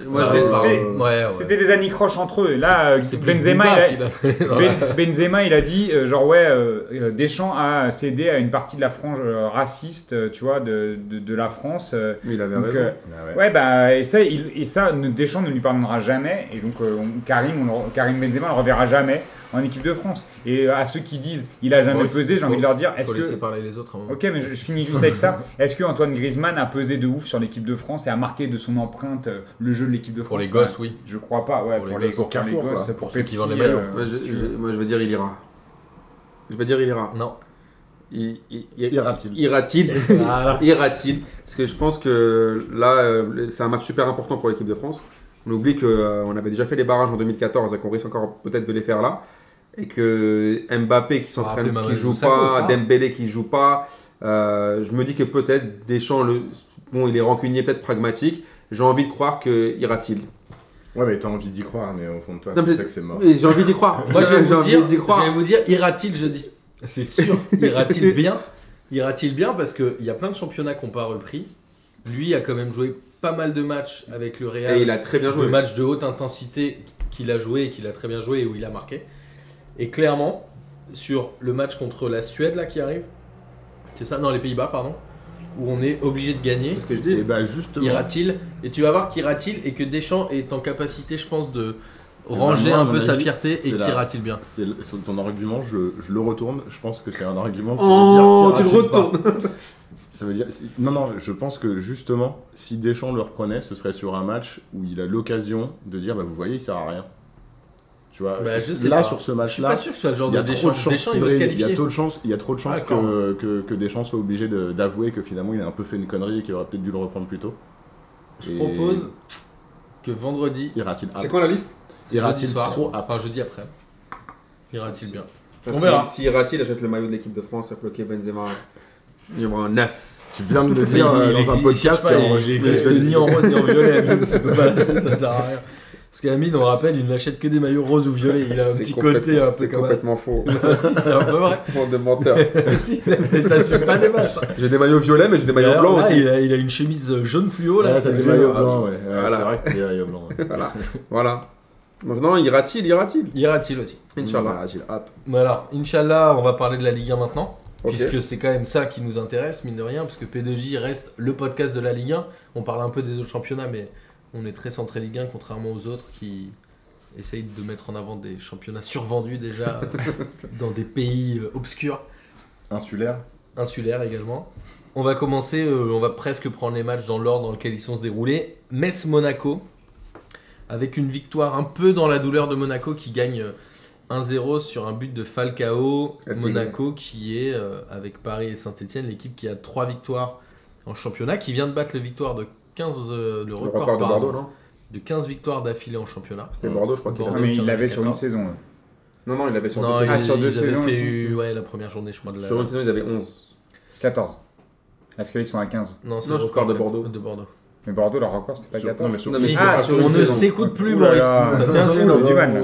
Speaker 2: moi,
Speaker 1: Ah,
Speaker 2: je-
Speaker 1: bah,
Speaker 3: c'était-
Speaker 1: ouais, ouais.
Speaker 3: C'était des anicroches entre eux. Là, euh,
Speaker 1: C'est plus
Speaker 3: Benzema,
Speaker 1: Bouba
Speaker 3: il a,
Speaker 1: qui l'a-
Speaker 3: Ben- Benzema, il a dit, euh, genre, ouais, euh, euh, Deschamps a cédé à une partie de la frange euh, raciste, euh, tu vois, de, de, de la France. euh,
Speaker 2: mais il avait
Speaker 3: donc,
Speaker 2: raison.
Speaker 3: euh,
Speaker 4: Ah ouais.
Speaker 3: ouais, bah, et ça, il- et ça ne- Deschamps ne lui pardonnera jamais. Et donc, euh, on- Karim, on le re- Karim Benzema, on le reverra jamais en équipe de France. Et euh, à ceux qui disent, il a jamais
Speaker 1: Ouais,
Speaker 3: pesé, j'ai envie
Speaker 1: faut-
Speaker 3: de leur dire, est-ce
Speaker 1: Faut
Speaker 3: que.
Speaker 1: laisser parler les autres. hein. à un moment.
Speaker 3: Ok, mais je, je finis juste avec ça. Est-ce que Antoine Griezmann a pesé de ouf sur l'équipe de France et a marqué de son empreinte euh, le jeu de l'équipe de France
Speaker 1: Pour les
Speaker 3: quoi
Speaker 1: gosses, oui.
Speaker 3: Je crois pas, ouais,
Speaker 1: Pour
Speaker 3: pour,
Speaker 1: les
Speaker 3: les,
Speaker 1: gosses,
Speaker 3: pour les
Speaker 4: Carrefour,
Speaker 3: gosses,
Speaker 4: quoi.
Speaker 3: pour,
Speaker 1: Pour ceux qui
Speaker 3: Pepsi,
Speaker 1: vendent les maillots.
Speaker 3: euh,
Speaker 2: Moi, je, je- moi, je vais dire il ira. Je vais dire il ira.
Speaker 1: Non.
Speaker 2: Il- il- il-
Speaker 4: Ira-t-il
Speaker 2: Ira-t-il Ira-t-il Parce que je pense que là, euh, c'est un match super important pour l'équipe de France. On oublie qu'on avait déjà fait les barrages en 2014 et qu'on risque encore peut-être de les faire là. Et que Mbappé qui
Speaker 1: rappeler
Speaker 2: s'entraîne,
Speaker 1: Mamadou
Speaker 2: qui joue
Speaker 1: Sakho,
Speaker 2: pas,
Speaker 1: frère.
Speaker 2: Dembélé qui joue pas. euh, je me dis que peut-être Deschamps, le, bon, il est rancunier, peut-être pragmatique. J'ai envie de croire que ira-t-il.
Speaker 4: Ouais, mais t'as envie d'y croire, mais au fond de toi,
Speaker 2: Non,
Speaker 4: tu
Speaker 2: mais-
Speaker 4: sais que c'est mort.
Speaker 2: Mais J'ai envie d'y croire.
Speaker 1: Moi, je vais
Speaker 2: j'ai
Speaker 1: vous
Speaker 2: envie
Speaker 1: dire,
Speaker 2: d'y
Speaker 1: je vais
Speaker 2: croire.
Speaker 1: vous dire, ira-t-il jeudi C'est sûr, ira-t-il bien Ira-t-il bien parce qu'il y a plein de championnats qu'on pas repris. Lui a quand même joué pas mal de matchs avec le Real.
Speaker 2: Et il a très bien
Speaker 1: de
Speaker 2: joué.
Speaker 1: matchs de haute intensité qu'il a joué et qu'il a très bien joué et où il a marqué. Et clairement, sur le match contre la Suède là qui arrive, c'est ça, non les Pays-Bas pardon, où on est obligé de gagner,
Speaker 2: C'est ce que je
Speaker 4: Et
Speaker 2: dis.
Speaker 4: bah justement.
Speaker 1: ira-t-il Et tu vas voir qu'ira-t-il et que Deschamps est en capacité, je pense, de ranger
Speaker 4: moi, à
Speaker 1: un
Speaker 4: mon
Speaker 1: peu sa
Speaker 4: avis,
Speaker 1: fierté
Speaker 4: c'est
Speaker 1: et
Speaker 4: la-
Speaker 1: qu'ira-t-il bien
Speaker 4: C'est le- sur ton argument, je, je le retourne. Je pense que c'est un argument. qui
Speaker 2: Oh,
Speaker 4: veut dire
Speaker 2: tu le
Speaker 4: qu'ira-t-il pas. Ça veut dire. c'est- Non, non, je pense que justement, si Deschamps le reprenait, ce serait sur un match où il a l'occasion de dire bah, vous voyez, il sert à rien. Tu vois,
Speaker 1: Bah, je sais
Speaker 4: là,
Speaker 1: pas.
Speaker 4: sur ce
Speaker 1: Je suis
Speaker 4: match-là,
Speaker 1: pas sûr que ce soit le genre
Speaker 4: il y
Speaker 1: de
Speaker 4: a trop
Speaker 1: Deschamps.
Speaker 4: de chances
Speaker 1: Deschamps,
Speaker 4: qu'il
Speaker 1: il va se
Speaker 4: brille, il y
Speaker 1: qualifier.
Speaker 4: a trop de chances, il y a trop de chances
Speaker 1: Ah,
Speaker 4: que, que, que Deschamps soit obligé de- d'avouer que finalement il a un peu fait une connerie et qu'il aurait peut-être dû le reprendre plus tôt.
Speaker 1: Je
Speaker 4: Et
Speaker 1: propose que vendredi,
Speaker 4: Ira-t-il
Speaker 2: C'est quand la liste
Speaker 1: c'est
Speaker 4: ira-t-il
Speaker 1: jeudi soir,
Speaker 4: trop après
Speaker 1: enfin jeudi après, ira-t-il bien
Speaker 2: Enfin,
Speaker 1: On
Speaker 2: si-
Speaker 1: verra.
Speaker 2: Si Irati achète le maillot de l'équipe de France, à floquer Benzema, il y aura un 9.
Speaker 4: Tu viens de le dire euh, dans un podcast qui est enregistré.
Speaker 1: C'était ni en rose ni en violet, Amine. Tu peux pas l'attendre, ça sert à rien. Parce qu'Amine, on rappelle, il n'achète que des maillots roses ou violets. Il a un petit côté un peu
Speaker 2: C'est
Speaker 1: comme ça.
Speaker 2: complètement faux.
Speaker 1: Si, c'est un peu vrai.
Speaker 2: Bande de menteurs.
Speaker 1: Si, t'assumes pas des masses.
Speaker 2: J'ai des maillots violets, mais j'ai des maillots
Speaker 1: D'ailleurs,
Speaker 2: blancs
Speaker 1: là,
Speaker 2: aussi.
Speaker 1: Il a, il a une chemise jaune fluo, Oh là.
Speaker 4: Là,
Speaker 1: ça
Speaker 4: c'est des
Speaker 1: devient-
Speaker 4: maillots blancs, ouais. Ouais,
Speaker 2: Voilà.
Speaker 4: C'est vrai que c'est des maillots blancs. ouais.
Speaker 2: Voilà. Donc non, ira-t-il, ira-t-il
Speaker 1: Ira-t-il aussi
Speaker 2: Inch'Allah.
Speaker 4: Ira-t-il Hop.
Speaker 1: Mais alors, Inch'Allah, on va parler de la Ligue 1 maintenant.
Speaker 2: Ok.
Speaker 1: Puisque c'est quand même ça qui nous intéresse, mine de rien, parce que P2J reste le podcast de la Ligue 1. On parle un peu des autres championnats, mais on est très centré Ligue 1, contrairement aux autres qui essayent de mettre en avant des championnats survendus déjà euh, dans des pays euh, obscurs,
Speaker 4: Insulaire.
Speaker 1: insulaires également. On va commencer, euh, on va presque prendre les matchs dans l'ordre dans lequel ils sont se déroulés. Metz-Monaco, avec une victoire un peu dans la douleur de Monaco qui gagne euh, 1-0 sur un but de Falcao,
Speaker 2: Ah, c'est
Speaker 1: Monaco qui est, euh, avec Paris et Saint-Etienne, l'équipe qui a 3 victoires en championnat, qui vient de battre le, victoire de 15, euh, le
Speaker 2: Le
Speaker 1: record,
Speaker 2: record de
Speaker 1: pardon,
Speaker 2: Bordeaux, non
Speaker 1: de 15 victoires d'affilée en championnat.
Speaker 2: C'était
Speaker 4: Ouais.
Speaker 2: Bordeaux, je crois qu'il
Speaker 1: Bordeaux.
Speaker 2: avait.
Speaker 3: Ah, mais il
Speaker 1: Bordeaux,
Speaker 3: l'avait
Speaker 1: qui en
Speaker 3: sur
Speaker 1: a
Speaker 3: une saison. euh, ouais.
Speaker 2: Non, non, il avait sur
Speaker 1: Non,
Speaker 2: deux
Speaker 1: ils,
Speaker 2: saisons.
Speaker 3: Ah, sur deux
Speaker 1: ils avaient
Speaker 3: saisons
Speaker 1: fait,
Speaker 3: aussi.
Speaker 1: euh, ouais, la première journée, je crois, de la...
Speaker 2: Sur une saison, ils avaient 11.
Speaker 3: 14. Parce que là, ils sont à 15.
Speaker 1: Non, c'est
Speaker 2: Non,
Speaker 1: le
Speaker 2: je
Speaker 1: record
Speaker 2: parle de Bordeaux.
Speaker 1: De Bordeaux.
Speaker 3: Mais Bordeaux, leur record, c'était pas
Speaker 4: Sur- non,
Speaker 3: 14.
Speaker 4: mais sur-
Speaker 2: Non, mais
Speaker 1: Si,
Speaker 2: c'est
Speaker 3: ah,
Speaker 2: pas sur
Speaker 1: on
Speaker 2: une
Speaker 1: ne
Speaker 2: saison. Oh
Speaker 1: s'écoute plus,
Speaker 3: Ouh là
Speaker 1: Maurice.
Speaker 3: là.
Speaker 1: Ça devient gênant.
Speaker 3: On a du mal, là.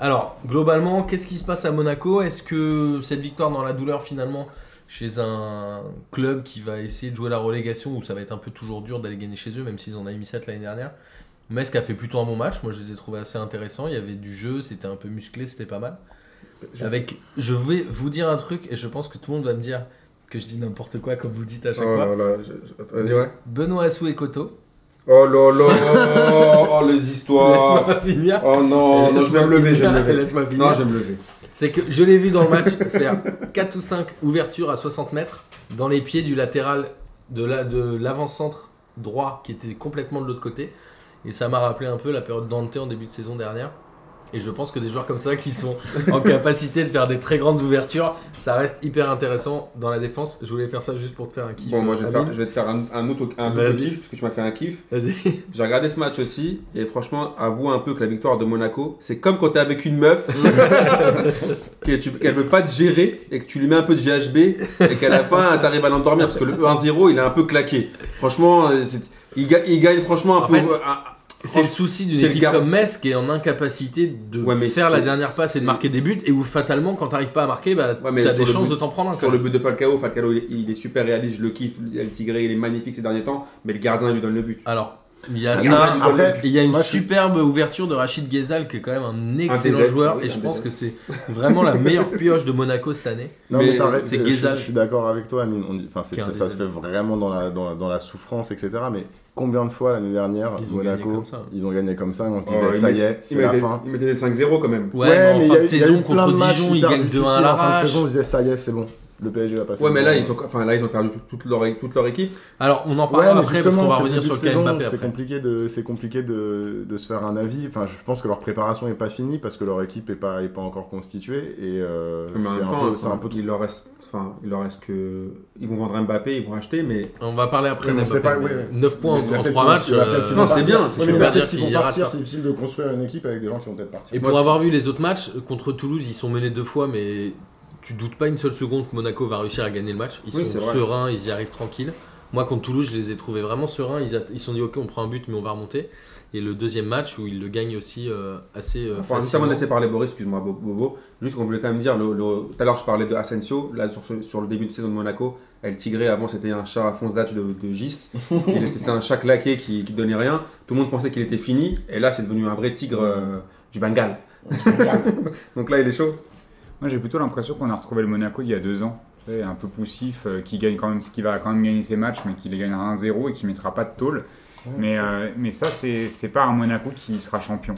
Speaker 1: Alors, globalement, qu'est-ce qui se passe à Monaco Est-ce que cette victoire dans la douleur, finalement, chez un club qui va essayer de jouer la relégation, où ça va être un peu toujours dur d'aller gagner chez eux, même s'ils en avaient mis 7 l'année dernière, Metz a fait plutôt un bon match. Moi, je les ai trouvés assez intéressants. Il y avait du jeu, c'était un peu musclé, c'était pas mal.
Speaker 2: Je-
Speaker 1: Avec, je vais vous dire un truc, et je pense que tout le monde va me dire que je dis n'importe quoi, comme vous dites à
Speaker 2: Oh
Speaker 1: chaque fois.
Speaker 2: là là, je- je- vas-y, ouais.
Speaker 1: Benoît Assou et Koto.
Speaker 2: Oh là là, oh les histoires.
Speaker 1: Laisse-moi finir.
Speaker 2: Oh non, non, je vais me lever, je vais me lever.
Speaker 1: Laisse-moi finir.
Speaker 2: Non, je vais me lever.
Speaker 1: C'est que je l'ai vu dans le match faire 4 ou 5 ouvertures à 60 mètres dans les pieds du latéral de la- de l'avant-centre droit qui était complètement de l'autre côté. Et ça m'a rappelé un peu la période Dante en début de saison dernière. Et je pense que des joueurs comme ça qui sont en capacité de faire des très grandes ouvertures, ça reste hyper intéressant dans la défense. Je voulais faire ça juste pour te faire un kiff.
Speaker 2: Bon, moi, je vais, te
Speaker 1: Amine.
Speaker 2: faire, je vais te faire un, un autre un double
Speaker 1: Vas-y.
Speaker 2: kiff, parce que tu m'as fait un kiff.
Speaker 1: Vas-y.
Speaker 2: J'ai regardé ce match aussi, et franchement, avoue un peu que la victoire de Monaco, c'est comme quand t'es avec une meuf, que tu- qu'elle veut pas te gérer, et que tu lui mets un peu de GHB, et qu'à la fin, t'arrives à l'endormir, parce que le 1-0, il est un peu claqué. Franchement, euh, c'est- il, ga- il gagne franchement un
Speaker 1: En
Speaker 2: peu. euh,
Speaker 1: fait,
Speaker 2: un-
Speaker 1: C'est le
Speaker 2: franchement,
Speaker 1: souci d'une
Speaker 2: c'est le
Speaker 1: équipe
Speaker 2: garde.
Speaker 1: comme Metz qui est en incapacité de
Speaker 2: Ouais, mais
Speaker 1: faire la
Speaker 2: c'est-
Speaker 1: dernière passe et de
Speaker 2: c'est-
Speaker 1: marquer des buts et où fatalement quand t'arrives pas à marquer, bah,
Speaker 2: Ouais, mais
Speaker 1: t'as
Speaker 2: sur
Speaker 1: des
Speaker 2: le
Speaker 1: chances
Speaker 2: but-
Speaker 1: de t'en prendre un.
Speaker 2: Sur le but de Falcao, Falcao il, il est super réaliste, je le kiffe, El Tigré il est magnifique ces derniers temps, mais le gardien il lui donne le but.
Speaker 1: Alors, il
Speaker 4: Ah,
Speaker 1: y a
Speaker 2: Après,
Speaker 1: Ah, ça,
Speaker 4: après,
Speaker 1: il y a une
Speaker 4: moi, je suis-
Speaker 1: superbe ouverture de Rachid Ghezal qui est quand même un excellent
Speaker 2: DZ,
Speaker 1: joueur
Speaker 2: oui,
Speaker 1: et
Speaker 2: un
Speaker 1: je pense
Speaker 2: DZ.
Speaker 1: que c'est vraiment la meilleure pioche de Monaco cette année.
Speaker 4: Non,
Speaker 2: Mais
Speaker 4: mais, t'arrêtes,
Speaker 1: c'est
Speaker 4: je, je-
Speaker 1: Guézal.
Speaker 4: je suis d'accord avec toi, Amine. On dit- enfin, c'est-
Speaker 1: Qui est un
Speaker 4: ça,
Speaker 1: des
Speaker 4: ça se fait vraiment dans la, dans, la- dans la souffrance, etc. Mais combien de fois l'année dernière,
Speaker 1: Ils ont gagné
Speaker 4: Monaco,
Speaker 1: comme ça.
Speaker 4: ils ont gagné comme ça et on se
Speaker 2: Oh,
Speaker 4: disait,
Speaker 2: il
Speaker 4: ça
Speaker 2: met-
Speaker 4: y est,
Speaker 2: Il
Speaker 4: c'est la
Speaker 2: mettait,
Speaker 4: fin.
Speaker 2: il mettait des 5-0 quand même.
Speaker 1: Ouais,
Speaker 4: Ouais,
Speaker 1: mais en fin
Speaker 4: il y a
Speaker 1: de
Speaker 4: eu- il y a eu
Speaker 1: saison
Speaker 4: plein
Speaker 1: contre
Speaker 4: de matchs
Speaker 1: Dijon, ils
Speaker 4: hyper
Speaker 1: gagnent 2-1 à
Speaker 4: difficiles
Speaker 1: la
Speaker 4: en fin de
Speaker 1: rage.
Speaker 4: saison, on se disait, ça y est, c'est bon. Le PSG va passer.
Speaker 2: Ouais, mais là
Speaker 4: devant.
Speaker 2: ils, sont, enfin, là, ils ont perdu toute leur, toute leur équipe.
Speaker 1: Alors, on en
Speaker 4: Ouais,
Speaker 1: parlera
Speaker 4: mais
Speaker 1: après parce qu'on
Speaker 4: justement,
Speaker 1: va
Speaker 4: c'est le
Speaker 1: revenir
Speaker 4: début
Speaker 1: sur
Speaker 4: de
Speaker 1: le cas
Speaker 4: saison,
Speaker 1: Mbappé
Speaker 4: c'est
Speaker 1: après.
Speaker 4: compliqué, de, c'est compliqué de, de se faire un avis. Enfin, je pense que leur préparation n'est pas finie parce que leur équipe n'est pas, est pas encore constituée. Et euh,
Speaker 2: Mais en
Speaker 4: c'est
Speaker 2: même
Speaker 4: un
Speaker 2: temps,
Speaker 4: peu- c'est un peu
Speaker 2: il leur reste, enfin, il leur reste que, ils vont vendre Mbappé, ils vont acheter, mais
Speaker 1: On va parler après
Speaker 4: Ouais, mais on
Speaker 1: d'Mbappé.
Speaker 4: sait pas, ouais, ouais.
Speaker 1: 9 points
Speaker 4: Il y en
Speaker 1: en
Speaker 4: a peut-être
Speaker 1: 3
Speaker 4: qui vont-
Speaker 1: matchs.
Speaker 4: il y en a peut-être qui
Speaker 1: euh,
Speaker 4: vont
Speaker 2: Non, c'est
Speaker 4: partir.
Speaker 2: bien, c'est
Speaker 4: Ouais, mais il y en
Speaker 1: super
Speaker 4: a peut-être
Speaker 1: dire
Speaker 4: qui vont
Speaker 1: qu'il y a
Speaker 4: partir,
Speaker 1: Rafa.
Speaker 4: c'est difficile de construire une équipe avec des gens qui vont peut-être partir.
Speaker 1: Et
Speaker 2: Moi,
Speaker 1: pour
Speaker 2: ce-
Speaker 1: avoir vu les autres matchs, contre Toulouse, ils sont menés deux fois, mais tu doutes pas une seule seconde que Monaco va réussir à gagner le match. Ils
Speaker 2: Oui,
Speaker 1: sont
Speaker 2: c'est vrai.
Speaker 1: sereins, ils y arrivent tranquilles. Moi, contre Toulouse, je les ai trouvés vraiment sereins. Ils se sont dit, ok, on prend un but, mais on va remonter. Et le deuxième match où ils le gagnent aussi euh, assez. euh,
Speaker 2: Enfin, juste
Speaker 1: facilement.
Speaker 2: avant de laisser parler Boris, excuse-moi Bo- Bobo, juste qu'on voulait quand même dire, le, le- tout à l'heure je parlais de Asensio, là sur, ce- sur le début de saison de Monaco, El Tigré avant c'était un chat à fonce d'âge de, de Gis, Il était- c'était un chat claqué qui, qui donnait rien, tout le monde pensait qu'il était fini, et là c'est devenu un vrai tigre euh, du Bengale. Donc là il est chaud.
Speaker 3: Moi, j'ai plutôt l'impression qu'on a retrouvé le Monaco il y a deux ans. Tu sais, un peu poussif, euh, qui gagne quand même, qui va quand même gagner ses matchs, mais qui les gagnera 1-0 et qui mettra pas de tôle. Mais, euh, mais ça, c'est c'est pas un Monaco qui sera champion.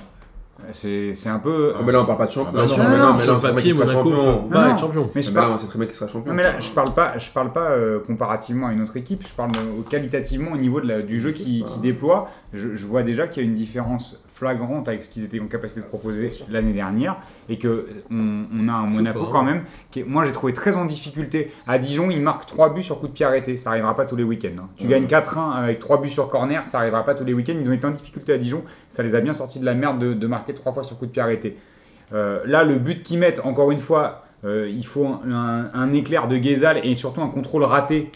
Speaker 3: Euh, C'est c'est un peu.
Speaker 2: Ah, mais là on parle pas de champion,
Speaker 4: Ah,
Speaker 2: là,
Speaker 4: bah
Speaker 2: on
Speaker 4: non,
Speaker 2: parle-
Speaker 1: non,
Speaker 2: mais non, mais
Speaker 1: sur
Speaker 2: là,
Speaker 1: le
Speaker 2: c'est un mec
Speaker 1: papier,
Speaker 2: qui sera
Speaker 1: Monaco
Speaker 2: champion. Ah,
Speaker 1: peut pas
Speaker 3: Non,
Speaker 1: être champion.
Speaker 3: mais
Speaker 2: Mais
Speaker 3: je
Speaker 2: là,
Speaker 3: parle-
Speaker 2: c'est très mec qui sera
Speaker 3: Non
Speaker 2: champion.
Speaker 3: Ah, mais là je parle pas, je parle pas euh, comparativement à une autre équipe, je parle euh, qualitativement au niveau de la- du jeu qui, qui déploie. Je, je vois déjà qu'il y a une différence flagrante avec ce qu'ils étaient en capacité de proposer l'année dernière et que euh, on, on a un Monaco
Speaker 1: pas, hein.
Speaker 3: quand même qui est- moi j'ai trouvé très en difficulté. À Dijon ils marquent 3 buts sur coup de pied arrêté, ça arrivera pas tous les week-ends. hein. Tu
Speaker 4: Ouais.
Speaker 3: gagnes 4-1 avec 3 buts sur corner, ça arrivera pas tous les week-ends. Ils ont été en difficulté à Dijon, ça les a bien sortis de la merde de, de marquer 3 fois sur coup de pied arrêté. Euh, là, le but qu'ils mettent, encore une fois, euh, il faut un, un- un éclair de Guézal et surtout un contrôle raté.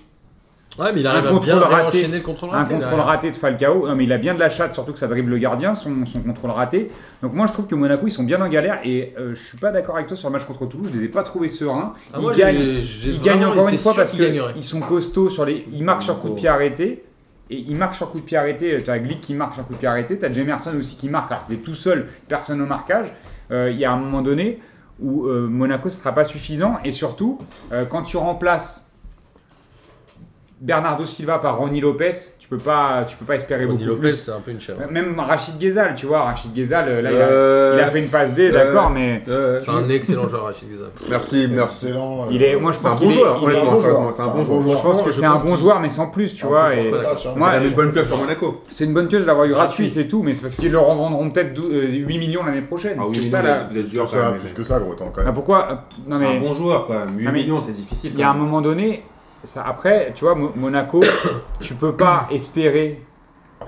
Speaker 1: Ouais, mais il arrive
Speaker 3: Un
Speaker 1: à bien
Speaker 3: contrôle raté.
Speaker 1: enchaîner le contrôle
Speaker 3: Un
Speaker 1: raté.
Speaker 3: contrôle
Speaker 1: derrière.
Speaker 3: raté de Falcao. Non, mais il a bien de la chatte, surtout que ça dribble le gardien, son, son contrôle raté. Donc, moi, je trouve que Monaco, ils sont bien en galère et euh, je suis pas d'accord avec toi sur le match contre Toulouse. Je les ai pas trouvés sereins.
Speaker 1: Ah, moi,
Speaker 3: ils gagnent,
Speaker 1: j'ai- j'ai
Speaker 3: ils gagnent
Speaker 1: vraiment
Speaker 3: encore
Speaker 1: été
Speaker 3: une fois
Speaker 1: sûr
Speaker 3: parce
Speaker 1: qu'ils gagneraient.
Speaker 3: qu'ils sont costauds. Sur les, ils marquent sur coup de pied arrêté. Et ils marquent sur coup de pied arrêté. Tu as Glick qui marque sur coup de pied arrêté. Tu as Jemerson aussi qui marque. Alors, il est tout seul, personne au marquage. Euh, Il y a un moment donné où euh, Monaco ne sera pas suffisant. Et surtout, euh, quand tu remplaces Bernardo Silva par Ronnie Lopez, tu peux pas, tu peux pas espérer
Speaker 1: Ronny
Speaker 3: beaucoup
Speaker 1: Lopez,
Speaker 3: plus. Euh,
Speaker 1: c'est un peu une chèvre.
Speaker 3: Même Rachid Ghezal, tu vois, Rachid Ghezal, là, il a-
Speaker 2: Euh,
Speaker 3: il, a, fait une passe D,
Speaker 2: euh,
Speaker 3: d'accord, mais
Speaker 2: euh,
Speaker 1: C'est un excellent joueur, Rachid Ghezal.
Speaker 3: Ah,
Speaker 2: merci, merci.
Speaker 4: Excellent. euh,
Speaker 3: il est, moi je
Speaker 2: C'est un
Speaker 3: pense
Speaker 2: bon
Speaker 3: qu'il est-
Speaker 2: joueur,
Speaker 3: il est un bon
Speaker 2: honnêtement,
Speaker 3: joueur.
Speaker 2: sérieusement, c'est un bon joueur.
Speaker 3: Je pense que c'est un bon joueur, mais sans plus,
Speaker 4: Ah,
Speaker 3: tu vois. et-
Speaker 2: C'est
Speaker 4: hein.
Speaker 3: Moi,
Speaker 2: la même
Speaker 3: je-
Speaker 2: bonne pioche pour Monaco.
Speaker 3: C'est une bonne pioche d'avoir eu
Speaker 1: Gratuit.
Speaker 3: gratuit, c'est tout, mais c'est parce qu'ils leur en vendront peut-être dou- euh, 8 millions l'année prochaine.
Speaker 2: Ah oui,
Speaker 3: c'est
Speaker 2: mais
Speaker 3: ça
Speaker 2: non,
Speaker 3: là.
Speaker 2: vous êtes
Speaker 4: Plus que
Speaker 2: dur
Speaker 4: ça,
Speaker 2: quand même.
Speaker 4: plus que ça, gros, attends, quand
Speaker 3: Ah,
Speaker 4: même.
Speaker 3: pourquoi euh, Non
Speaker 2: C'est un
Speaker 3: mais
Speaker 2: bon joueur quand même. 8
Speaker 3: Ah, mais-
Speaker 2: millions, c'est difficile.
Speaker 3: il
Speaker 2: Quand
Speaker 3: y a un
Speaker 2: même.
Speaker 3: moment donné, ça, après, tu vois, Mo- Monaco, tu peux pas espérer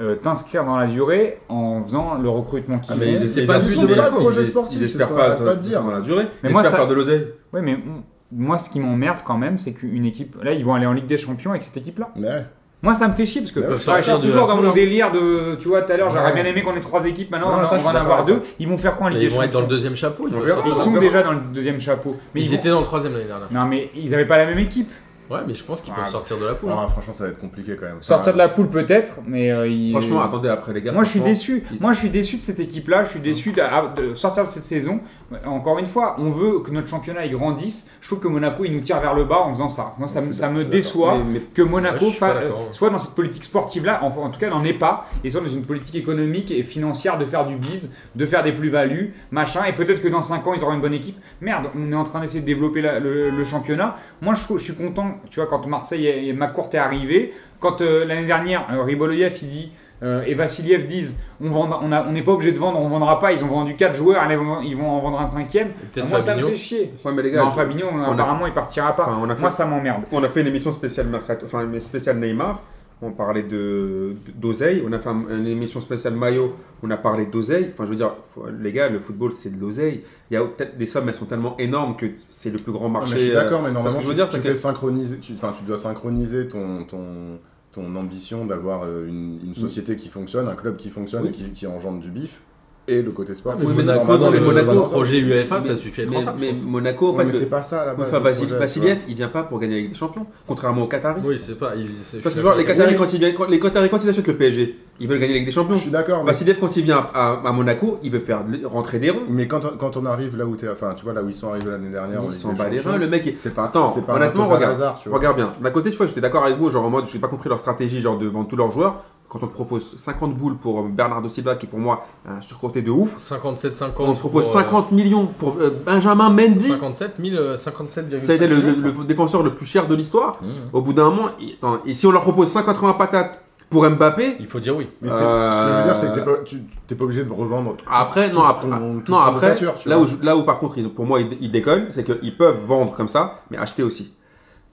Speaker 3: euh, t'inscrire dans la durée en faisant le recrutement qu'ils
Speaker 4: Ah,
Speaker 3: font.
Speaker 4: mais
Speaker 2: ils
Speaker 4: ils
Speaker 2: espèrent
Speaker 1: pas du
Speaker 2: ils-
Speaker 1: tout
Speaker 2: ils-
Speaker 1: de là,
Speaker 2: ils-
Speaker 4: projet
Speaker 2: ils-
Speaker 4: sportif,
Speaker 2: Ils
Speaker 4: c'est
Speaker 2: espèrent
Speaker 4: ce qu'on
Speaker 2: pas
Speaker 4: arrête
Speaker 2: ça
Speaker 4: pas de dire.
Speaker 2: dans la durée. Ils
Speaker 3: Mais moi,
Speaker 2: espèrent
Speaker 3: ça-
Speaker 2: faire de l'oseille.
Speaker 3: Ouais, mais mm, moi, ce qui m'emmerde quand même, c'est qu'une équipe. Là, ils vont aller en Ligue des Champions avec cette équipe-là.
Speaker 4: Mais ouais.
Speaker 3: Moi, ça me fait chier parce que
Speaker 4: Ils peuvent
Speaker 3: je reste
Speaker 1: sortir de
Speaker 3: toujours
Speaker 1: la
Speaker 3: dans
Speaker 1: poule,
Speaker 3: mon
Speaker 1: hein.
Speaker 3: délire de. Tu vois, tout à l'heure, j'aurais
Speaker 4: Ouais.
Speaker 3: bien aimé qu'on ait trois équipes. Maintenant,
Speaker 4: Non,
Speaker 3: on,
Speaker 4: ça, je
Speaker 3: on
Speaker 4: suis
Speaker 3: va en
Speaker 4: d'accord
Speaker 3: avoir
Speaker 4: avec
Speaker 3: deux. Ils vont faire quoi en Ligue
Speaker 1: Mais ils
Speaker 3: des
Speaker 1: vont être
Speaker 3: Champions
Speaker 1: dans le deuxième chapeau. ils
Speaker 2: On
Speaker 1: peuvent
Speaker 2: verra.
Speaker 3: Ah, Ils
Speaker 1: sortir.
Speaker 3: sont déjà dans le deuxième chapeau. Mais
Speaker 1: Ils
Speaker 3: vont-
Speaker 1: étaient dans le troisième l'année dernière.
Speaker 3: Non, mais ils n'avaient pas la même équipe.
Speaker 1: Ouais, mais je pense qu'ils
Speaker 3: Ah,
Speaker 1: peuvent sortir de la poule.
Speaker 4: Ah, franchement, ça va être compliqué quand même.
Speaker 3: Sortir
Speaker 4: Ah,
Speaker 3: de la poule peut-être, mais euh, ils-
Speaker 2: Franchement, attendez après les gars.
Speaker 3: Moi je suis
Speaker 2: franchement,
Speaker 3: déçu.
Speaker 2: ils-
Speaker 3: Moi je suis déçu de cette équipe-là. Je suis déçu de, ah, de sortir de cette saison. Encore une fois, on veut que notre championnat il grandisse. Je trouve que Monaco il nous tire vers le bas en faisant ça. Moi ça,
Speaker 4: Je
Speaker 3: me,
Speaker 4: suis
Speaker 3: ça me
Speaker 4: d'accord, je suis
Speaker 3: déçoit
Speaker 2: Mais- mais-
Speaker 3: que Monaco
Speaker 1: Ouais, je suis pas
Speaker 3: fa-
Speaker 1: d'accord.
Speaker 3: euh, soit dans cette politique sportive-là, enfin en tout cas n'en est pas, et soit dans une politique économique et financière de faire du bise, de faire des plus-values, machin, et peut-être que dans 5 ans ils auront une bonne équipe. Merde, on est en train d'essayer de développer la- le, le championnat. Moi je, trouve- je suis content, tu vois, quand Marseille et, et Macourte est arrivé, quand euh, l'année dernière euh, Riboloyev il dit. euh, et Vassiliev disent on vend, on a- on n'est pas obligé de vendre, on vendra pas. Ils ont vendu 4 joueurs, allez, on- ils vont en vendre un cinquième.
Speaker 1: Et Peut-être
Speaker 3: Moi, ça me
Speaker 1: Fabinho.
Speaker 3: fait chier.
Speaker 2: Ouais, mais les gars,
Speaker 3: Non,
Speaker 2: je-
Speaker 3: Fabinho,
Speaker 2: on a-
Speaker 3: apparemment, il partira pas.
Speaker 2: Enfin, on a
Speaker 3: Moi,
Speaker 2: fait-
Speaker 3: ça m'emmerde.
Speaker 2: On a fait une émission spéciale mercato, enfin mais spéciale Neymar. On parlait de d'oseille. On a fait un- une émission spéciale maillot. On a parlé d'oseille. Enfin, je veux dire, faut- les gars, le football, c'est de l'oseille. Il y a peut-être des sommes, elles sont tellement énormes que c'est le plus grand
Speaker 4: Ah, mais
Speaker 2: marché.
Speaker 4: je suis
Speaker 2: euh,
Speaker 4: d'accord, mais
Speaker 2: parce
Speaker 4: normalement,
Speaker 2: que je
Speaker 4: tu,
Speaker 2: veux dire,
Speaker 4: tu
Speaker 2: c'est que-
Speaker 4: fais synchroniser, tu, enfin, tu dois synchroniser ton, ton, ton ambition d'avoir euh, une, une société qui fonctionne, un club qui fonctionne
Speaker 2: Oui.
Speaker 4: et qui, qui engendre du bif, et le côté sportif.
Speaker 2: Oui, mais
Speaker 1: Monaco,
Speaker 4: Normalement,
Speaker 1: dans le,
Speaker 4: les-
Speaker 1: Monaco,
Speaker 4: les-
Speaker 1: projet UEFA,
Speaker 2: mais-
Speaker 1: ça suffit à être
Speaker 2: mais-
Speaker 1: rentable, je
Speaker 2: Mais,
Speaker 1: pense.
Speaker 2: Monaco, en
Speaker 4: Ouais,
Speaker 2: fait,
Speaker 4: mais
Speaker 2: le-
Speaker 4: c'est pas ça là-bas.
Speaker 2: enfin, Vassil- Vassiliev, il vient pas pour gagner la Ligue des Champions, contrairement aux Qataris.
Speaker 1: Oui, c'est pas. il- c'est- je
Speaker 2: Parce
Speaker 1: suis
Speaker 2: que je vois, les
Speaker 1: d'accord.
Speaker 2: Qataris, quand ils, viennent- quand- les Qataris, quand ils achètent le PSG, ils veulent gagner la Ligue des Champions.
Speaker 4: Je suis d'accord, mais,
Speaker 2: Vassiliev, quand il vient à, à Monaco, il veut faire de- rentrer des ronds.
Speaker 4: mais quand, on, quand on arrive là où t'es, enfin, tu vois, là où ils sont arrivés l'année dernière, en
Speaker 2: Il
Speaker 4: Ligue
Speaker 2: s'en
Speaker 4: des
Speaker 2: bat les
Speaker 4: Champions,
Speaker 2: reins, le mec. il-
Speaker 4: C'est pas,
Speaker 2: Attends,
Speaker 4: c'est pas
Speaker 2: honnêtement,
Speaker 4: un total
Speaker 2: regarde.
Speaker 4: hasard, tu vois.
Speaker 2: Regarde bien, d'un côté, tu vois, j'étais d'accord avec vous, genre en mode, j'ai pas compris leur stratégie, genre de vendre tous leurs joueurs. Quand on te propose 50 boules pour euh, Bernardo Silva, qui est pour moi un surcoté de ouf,
Speaker 1: 57, 50.
Speaker 2: on te propose
Speaker 1: pour, euh,
Speaker 2: 50 millions pour euh, Benjamin Mendy,
Speaker 1: 57 000, euh, 57,5
Speaker 2: ça a été le, le- le défenseur le plus cher de l'histoire.
Speaker 1: Mmh.
Speaker 2: Au bout d'un moment, et, attends, et si on leur propose 180 patates pour Mbappé,
Speaker 1: Il faut dire oui.
Speaker 4: Mais t'es- ce que je veux dire, c'est que t'es
Speaker 2: euh,
Speaker 4: pas, tu- t'es pas obligé de revendre. tout-
Speaker 2: Après,
Speaker 4: tout
Speaker 2: non, après, ah,
Speaker 4: ton- toute
Speaker 2: non,
Speaker 4: ton
Speaker 2: après
Speaker 4: ossature, tu
Speaker 2: là,
Speaker 4: vois.
Speaker 2: où, je- là où par contre, ils, pour moi, ils, ils déconnent, c'est qu'ils peuvent vendre comme ça, mais acheter aussi.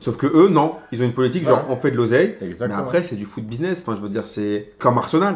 Speaker 2: Sauf que eux, non, ils ont une politique, genre, on fait de l'oseille, mais
Speaker 4: Exactement.
Speaker 2: après, c'est du foot business. Enfin, je veux dire, c'est comme Arsenal.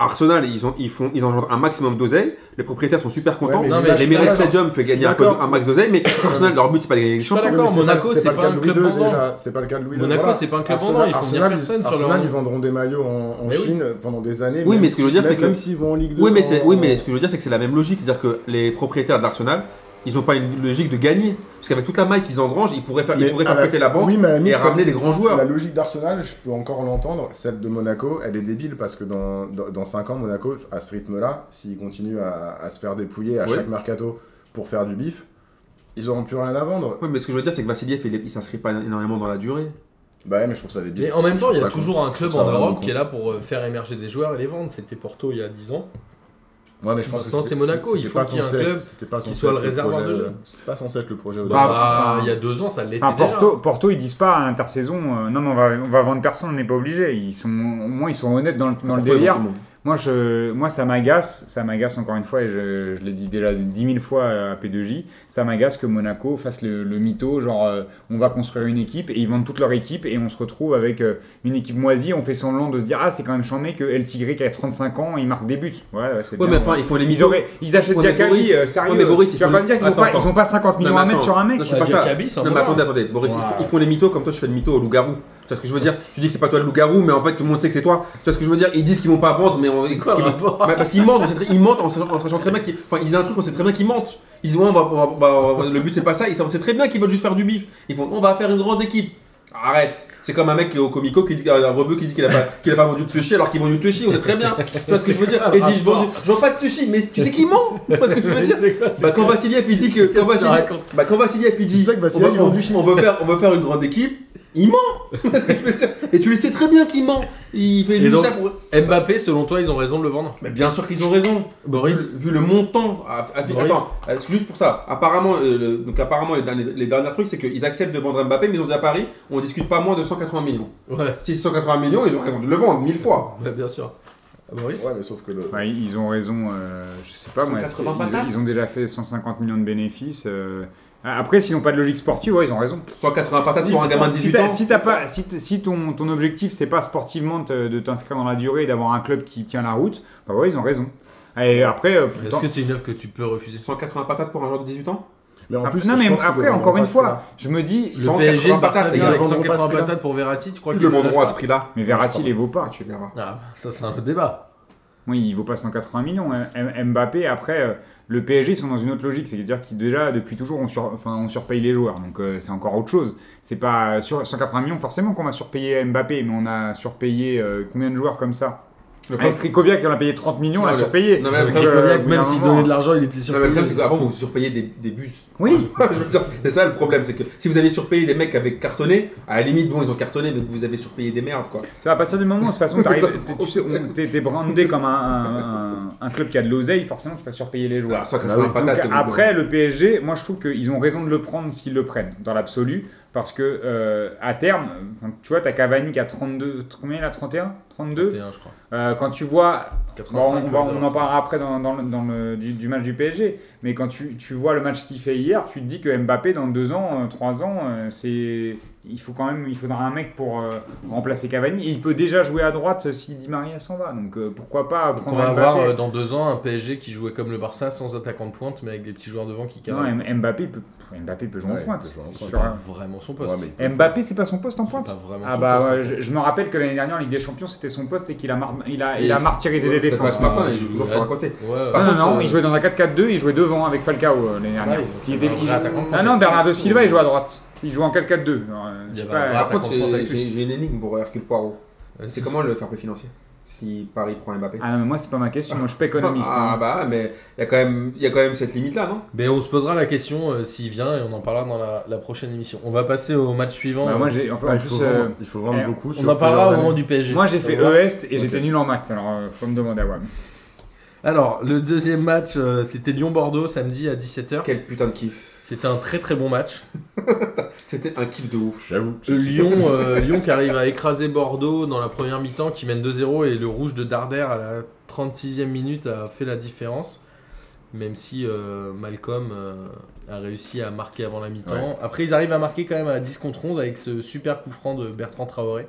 Speaker 2: Arsenal, ils, ont, ils, font, ils engendrent un maximum d'oseille, les propriétaires sont super contents.
Speaker 4: Ouais, mais
Speaker 1: Non, mais
Speaker 2: les
Speaker 4: l'image-
Speaker 1: je suis
Speaker 2: Emirates
Speaker 1: d'accord.
Speaker 2: Stadium fait
Speaker 4: Je suis
Speaker 2: gagner un, peu-
Speaker 4: d'accord.
Speaker 2: un max d'oseille, mais Arsenal, leur but, c'est pas de gagner les
Speaker 1: suis pas
Speaker 2: champions.
Speaker 1: d'accord,
Speaker 4: Oui, mais c'est
Speaker 1: Monaco, c'est pas un
Speaker 4: le
Speaker 1: club
Speaker 4: Louis II,
Speaker 1: vendant.
Speaker 4: déjà, c'est pas le cas de Louis II.
Speaker 1: Monaco,
Speaker 4: voilà.
Speaker 1: c'est pas un club
Speaker 4: Arsenal-
Speaker 1: vendant, ils font venir
Speaker 4: Arsenal, ils-
Speaker 1: personne sur
Speaker 4: Arsenal,
Speaker 1: leur-
Speaker 4: ils vendront des maillots en, en
Speaker 1: Mais oui.
Speaker 4: Chine pendant des années.
Speaker 2: Oui,
Speaker 4: même
Speaker 2: mais ce que je veux
Speaker 4: si-
Speaker 2: dire, c'est
Speaker 4: même-
Speaker 2: que-
Speaker 4: même s'ils vont en Ligue 2.
Speaker 2: Oui mais,
Speaker 4: en-
Speaker 2: c'est- oui, mais ce que je veux dire, c'est que c'est la même logique. C'est-à-dire que les propriétaires d'Arsenal, ils n'ont pas une logique de gagner. Parce qu'avec toute la maille qu'ils engrangent, ils pourraient faire, ils
Speaker 4: Mais
Speaker 2: pourraient
Speaker 4: à
Speaker 2: faire péter la banque
Speaker 4: Oui, mais à la
Speaker 2: et
Speaker 4: limite,
Speaker 2: ramener
Speaker 4: ça-
Speaker 2: des grands joueurs.
Speaker 4: La logique d'Arsenal, je peux encore l'entendre. Celle de Monaco, elle est débile parce que dans, dans, 5 ans, Monaco, à ce rythme-là, s'ils continuent à, à se faire dépouiller à
Speaker 2: Ouais.
Speaker 4: chaque mercato pour faire du bif, ils auront plus rien à vendre.
Speaker 2: Oui, mais ce que je veux dire, c'est que Vassiliev, il ne s'inscrit pas énormément dans la durée.
Speaker 4: Bah ouais, mais je trouve ça débile.
Speaker 1: Mais en même
Speaker 4: Je
Speaker 1: temps, il y a
Speaker 4: trouve ça
Speaker 1: toujours un
Speaker 4: je
Speaker 1: club
Speaker 4: trouve ça
Speaker 1: en
Speaker 4: vraiment
Speaker 1: Europe
Speaker 4: con.
Speaker 1: qui est là pour euh, faire émerger des joueurs et les vendre. C'était Porto il y a 10 ans.
Speaker 4: con. Ouais, mais je pense que
Speaker 1: Maintenant, c'est Monaco, il
Speaker 4: c'était
Speaker 1: faut
Speaker 4: pas
Speaker 1: qu'il y ait un
Speaker 4: censé-
Speaker 1: club
Speaker 4: c'était pas
Speaker 1: qui
Speaker 4: censé
Speaker 1: soit le
Speaker 4: être
Speaker 1: réservoir
Speaker 4: projet,
Speaker 1: de jeu.
Speaker 4: euh, C'est pas censé être le projet au
Speaker 3: Bah,
Speaker 4: départ.
Speaker 1: Bah,
Speaker 3: enfin,
Speaker 1: il y a deux ans, ça l'était
Speaker 3: Enfin,
Speaker 1: déjà.
Speaker 3: Porto, Porto, ils disent pas à l'intersaison, euh, non, mais on va, on va vendre personne, on n'est pas obligé. Ils sont, au moins, ils sont honnêtes dans le, dans le
Speaker 2: Pourquoi ils
Speaker 3: délire.
Speaker 2: vendent tout le monde
Speaker 3: Moi, je, moi, ça m'agace, ça m'agace encore une fois, et je, je l'ai dit déjà 10 000 fois à P2J, ça m'agace que Monaco fasse le, le mytho, genre euh, on va construire une équipe, et ils vendent toute leur équipe, et on se retrouve avec euh, une équipe moisie, on fait semblant de se dire, ah, c'est quand même chambé que El Tigre qui a 35 ans, il marque des buts. Ouais, ouais, c'est bien,
Speaker 2: Ouais, mais
Speaker 3: ouais.
Speaker 2: enfin, ils font les
Speaker 3: Ils,
Speaker 2: mythos.
Speaker 3: auraient, ils achètent
Speaker 2: Ouais, mais
Speaker 3: Diakari,
Speaker 2: Boris-
Speaker 3: euh, sérieux.
Speaker 2: ouais, mais Boris, ils
Speaker 3: tu vas
Speaker 2: font-
Speaker 3: pas me dire qu'ils ont
Speaker 2: Attends,
Speaker 3: pas-
Speaker 2: attends.
Speaker 3: ils ont pas 50 millions
Speaker 2: Non, mais
Speaker 3: à mettre
Speaker 2: attends.
Speaker 3: sur un mec.
Speaker 2: Non, c'est pas ça.
Speaker 1: Diakabi, c'est un
Speaker 2: Non, mais
Speaker 1: bon
Speaker 2: attendez, attendez. Boris, ils,
Speaker 3: Ouais.
Speaker 2: font, ils font les mythos comme toi, tu fais le mytho au loup-garou. Tu vois ce que je veux dire Tu dis que c'est pas toi le loup-garou, mais en fait, tout le monde sait que c'est toi. Tu vois ce que je veux dire Ils disent qu'ils vont pas vendre, mais on-
Speaker 1: C'est quoi le
Speaker 2: qu'ils-
Speaker 1: rapport
Speaker 2: Bah, parce qu'ils mentent, on sait très- ils mentent en sachant, en sachant très bien qu'ils. Enfin, ils ont un truc, on sait très bien qu'ils mentent. Ils disent, ouais, on va- on va- on va- on va- le but c'est pas ça, ils savent- on sait très bien qu'ils veulent juste faire du bif. Ils font, on va faire une grande équipe. Arrête, c'est comme un mec au comico qui dit, un rebeu qui dit qu'il a pas, qu'il a pas vendu de tushi alors qu'il vend du tushi, on sait très bien. Tu vois ce que je veux dire Et dit, je vends, du- je vends pas de tushi, mais tu sais qu'il ment Tu vois ce que je veux dire bah, quand Vassiliev il dit que. Quand
Speaker 1: que tu
Speaker 2: Vassiliev,
Speaker 1: racontes
Speaker 2: bah, quand Vassiliev il dit.
Speaker 4: C'est ça que Vassiliev,
Speaker 2: on,
Speaker 4: il
Speaker 2: va-
Speaker 4: vend du shit.
Speaker 2: on veut faire, on veut faire une grande équipe. Il ment Parce que je veux dire, Et tu le sais très bien qu'il ment Il fait
Speaker 1: Et
Speaker 2: juste
Speaker 1: donc-
Speaker 2: ça pour.
Speaker 1: Mbappé, selon toi, ils ont raison de le vendre
Speaker 2: Mais bien sûr qu'ils ont raison Vu,
Speaker 1: Boris
Speaker 2: vu le montant. à- à-
Speaker 1: Boris.
Speaker 2: attends, parce que juste pour ça. Apparemment, euh, le- donc apparemment les, derniers, les derniers trucs, c'est qu'ils acceptent de vendre Mbappé, mais ils ont dit à Paris, on discute pas moins de 180 millions.
Speaker 1: Ouais,
Speaker 2: Si c'est 180 millions, ils ont raison de le vendre mille fois.
Speaker 1: bah, bien sûr. Ah, Boris
Speaker 4: Ouais, mais sauf que le.
Speaker 3: Bah, ils ont raison, euh, je sais pas moi.
Speaker 2: 180
Speaker 3: c'est-
Speaker 2: patates.
Speaker 3: Ils, ils ont déjà fait 150 millions de bénéfices. euh. Après, s'ils n'ont pas de logique sportive, ouais, ils ont raison.
Speaker 2: 180 patates
Speaker 3: Si,
Speaker 2: pour un
Speaker 3: c'est
Speaker 2: gamin
Speaker 3: ça.
Speaker 2: de 18
Speaker 3: Si t'as-
Speaker 2: ans.
Speaker 3: si t'as pas, si, t- si ton, ton objectif c'est pas sportivement te- de t'inscrire dans la durée et d'avoir un club qui tient la route, bah ouais, ils ont raison. Et après, euh,
Speaker 1: Est-ce
Speaker 3: dans-
Speaker 1: que c'est une œuvre que tu peux refuser
Speaker 2: 180 patates pour un joueur de 18 ans
Speaker 4: Mais en
Speaker 3: Après-
Speaker 4: plus,
Speaker 3: Ah, non
Speaker 4: je
Speaker 3: mais
Speaker 4: pense qu'ils
Speaker 3: après,
Speaker 4: le
Speaker 3: encore
Speaker 4: vendront
Speaker 3: une
Speaker 4: pas
Speaker 3: fois, je me dis,
Speaker 1: Le
Speaker 2: 180
Speaker 1: PSG, le
Speaker 2: patates,
Speaker 1: Barça,
Speaker 2: les
Speaker 1: les
Speaker 2: gars,
Speaker 1: gars, avec
Speaker 4: ils vendront pas
Speaker 1: 180
Speaker 4: ce prix-là.
Speaker 1: patates pour Verratti, tu crois
Speaker 2: Ils
Speaker 1: qu'ils
Speaker 2: le
Speaker 1: les
Speaker 2: vendront à
Speaker 1: achètent
Speaker 2: ce prix-là.
Speaker 3: mais Verratti,
Speaker 2: Je
Speaker 3: il les vaut pas.
Speaker 2: Ah, tu verras.
Speaker 1: Ah, ça c'est un autre débat.
Speaker 3: Oui, il vaut pas 180 millions. hein. M- Mbappé, après, euh, le PSG, ils sont dans une autre logique. C'est-à-dire qu'ils, déjà, depuis toujours, on, sur- enfin, on surpaye les joueurs. Donc, euh, c'est encore autre chose. C'est pas euh, sur 180 millions, forcément, qu'on va surpayer Mbappé. Mais on a surpayé euh, combien de joueurs comme ça
Speaker 2: Le
Speaker 3: Avec
Speaker 2: problème,
Speaker 3: Krikoviak, qui en a payé 30 millions, on
Speaker 2: Non,
Speaker 3: l'a
Speaker 2: le-
Speaker 3: surpayé.
Speaker 2: non, mais avec
Speaker 3: Donc, euh,
Speaker 1: Krikoviak,
Speaker 3: au bout
Speaker 1: même
Speaker 3: d'un
Speaker 1: s'il
Speaker 3: moment-
Speaker 1: donnait de l'argent, il était
Speaker 2: non, mais le
Speaker 1: surpayé.
Speaker 2: problème, c'est qu'avant, vous surpayez des, des bus.
Speaker 3: Oui,
Speaker 2: Je veux dire, c'est ça le problème, c'est que si vous avez surpayé des mecs avec cartonné, à la limite, bon, ils ont cartonné, mais vous avez surpayé des merdes, quoi.
Speaker 3: Tu vois, à partir du moment où, de toute façon, t'arrives- t'es- tu sais, on- t'es t'es brandé comme un, un- un club qui a de l'oseille, forcément, tu vas surpayer les joueurs.
Speaker 2: Alors, 180
Speaker 4: Bah oui.
Speaker 2: patates.
Speaker 3: Donc,
Speaker 2: vous-
Speaker 3: après, le PSG, moi je trouve qu'ils ont raison de le prendre s'ils le prennent, dans l'absolu, parce que euh, à terme, enfin, tu vois, t'as Cavani qui a 32, combien il a 31 32
Speaker 1: je crois. euh,
Speaker 3: Euh, Quand tu vois, bon,
Speaker 1: 85,
Speaker 3: on, va-
Speaker 1: ouais,
Speaker 3: on en
Speaker 1: d'accord.
Speaker 3: parlera après dans, dans le, dans le- du, du match du PSG, mais quand tu, tu vois le match qu'il fait hier, tu te dis que Mbappé dans 2 ans, 3 ans, euh, c'est. Il faut quand même, il faudra un mec pour euh, remplacer Cavani. Et il peut déjà jouer à droite euh, si Di Maria s'en va. Donc euh, pourquoi pas
Speaker 1: Donc, on
Speaker 3: prendre
Speaker 1: va
Speaker 3: Mbappé
Speaker 1: avoir euh, dans deux ans un PSG qui jouait comme le Barça sans attaquant de pointe mais avec des petits joueurs devant qui
Speaker 3: Non,
Speaker 1: carrent.
Speaker 3: M- Mbappé peut, Mbappé peut jouer
Speaker 4: Ouais,
Speaker 3: en
Speaker 4: il
Speaker 3: pointe.
Speaker 4: peut jouer en
Speaker 1: C'est
Speaker 4: pointe.
Speaker 3: Sur un-
Speaker 1: vraiment son poste.
Speaker 4: Ouais, mais il peut-
Speaker 3: Mbappé, c'est pas son poste en
Speaker 1: C'est
Speaker 3: pointe
Speaker 1: pas vraiment
Speaker 3: Ah
Speaker 1: son
Speaker 3: bah,
Speaker 1: poste,
Speaker 3: ouais,
Speaker 1: en fait.
Speaker 3: je, je me rappelle que l'année dernière en Ligue des Champions, c'était son poste et qu'il a, mar- il a,
Speaker 2: Et
Speaker 3: il a
Speaker 2: je-
Speaker 3: martyrisé les
Speaker 2: ouais, je fais pas
Speaker 3: défenses.
Speaker 2: ce matin,
Speaker 1: hein,
Speaker 2: il joue
Speaker 1: je
Speaker 2: toujours
Speaker 1: dirais.
Speaker 2: sur un côté.
Speaker 1: Ouais, ouais.
Speaker 3: Non,
Speaker 2: Par
Speaker 3: non,
Speaker 2: contre,
Speaker 3: non,
Speaker 2: euh,
Speaker 3: il jouait dans un 4-4-2, il jouait devant avec Falcao euh, l'année dernière.
Speaker 1: Ouais,
Speaker 3: Ah,
Speaker 1: Ah bah,
Speaker 3: il
Speaker 1: il y
Speaker 3: était,
Speaker 1: avait un
Speaker 3: il-
Speaker 1: vrai attaquant de
Speaker 3: Ah non, Bernardo Silva, il joue à droite. Il joue en 4-4-2. Alors, euh,
Speaker 1: Il y
Speaker 3: je sais
Speaker 1: avait un vrai
Speaker 3: pas, euh,
Speaker 2: Par
Speaker 1: attaquant
Speaker 2: contre,
Speaker 1: de pointe
Speaker 2: j'ai
Speaker 1: avec lui.
Speaker 2: j'ai- j'ai une énigme pour Hercule Poirot.
Speaker 1: Vas-y.
Speaker 2: C'est comment le fair play financier Si Paris prend Mbappé
Speaker 3: Ah non, mais moi, c'est pas ma question, moi je suis pas économiste.
Speaker 2: Ah
Speaker 3: hein.
Speaker 2: bah, mais il y, a quand même- il y a quand même cette limite-là, non
Speaker 1: Mais on se posera la question euh, s'il vient et on en parlera dans la, la prochaine émission. On va passer au match suivant.
Speaker 3: Bah,
Speaker 1: Euh,
Speaker 3: moi, j'ai, en fait, en
Speaker 4: Ouais, il,
Speaker 3: plus,
Speaker 4: faut
Speaker 3: euh,
Speaker 4: vendre, il faut vendre
Speaker 3: eh,
Speaker 4: beaucoup.
Speaker 1: on
Speaker 4: sur
Speaker 1: en parlera au
Speaker 4: plusieurs
Speaker 1: moment
Speaker 4: années.
Speaker 1: du PSG.
Speaker 3: moi, j'ai fait E
Speaker 1: On va-
Speaker 3: ES et
Speaker 4: Ok.
Speaker 3: j'étais nul en maths, alors euh, faut me demander à WAM.
Speaker 1: Alors, le deuxième match, euh, c'était Lyon-Bordeaux samedi à 17h.
Speaker 2: Quel putain de kiff
Speaker 1: C'était un très très bon match.
Speaker 2: C'était un kiff de ouf.
Speaker 4: J'avoue.
Speaker 1: Euh, Lyon, euh, Lyon qui arrive à écraser Bordeaux dans la première mi-temps, qui mène 2-0 et le rouge de Darder à la 36e minute a fait la différence. Même si euh, Malcolm euh, a réussi à marquer avant la mi-temps.
Speaker 4: Ouais.
Speaker 1: Après, ils arrivent à marquer quand même à 10 contre 11 avec ce super coup franc de Bertrand Traoré.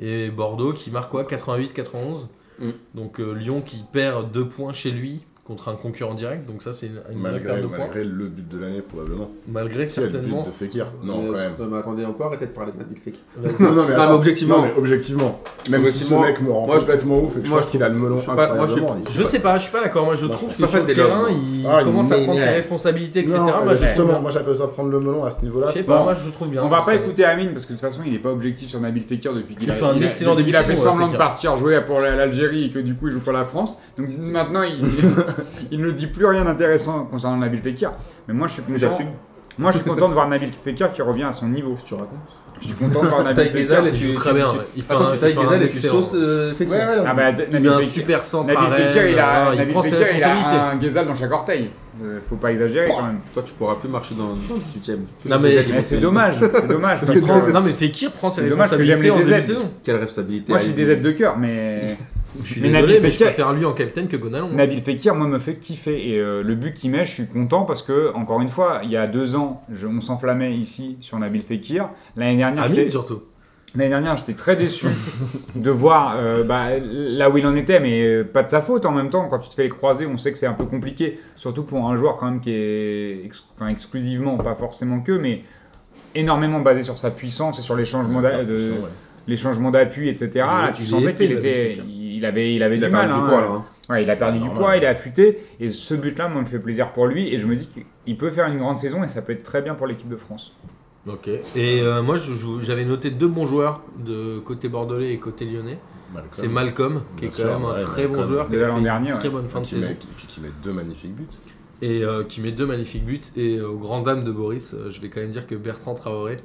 Speaker 1: Et Bordeaux qui marque quoi 88-91.
Speaker 2: Mm.
Speaker 1: Donc euh, Lyon qui perd 2 points chez lui contre un concurrent direct. Donc ça, c'est une, une vraie perte
Speaker 4: Malgré,
Speaker 1: de points.
Speaker 4: malgré le but de l'année, probablement.
Speaker 1: Malgré
Speaker 4: Si, le but
Speaker 1: certainement.
Speaker 4: de Fekir. Non,
Speaker 2: Euh,
Speaker 4: quand même.
Speaker 2: Non, mais attendez, on peut arrêter de parler de Nabil Fekir.
Speaker 4: Non, non, mais,
Speaker 2: Non, mais
Speaker 4: attends.
Speaker 2: objectivement.
Speaker 4: Non, mais objectivement. Même si ce
Speaker 2: Objectivement,
Speaker 4: mec me rend
Speaker 2: moi, je-
Speaker 4: complètement ouf et que je
Speaker 2: moi,
Speaker 4: pense
Speaker 2: je-
Speaker 4: qu'il a le melon
Speaker 2: je sais pas, moi, je sais
Speaker 4: incroyablement,
Speaker 1: Je sais pas, je suis pas d'accord. Moi, je
Speaker 4: Moi, je
Speaker 1: trouve
Speaker 4: suis
Speaker 1: que
Speaker 2: pas
Speaker 1: sur
Speaker 2: fan
Speaker 1: le
Speaker 2: des lobes.
Speaker 1: terrain, il
Speaker 4: Ah, il
Speaker 1: commence à
Speaker 4: m'énerve.
Speaker 1: prendre ses responsabilités, etc.
Speaker 4: Non, mais
Speaker 1: Moi, je trouve
Speaker 4: justement,
Speaker 1: bien.
Speaker 4: moi j'appelle ça prendre le melon à ce niveau-là.
Speaker 1: je sais
Speaker 4: c'est-
Speaker 1: pas,
Speaker 3: Bon.
Speaker 1: moi, je le trouve bien.
Speaker 3: On va
Speaker 1: Je
Speaker 3: pas
Speaker 1: trouve
Speaker 3: écouter Amine parce que de toute façon il n'est pas objectif sur Nabil Fekir depuis qu'il
Speaker 1: Il
Speaker 3: a,
Speaker 1: fait un
Speaker 3: il a-
Speaker 1: excellent début
Speaker 3: il a
Speaker 1: de
Speaker 3: fait
Speaker 1: saison,
Speaker 3: semblant de
Speaker 1: Fekir.
Speaker 3: partir jouer pour la- l'Algérie et que du coup il joue pour la France. Donc maintenant il, il ne dit plus rien d'intéressant concernant Nabil Fekir. Mais moi je suis content.
Speaker 2: J'assume.
Speaker 3: Moi je suis content de voir Nabil Fekir qui revient à son niveau.
Speaker 2: Tu racontes
Speaker 3: Je suis content de voir
Speaker 2: Tu
Speaker 3: Nabil
Speaker 2: tailles les
Speaker 3: Fekir.
Speaker 2: ailes et
Speaker 1: Il
Speaker 2: tu.
Speaker 1: joue très
Speaker 2: tu-
Speaker 1: bien,
Speaker 2: tu-
Speaker 1: ouais. Il fait
Speaker 2: Attends,
Speaker 1: un-
Speaker 2: tu tailles
Speaker 1: il fait
Speaker 2: les
Speaker 1: un
Speaker 2: ailes et tu
Speaker 1: excellent.
Speaker 2: sauces euh,
Speaker 4: Ouais,
Speaker 2: Fekir.
Speaker 4: ouais, non,
Speaker 3: Ah bah,
Speaker 1: Il met
Speaker 3: Nabil
Speaker 1: un
Speaker 3: Fekir,
Speaker 1: super centre à
Speaker 3: Nabil
Speaker 1: Rennes,
Speaker 3: Fekir, il a,
Speaker 1: euh, il
Speaker 3: Nabil
Speaker 1: prend ses
Speaker 3: Fekir, il a
Speaker 1: responsabilités.
Speaker 3: un Ghezal dans chaque orteil. Euh, faut pas exagérer quand même.
Speaker 2: Toi, tu pourras plus marcher dans, dans le 18 e
Speaker 1: Non, mais-
Speaker 3: Mais c'est dommage, c'est dommage parce que
Speaker 1: Non, mais Fekir prend ses
Speaker 3: C'est dommage que j'aime
Speaker 1: responsabilités
Speaker 3: les
Speaker 1: en début de
Speaker 3: DZ.
Speaker 1: saison.
Speaker 2: Quelle responsabilité.
Speaker 3: moi je suis
Speaker 2: Aziz.
Speaker 3: des aides de cœur mais.
Speaker 1: Je suis
Speaker 3: Mais
Speaker 1: désolé,
Speaker 3: Nabil
Speaker 1: mais je
Speaker 3: Fekir-
Speaker 1: préfère lui en capitaine que Gonalon.
Speaker 3: Nabil Fekir, moi, me fait kiffer. Et euh, le but qu'il met, je suis content parce que, encore une fois, il y a deux ans, je- on s'enflammait ici sur Nabil Fekir. L'année dernière,
Speaker 1: Amine,
Speaker 3: j'étais-
Speaker 1: Ah surtout.
Speaker 3: l'année dernière, j'étais très déçu de voir euh, bah, là où il en était, mais euh, pas de sa faute en même temps. Quand tu te fais les croiser, on sait que c'est un peu compliqué, surtout pour un joueur quand même qui est ex- enfin, exclusivement, pas forcément que, mais énormément basé sur sa puissance et sur les changements d'a- de-
Speaker 4: Ouais.
Speaker 3: les changements d'appui, etc. Là, tu
Speaker 1: il est
Speaker 3: sentais
Speaker 1: épais,
Speaker 3: qu'il
Speaker 1: Nabil
Speaker 3: était,
Speaker 1: Fekir.
Speaker 3: il avait, il avait
Speaker 2: Il
Speaker 3: du
Speaker 2: a
Speaker 3: mal.
Speaker 2: perdu du
Speaker 3: hein.
Speaker 2: poids là. hein.
Speaker 3: Ouais, il a perdu du
Speaker 4: Normal.
Speaker 3: poids, il est affûté, et ce but-là, moi, me fait plaisir pour lui, et je me dis qu'il peut faire une grande saison, et ça peut être très bien pour l'équipe de France.
Speaker 1: Ok. Et euh, moi, je joue- j'avais noté deux bons joueurs de côté bordelais et côté lyonnais.
Speaker 4: Malcolm.
Speaker 1: C'est Malcolm, qui est quand
Speaker 4: Bien sûr,
Speaker 1: même un
Speaker 4: ouais,
Speaker 1: très
Speaker 4: Malcolm.
Speaker 1: bon joueur, qui
Speaker 3: Déjà
Speaker 1: a
Speaker 3: l'an
Speaker 1: fait
Speaker 3: dernier,
Speaker 1: une très
Speaker 3: ouais.
Speaker 1: bonne fin de
Speaker 4: Qui
Speaker 1: saison.
Speaker 4: met, qui, qui met deux magnifiques buts.
Speaker 1: et euh, qui met deux magnifiques buts. Et euh, au grand dam de Boris, euh, je vais quand même dire que Bertrand Traoré,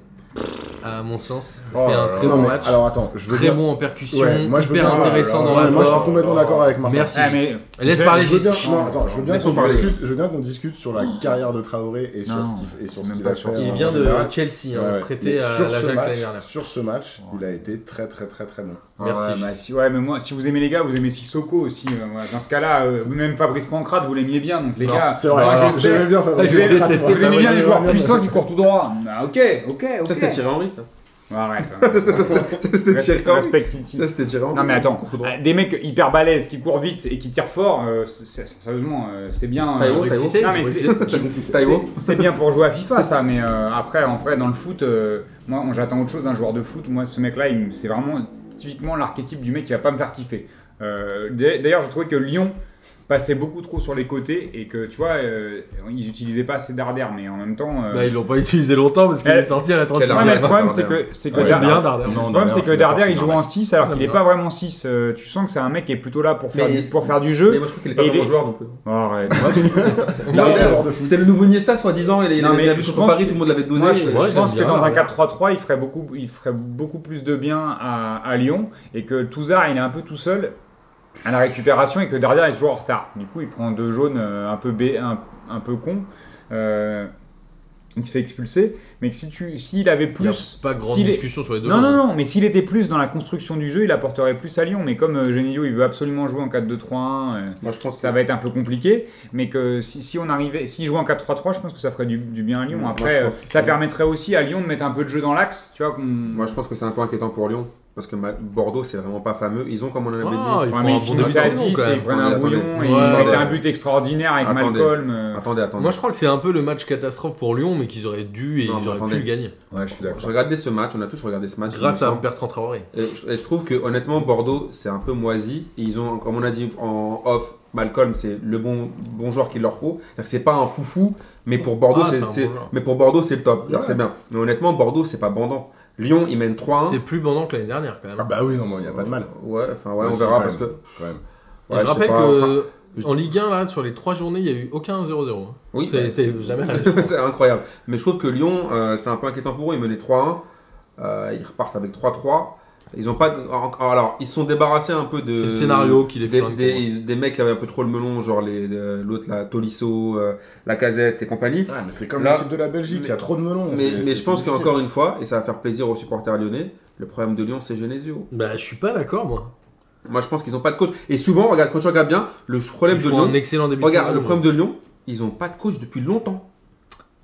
Speaker 1: à mon sens,
Speaker 3: Oh
Speaker 1: fait
Speaker 3: là
Speaker 1: un
Speaker 3: là.
Speaker 1: très
Speaker 4: Non,
Speaker 1: bon
Speaker 4: mais
Speaker 1: match.
Speaker 4: alors attends, je veux
Speaker 1: Très
Speaker 4: dire.
Speaker 1: bon en percussion,
Speaker 4: Ouais, moi, je veux
Speaker 1: hyper
Speaker 4: bien-
Speaker 1: intéressant
Speaker 3: Oh là
Speaker 1: dans
Speaker 3: là,
Speaker 1: la
Speaker 4: Ouais, moi je suis
Speaker 1: porte.
Speaker 4: complètement d'accord avec Martin.
Speaker 1: Merci.
Speaker 3: Ah, mais
Speaker 1: Laisse
Speaker 3: je-
Speaker 1: parler,
Speaker 4: Je veux bien,
Speaker 1: Gilles.
Speaker 4: non, attends, je veux bien
Speaker 2: Laissons
Speaker 4: qu'on
Speaker 2: parler.
Speaker 4: discute, je veux bien qu'on discute sur la carrière de Traoré et sur
Speaker 3: Non,
Speaker 4: ce qu'il et sur ce
Speaker 3: même
Speaker 4: qu'il
Speaker 3: pas
Speaker 4: a
Speaker 3: sur-
Speaker 4: fait.
Speaker 1: Il
Speaker 4: en
Speaker 1: vient de
Speaker 4: général.
Speaker 1: Chelsea,
Speaker 4: Ouais,
Speaker 1: hein,
Speaker 4: ouais.
Speaker 1: prêté
Speaker 4: Mais
Speaker 1: à
Speaker 4: sur, ce
Speaker 1: l'Ajax l'année
Speaker 4: match,
Speaker 1: dernière.
Speaker 4: sur ce match, il a été très très très très bon.
Speaker 1: Merci,
Speaker 3: Ouais,
Speaker 1: Gilles.
Speaker 3: bah, si- ouais, mais moi, si vous aimez les gars, vous aimez Sissoko aussi. euh, ouais. Dans ce cas-là, euh, vous même Fabrice Pancrate, vous l'aimiez bien. Donc les
Speaker 1: Non,
Speaker 3: gars,
Speaker 4: C'est vrai,
Speaker 3: moi,
Speaker 4: Bah, alors,
Speaker 3: je
Speaker 4: j'aimais
Speaker 3: sais.
Speaker 4: bien Fabrice
Speaker 3: Je vais
Speaker 4: Pancrate,
Speaker 3: détester.
Speaker 4: ouais.
Speaker 3: Vous aimez bien les
Speaker 4: Ouais,
Speaker 3: joueurs
Speaker 4: ouais,
Speaker 3: puissants
Speaker 4: ouais.
Speaker 3: qui courent tout droit. Ah, ok, ok, ok.
Speaker 2: Ça, c'était Thierry Henry, ça.
Speaker 3: Arrête. hein.
Speaker 2: Ça, c'était Thierry Henry. Ça, c'était Thierry Henry.
Speaker 3: Non mais attends,
Speaker 2: Coup droit.
Speaker 3: euh, des mecs hyper balèzes qui courent vite et qui tirent fort, euh, c'est- c'est- sérieusement, euh, c'est bien. euh,
Speaker 2: Taïwo,
Speaker 1: Rodrigue
Speaker 2: Taïwo.
Speaker 1: Cissé,
Speaker 3: non, mais
Speaker 1: Rodrigue
Speaker 3: c'est-
Speaker 1: Cissé.
Speaker 2: Taïwo.
Speaker 3: c'est- C'est bien pour jouer à FIFA ça, mais euh, après en vrai dans le foot, euh, moi on- j'attends autre chose d'un joueur de foot. Moi ce mec-là, il me- c'est vraiment typiquement l'archétype du mec qui va pas me faire kiffer. Euh, d'a- D'ailleurs je trouvais que Lyon passait beaucoup trop sur les côtés et que tu vois euh, ils utilisaient pas assez Darder, mais en même temps. euh,
Speaker 1: Bah, ils l'ont pas utilisé longtemps parce qu'il
Speaker 3: Eh,
Speaker 1: est sorti à la 35
Speaker 3: ouais,
Speaker 2: quel
Speaker 1: e
Speaker 3: mais
Speaker 2: Darder,
Speaker 3: le problème
Speaker 2: Darder.
Speaker 3: c'est que c'est que
Speaker 4: Ouais,
Speaker 3: Darder-
Speaker 1: bien Darder.
Speaker 4: Non,
Speaker 3: le problème, c'est
Speaker 4: Darder,
Speaker 3: que
Speaker 4: je suis d'accord,
Speaker 3: Darder, il
Speaker 4: c'est
Speaker 3: joue en
Speaker 4: normal.
Speaker 3: 6 alors qu'il n'est
Speaker 1: Non,
Speaker 3: pas vraiment 6. tu sens que c'est un mec qui est plutôt là pour faire,
Speaker 2: Mais
Speaker 3: du,
Speaker 2: il-
Speaker 3: pour faire du
Speaker 2: Mais
Speaker 3: jeu.
Speaker 2: moi, je trouve qu'il est pas
Speaker 3: Et
Speaker 2: vraiment
Speaker 3: les-
Speaker 2: joueur euh. non plus.
Speaker 3: Arrête.
Speaker 4: Darder,
Speaker 2: Darder,
Speaker 4: joueur de foot.
Speaker 2: C'était le nouveau Niesta, soi-disant. Il
Speaker 3: Non, mais
Speaker 2: avait
Speaker 3: je
Speaker 2: vu
Speaker 3: pense
Speaker 2: contre Paris,
Speaker 3: que-
Speaker 2: tout le monde l'avait dosé.
Speaker 3: Moi, je,
Speaker 2: Et-
Speaker 1: ouais,
Speaker 3: je pense
Speaker 1: j'aime
Speaker 3: que
Speaker 1: bien,
Speaker 3: dans un
Speaker 1: ouais.
Speaker 3: 4-3-3, il ferait beaucoup, il ferait beaucoup plus de bien à, à Lyon et que Touzard, il est un peu tout seul à la récupération et que Darder est toujours en retard. Du coup, il prend deux jaunes euh, un peu bé- un, un peu con. Euh, il se fait expulser, mais que si tu, s'il avait
Speaker 1: Il y a
Speaker 3: plus,
Speaker 1: pas grande
Speaker 3: s'il est-
Speaker 1: discussion sur les deux.
Speaker 3: Non,
Speaker 1: noms.
Speaker 3: non, non, mais s'il était plus dans la construction du jeu, il apporterait plus à Lyon. Mais comme euh, Genilio, il veut absolument jouer en 4-2-3-1, euh,
Speaker 2: Moi, je pense
Speaker 3: ça va être un peu compliqué. Mais que si, si on arrivait, s'il joue en 4-3-3, je pense que ça ferait du, du bien à Lyon.
Speaker 2: Moi,
Speaker 3: Après,
Speaker 2: je
Speaker 3: euh,
Speaker 2: pense que
Speaker 3: ça
Speaker 2: ça-
Speaker 3: permettrait aussi à Lyon de mettre un peu de jeu dans l'axe. Tu vois, qu'on.
Speaker 2: Moi, je pense que c'est un peu inquiétant pour Lyon. Parce que ma- Bordeaux, c'est vraiment pas fameux. Ils ont, comme on en avait
Speaker 1: Ah,
Speaker 2: dit.
Speaker 1: ils
Speaker 3: Ouais,
Speaker 1: font
Speaker 3: mais
Speaker 1: un
Speaker 3: ils
Speaker 1: bon
Speaker 3: finissent
Speaker 1: début de
Speaker 3: à
Speaker 1: saison,
Speaker 3: 10
Speaker 1: quand
Speaker 3: et
Speaker 1: même.
Speaker 3: ils prennent un
Speaker 2: Attendez,
Speaker 3: bouillon et
Speaker 1: attendez.
Speaker 3: ils
Speaker 1: Ouais,
Speaker 3: mettent
Speaker 2: ouais.
Speaker 3: un but extraordinaire avec
Speaker 2: Attendez.
Speaker 3: Malcolm. euh.
Speaker 2: Attendez, attendez.
Speaker 1: Moi, je crois que c'est un peu le match catastrophe pour Lyon, mais qu'ils auraient dû et
Speaker 2: Non,
Speaker 1: ils
Speaker 2: mais
Speaker 1: auraient
Speaker 2: attendez.
Speaker 1: pu le gagner.
Speaker 4: Ouais, je suis
Speaker 2: Je
Speaker 4: d'accord.
Speaker 2: regardais ce match, on a tous regardé ce match.
Speaker 1: Grâce
Speaker 2: il me
Speaker 1: à
Speaker 2: semble.
Speaker 1: Bertrand Traoré.
Speaker 2: Et je, et je trouve que honnêtement Bordeaux c'est un peu moisi. Et ils ont, comme on a dit en off, Malcolm c'est le bon bon joueur qu'il leur faut. C'est-à-dire que C'est pas un foufou, mais pour Bordeaux
Speaker 1: Ah,
Speaker 2: c'est,
Speaker 1: c'est un
Speaker 2: c'est-
Speaker 1: bon joueur.
Speaker 2: mais pour Bordeaux c'est le top. C'est-à-dire que
Speaker 4: Ouais.
Speaker 2: C'est bien. Mais honnêtement Bordeaux c'est pas bandant. Lyon ils mènent 3-1.
Speaker 1: C'est plus bandant que l'année dernière, quand même.
Speaker 4: Ah bah oui, non, il n'y a pas de mal.
Speaker 2: Ouais, enfin ouais,
Speaker 4: Ouais,
Speaker 2: on
Speaker 4: si,
Speaker 2: verra
Speaker 4: quand
Speaker 2: parce que
Speaker 4: Quand même.
Speaker 1: Et
Speaker 2: ouais,
Speaker 1: je
Speaker 2: sais
Speaker 1: rappelle
Speaker 2: pas, enfin,
Speaker 1: que
Speaker 2: je-
Speaker 1: en Ligue 1, là, sur les trois journées, il n'y a eu aucun 0-0. hein.
Speaker 2: oui,
Speaker 1: Ça a
Speaker 2: bah,
Speaker 1: été
Speaker 2: c'est-
Speaker 1: jamais arrivé, je pense.
Speaker 2: c'est incroyable. Mais je trouve que Lyon euh, c'est un peu inquiétant pour eux. Ils menaient 3-1, euh, ils repartent avec 3-3. Ils ont pas de- alors ils se sont débarrassés un peu
Speaker 1: C'est
Speaker 2: de
Speaker 1: le scénario qui les
Speaker 2: des,
Speaker 1: flingue.
Speaker 2: des-
Speaker 1: pour moi.
Speaker 2: ils- des mecs qui avaient un peu trop le melon, genre les- euh, l'autre là, Tolisso, euh, la casette et compagnie.
Speaker 4: Ouais, mais c'est comme
Speaker 2: Là-
Speaker 4: l'équipe de la Belgique, il y a trop de melons.
Speaker 2: mais
Speaker 4: c'est-
Speaker 2: mais
Speaker 4: c'est-
Speaker 2: je pense
Speaker 4: c'est
Speaker 2: qu'encore une fois, et ça va faire plaisir aux supporters lyonnais, le problème de Lyon c'est Genesio.
Speaker 1: Bah, je suis pas d'accord, moi.
Speaker 2: Moi je pense qu'ils n'ont pas de coach. Et souvent, regarde, quand tu regardes bien, le problème
Speaker 1: Ils
Speaker 2: de
Speaker 1: font un
Speaker 2: Lyon,
Speaker 1: excellent début de
Speaker 2: regarde,
Speaker 1: saison,
Speaker 2: le
Speaker 1: mais-
Speaker 2: problème de Lyon, ils n'ont pas de coach depuis longtemps.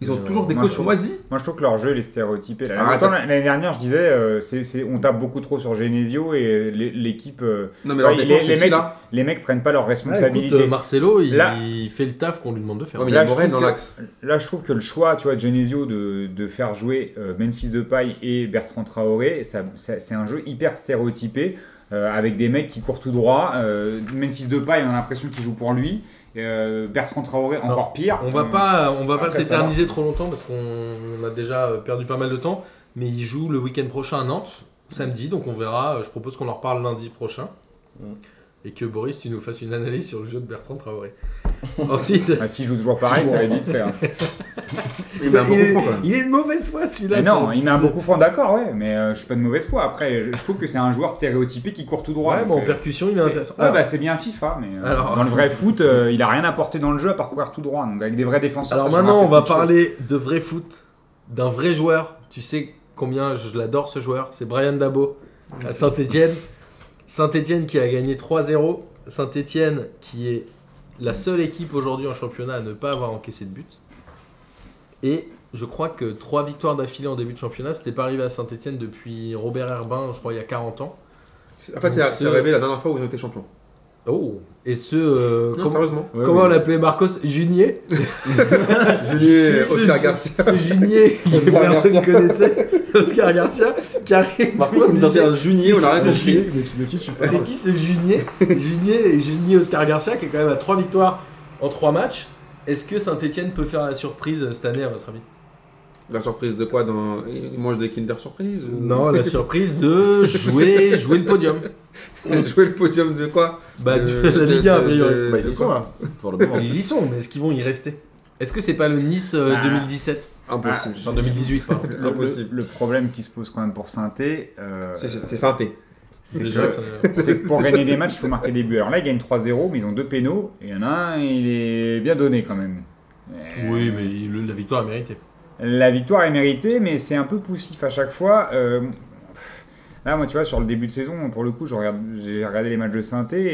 Speaker 2: Ils ont
Speaker 1: Mais,
Speaker 2: toujours
Speaker 1: euh,
Speaker 2: des
Speaker 3: moi,
Speaker 2: coachs
Speaker 3: je-
Speaker 2: moisis.
Speaker 3: Moi, je trouve que leur jeu, il est stéréotypé. Là,
Speaker 2: Ah,
Speaker 3: Autant
Speaker 2: attends.
Speaker 3: L'année dernière, je disais, euh, c'est- c'est- on tape beaucoup trop sur Genesio et l'é- l'équipe. euh,
Speaker 2: Non mais leur
Speaker 3: Ouais, les-
Speaker 2: défense,
Speaker 3: les
Speaker 2: c'est qui
Speaker 3: mecs-
Speaker 2: là
Speaker 3: les mecs prennent pas leurs
Speaker 1: Ah, écoute,
Speaker 3: responsabilités.
Speaker 1: euh, Marcelo, il,
Speaker 3: Là-
Speaker 1: il fait le taf qu'on lui demande de faire.
Speaker 2: Ouais, mais il y a
Speaker 3: Là, je
Speaker 2: Morel
Speaker 3: trouve
Speaker 2: dans
Speaker 3: que-
Speaker 2: l'axe.
Speaker 3: Là, je trouve que le choix, tu vois, de Genesio de, de faire jouer euh, Memphis Depay et Bertrand Traoré, ça- ça- c'est un jeu hyper stéréotypé euh, avec des mecs qui courent tout droit. Euh, Memphis Depay, on a l'impression qu'il joue pour lui. Euh, Bertrand Traoré, encore pire. Euh,
Speaker 1: On va pas, on va pas
Speaker 4: Après, ça
Speaker 1: s'éterniser trop longtemps parce qu'on on a déjà euh, perdu pas mal de temps. Mais il joue le week-end prochain à Nantes, samedi, donc on verra. Euh, Je propose qu'on en reparle lundi prochain.
Speaker 4: Mm.
Speaker 1: Et que Boris, tu nous fasses une analyse sur le jeu de Bertrand Traoré. Ensuite,
Speaker 3: Ah, si je joue toujours pareil,
Speaker 4: Toujours.
Speaker 3: ça va vite faire.
Speaker 2: Il met un bon
Speaker 1: il,
Speaker 2: coup
Speaker 1: est,
Speaker 2: franc, quand même.
Speaker 1: il est de mauvaise foi celui-là.
Speaker 3: Mais non,
Speaker 1: ça-
Speaker 3: il met un beau coup franc, d'accord, ouais, mais euh, je suis pas de mauvaise foi. Après, je, je trouve que c'est un joueur stéréotypé qui court tout droit.
Speaker 1: Ouais,
Speaker 3: donc,
Speaker 1: mais en
Speaker 3: euh,
Speaker 1: percussion, il est
Speaker 3: c'est-
Speaker 1: intéressant.
Speaker 3: Ouais,
Speaker 1: Alors,
Speaker 3: bah, c'est bien FIFA, mais euh,
Speaker 1: Alors-
Speaker 3: dans le vrai foot, euh, il a rien apporté dans le jeu à part courir tout droit. Donc avec des vrais défenseurs.
Speaker 1: Alors
Speaker 3: ça change un
Speaker 1: maintenant,
Speaker 3: peu
Speaker 1: on va
Speaker 3: quelque chose.
Speaker 1: parler de vrai foot, d'un vrai joueur. Tu sais combien je l'adore ce joueur C'est Brian Dabo à Saint-Etienne. Saint-Etienne qui a gagné 3-0. Saint-Etienne qui est la seule équipe aujourd'hui en championnat à ne pas avoir encaissé de but. Et je crois que trois victoires d'affilée en début de championnat, c'était pas arrivé à Saint-Etienne depuis Robert Herbin, je crois, il y a 40 ans.
Speaker 2: En fait, c'est
Speaker 1: Donc,
Speaker 2: c'est
Speaker 1: ce-
Speaker 2: arrivé la dernière fois où ils ont été champions.
Speaker 1: Oh Et ce. euh,
Speaker 2: Non,
Speaker 1: comment-
Speaker 2: sérieusement.
Speaker 4: Ouais,
Speaker 1: Comment on
Speaker 4: mais-
Speaker 1: l'appelait Marcos Junier
Speaker 2: Je lui
Speaker 1: Ce-
Speaker 2: Oscar
Speaker 1: ce-
Speaker 2: Garcia.
Speaker 1: Ce Junier que
Speaker 2: Oscar
Speaker 1: personne
Speaker 2: Garcia.
Speaker 1: connaissait, Oscar Garcia, qui arrive.
Speaker 2: Par contre, on nous a fait un junier, on a rien
Speaker 4: C'est qui
Speaker 2: compris.
Speaker 4: de qui- de qui je suis pas
Speaker 1: C'est qui ce Junier Junier et Junier Oscar Garcia qui est quand même à 3 victoires en 3 matchs. Est-ce que Saint-Etienne peut faire la surprise euh, cette année à votre avis
Speaker 2: La surprise de quoi dans... Ils mangent des Kinder Surprise ou-
Speaker 1: Non, la surprise de jouer, jouer le podium.
Speaker 2: Jouer le podium de quoi
Speaker 1: Bah,
Speaker 2: De-
Speaker 1: tu- la Ligue 1, a
Speaker 2: de-
Speaker 1: priori.
Speaker 2: de-
Speaker 4: Bah,
Speaker 2: de
Speaker 4: ils y
Speaker 2: quoi
Speaker 4: sont là, pour le moment.
Speaker 1: Ils y sont, mais est-ce qu'ils vont y rester Est-ce que c'est pas le Nice euh,
Speaker 3: Ah.
Speaker 1: 2017
Speaker 2: Impossible.
Speaker 1: Enfin, 2018, pardon.
Speaker 3: Le, le-
Speaker 2: Impossible.
Speaker 3: le problème qui se pose quand même pour Sainté, euh,
Speaker 2: C'est- C'est c'est synthé.
Speaker 3: c'est
Speaker 1: Déjà,
Speaker 3: que-
Speaker 1: ça- euh,
Speaker 3: c'est que pour gagner des matchs, il faut marquer des buts. Alors là, ils gagnent 3-0, mais ils ont deux pénaux, et il y en a un, il est bien donné quand même. Euh,
Speaker 1: Oui, mais le- la victoire est méritée.
Speaker 3: La victoire est méritée, mais c'est un peu poussif à chaque fois. Euh, pff, là, moi, tu vois, sur le début de saison, pour le coup, je regarde- j'ai regardé les matchs de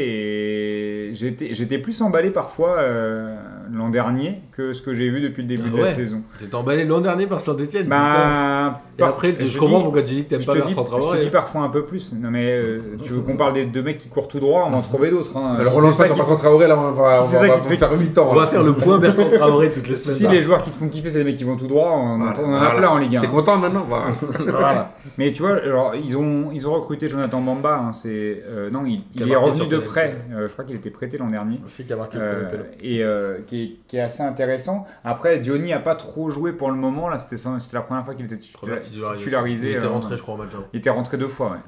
Speaker 3: synthé et j'étais j'étais plus emballé parfois euh, l'an dernier que ce que j'ai vu depuis le début
Speaker 1: Ah
Speaker 3: de la
Speaker 1: ouais.
Speaker 3: saison.
Speaker 1: T'es emballé l'an dernier par Saint-Etienne.
Speaker 3: Bah,
Speaker 1: Et après, je,
Speaker 3: te
Speaker 1: comprends
Speaker 3: dis-
Speaker 1: pourquoi tu dis que t'aimes
Speaker 3: je
Speaker 1: pas
Speaker 3: te, dis,
Speaker 1: Bertrand
Speaker 3: je te dis
Speaker 1: Traoré.
Speaker 3: parfois un peu plus. Non, mais euh, tu veux qu'on parle des deux mecs qui courent tout droit, on va en trouver d'autres. hein.
Speaker 2: Alors
Speaker 3: Si
Speaker 2: on lance
Speaker 3: c'est
Speaker 2: pas
Speaker 3: ça
Speaker 2: sur
Speaker 3: qui te-
Speaker 2: Bertrand Traoré, là on va, on
Speaker 3: Si c'est ça
Speaker 2: va-
Speaker 3: qui
Speaker 2: on
Speaker 3: te
Speaker 2: va
Speaker 3: fait-
Speaker 2: faire 8 ans. hein.
Speaker 1: On
Speaker 2: là.
Speaker 1: va faire le point Bertrand Traoré toutes les semaines.
Speaker 3: Si les joueurs qui te font kiffer, c'est les mecs qui vont tout droit, on,
Speaker 2: Voilà,
Speaker 3: on en a
Speaker 2: voilà.
Speaker 3: plein en Ligue 1.
Speaker 2: T'es content maintenant Voilà.
Speaker 3: Voilà. Mais tu vois, alors, ils, ont, ils ont recruté Jonathan Bamba. hein, c'est, euh, non, il,
Speaker 1: Qui a
Speaker 3: il est
Speaker 1: marqué
Speaker 3: revenu
Speaker 1: sur
Speaker 3: de
Speaker 1: penalty.
Speaker 3: prêt. Euh, je crois qu'il était prêté l'an dernier.
Speaker 1: C'est lui qui a marqué le
Speaker 3: Euh,
Speaker 1: premier péno.
Speaker 3: et euh, qui, est, qui est assez intéressant. Après, Diony n'a pas trop joué pour le moment. Là, c'était, son- c'était la première fois qu'il était
Speaker 1: Première
Speaker 3: titula-
Speaker 1: titularisation.
Speaker 3: titularisé.
Speaker 1: Il était
Speaker 3: euh,
Speaker 1: rentré, je crois, en match hein. 1.
Speaker 3: il était rentré deux fois. ouais.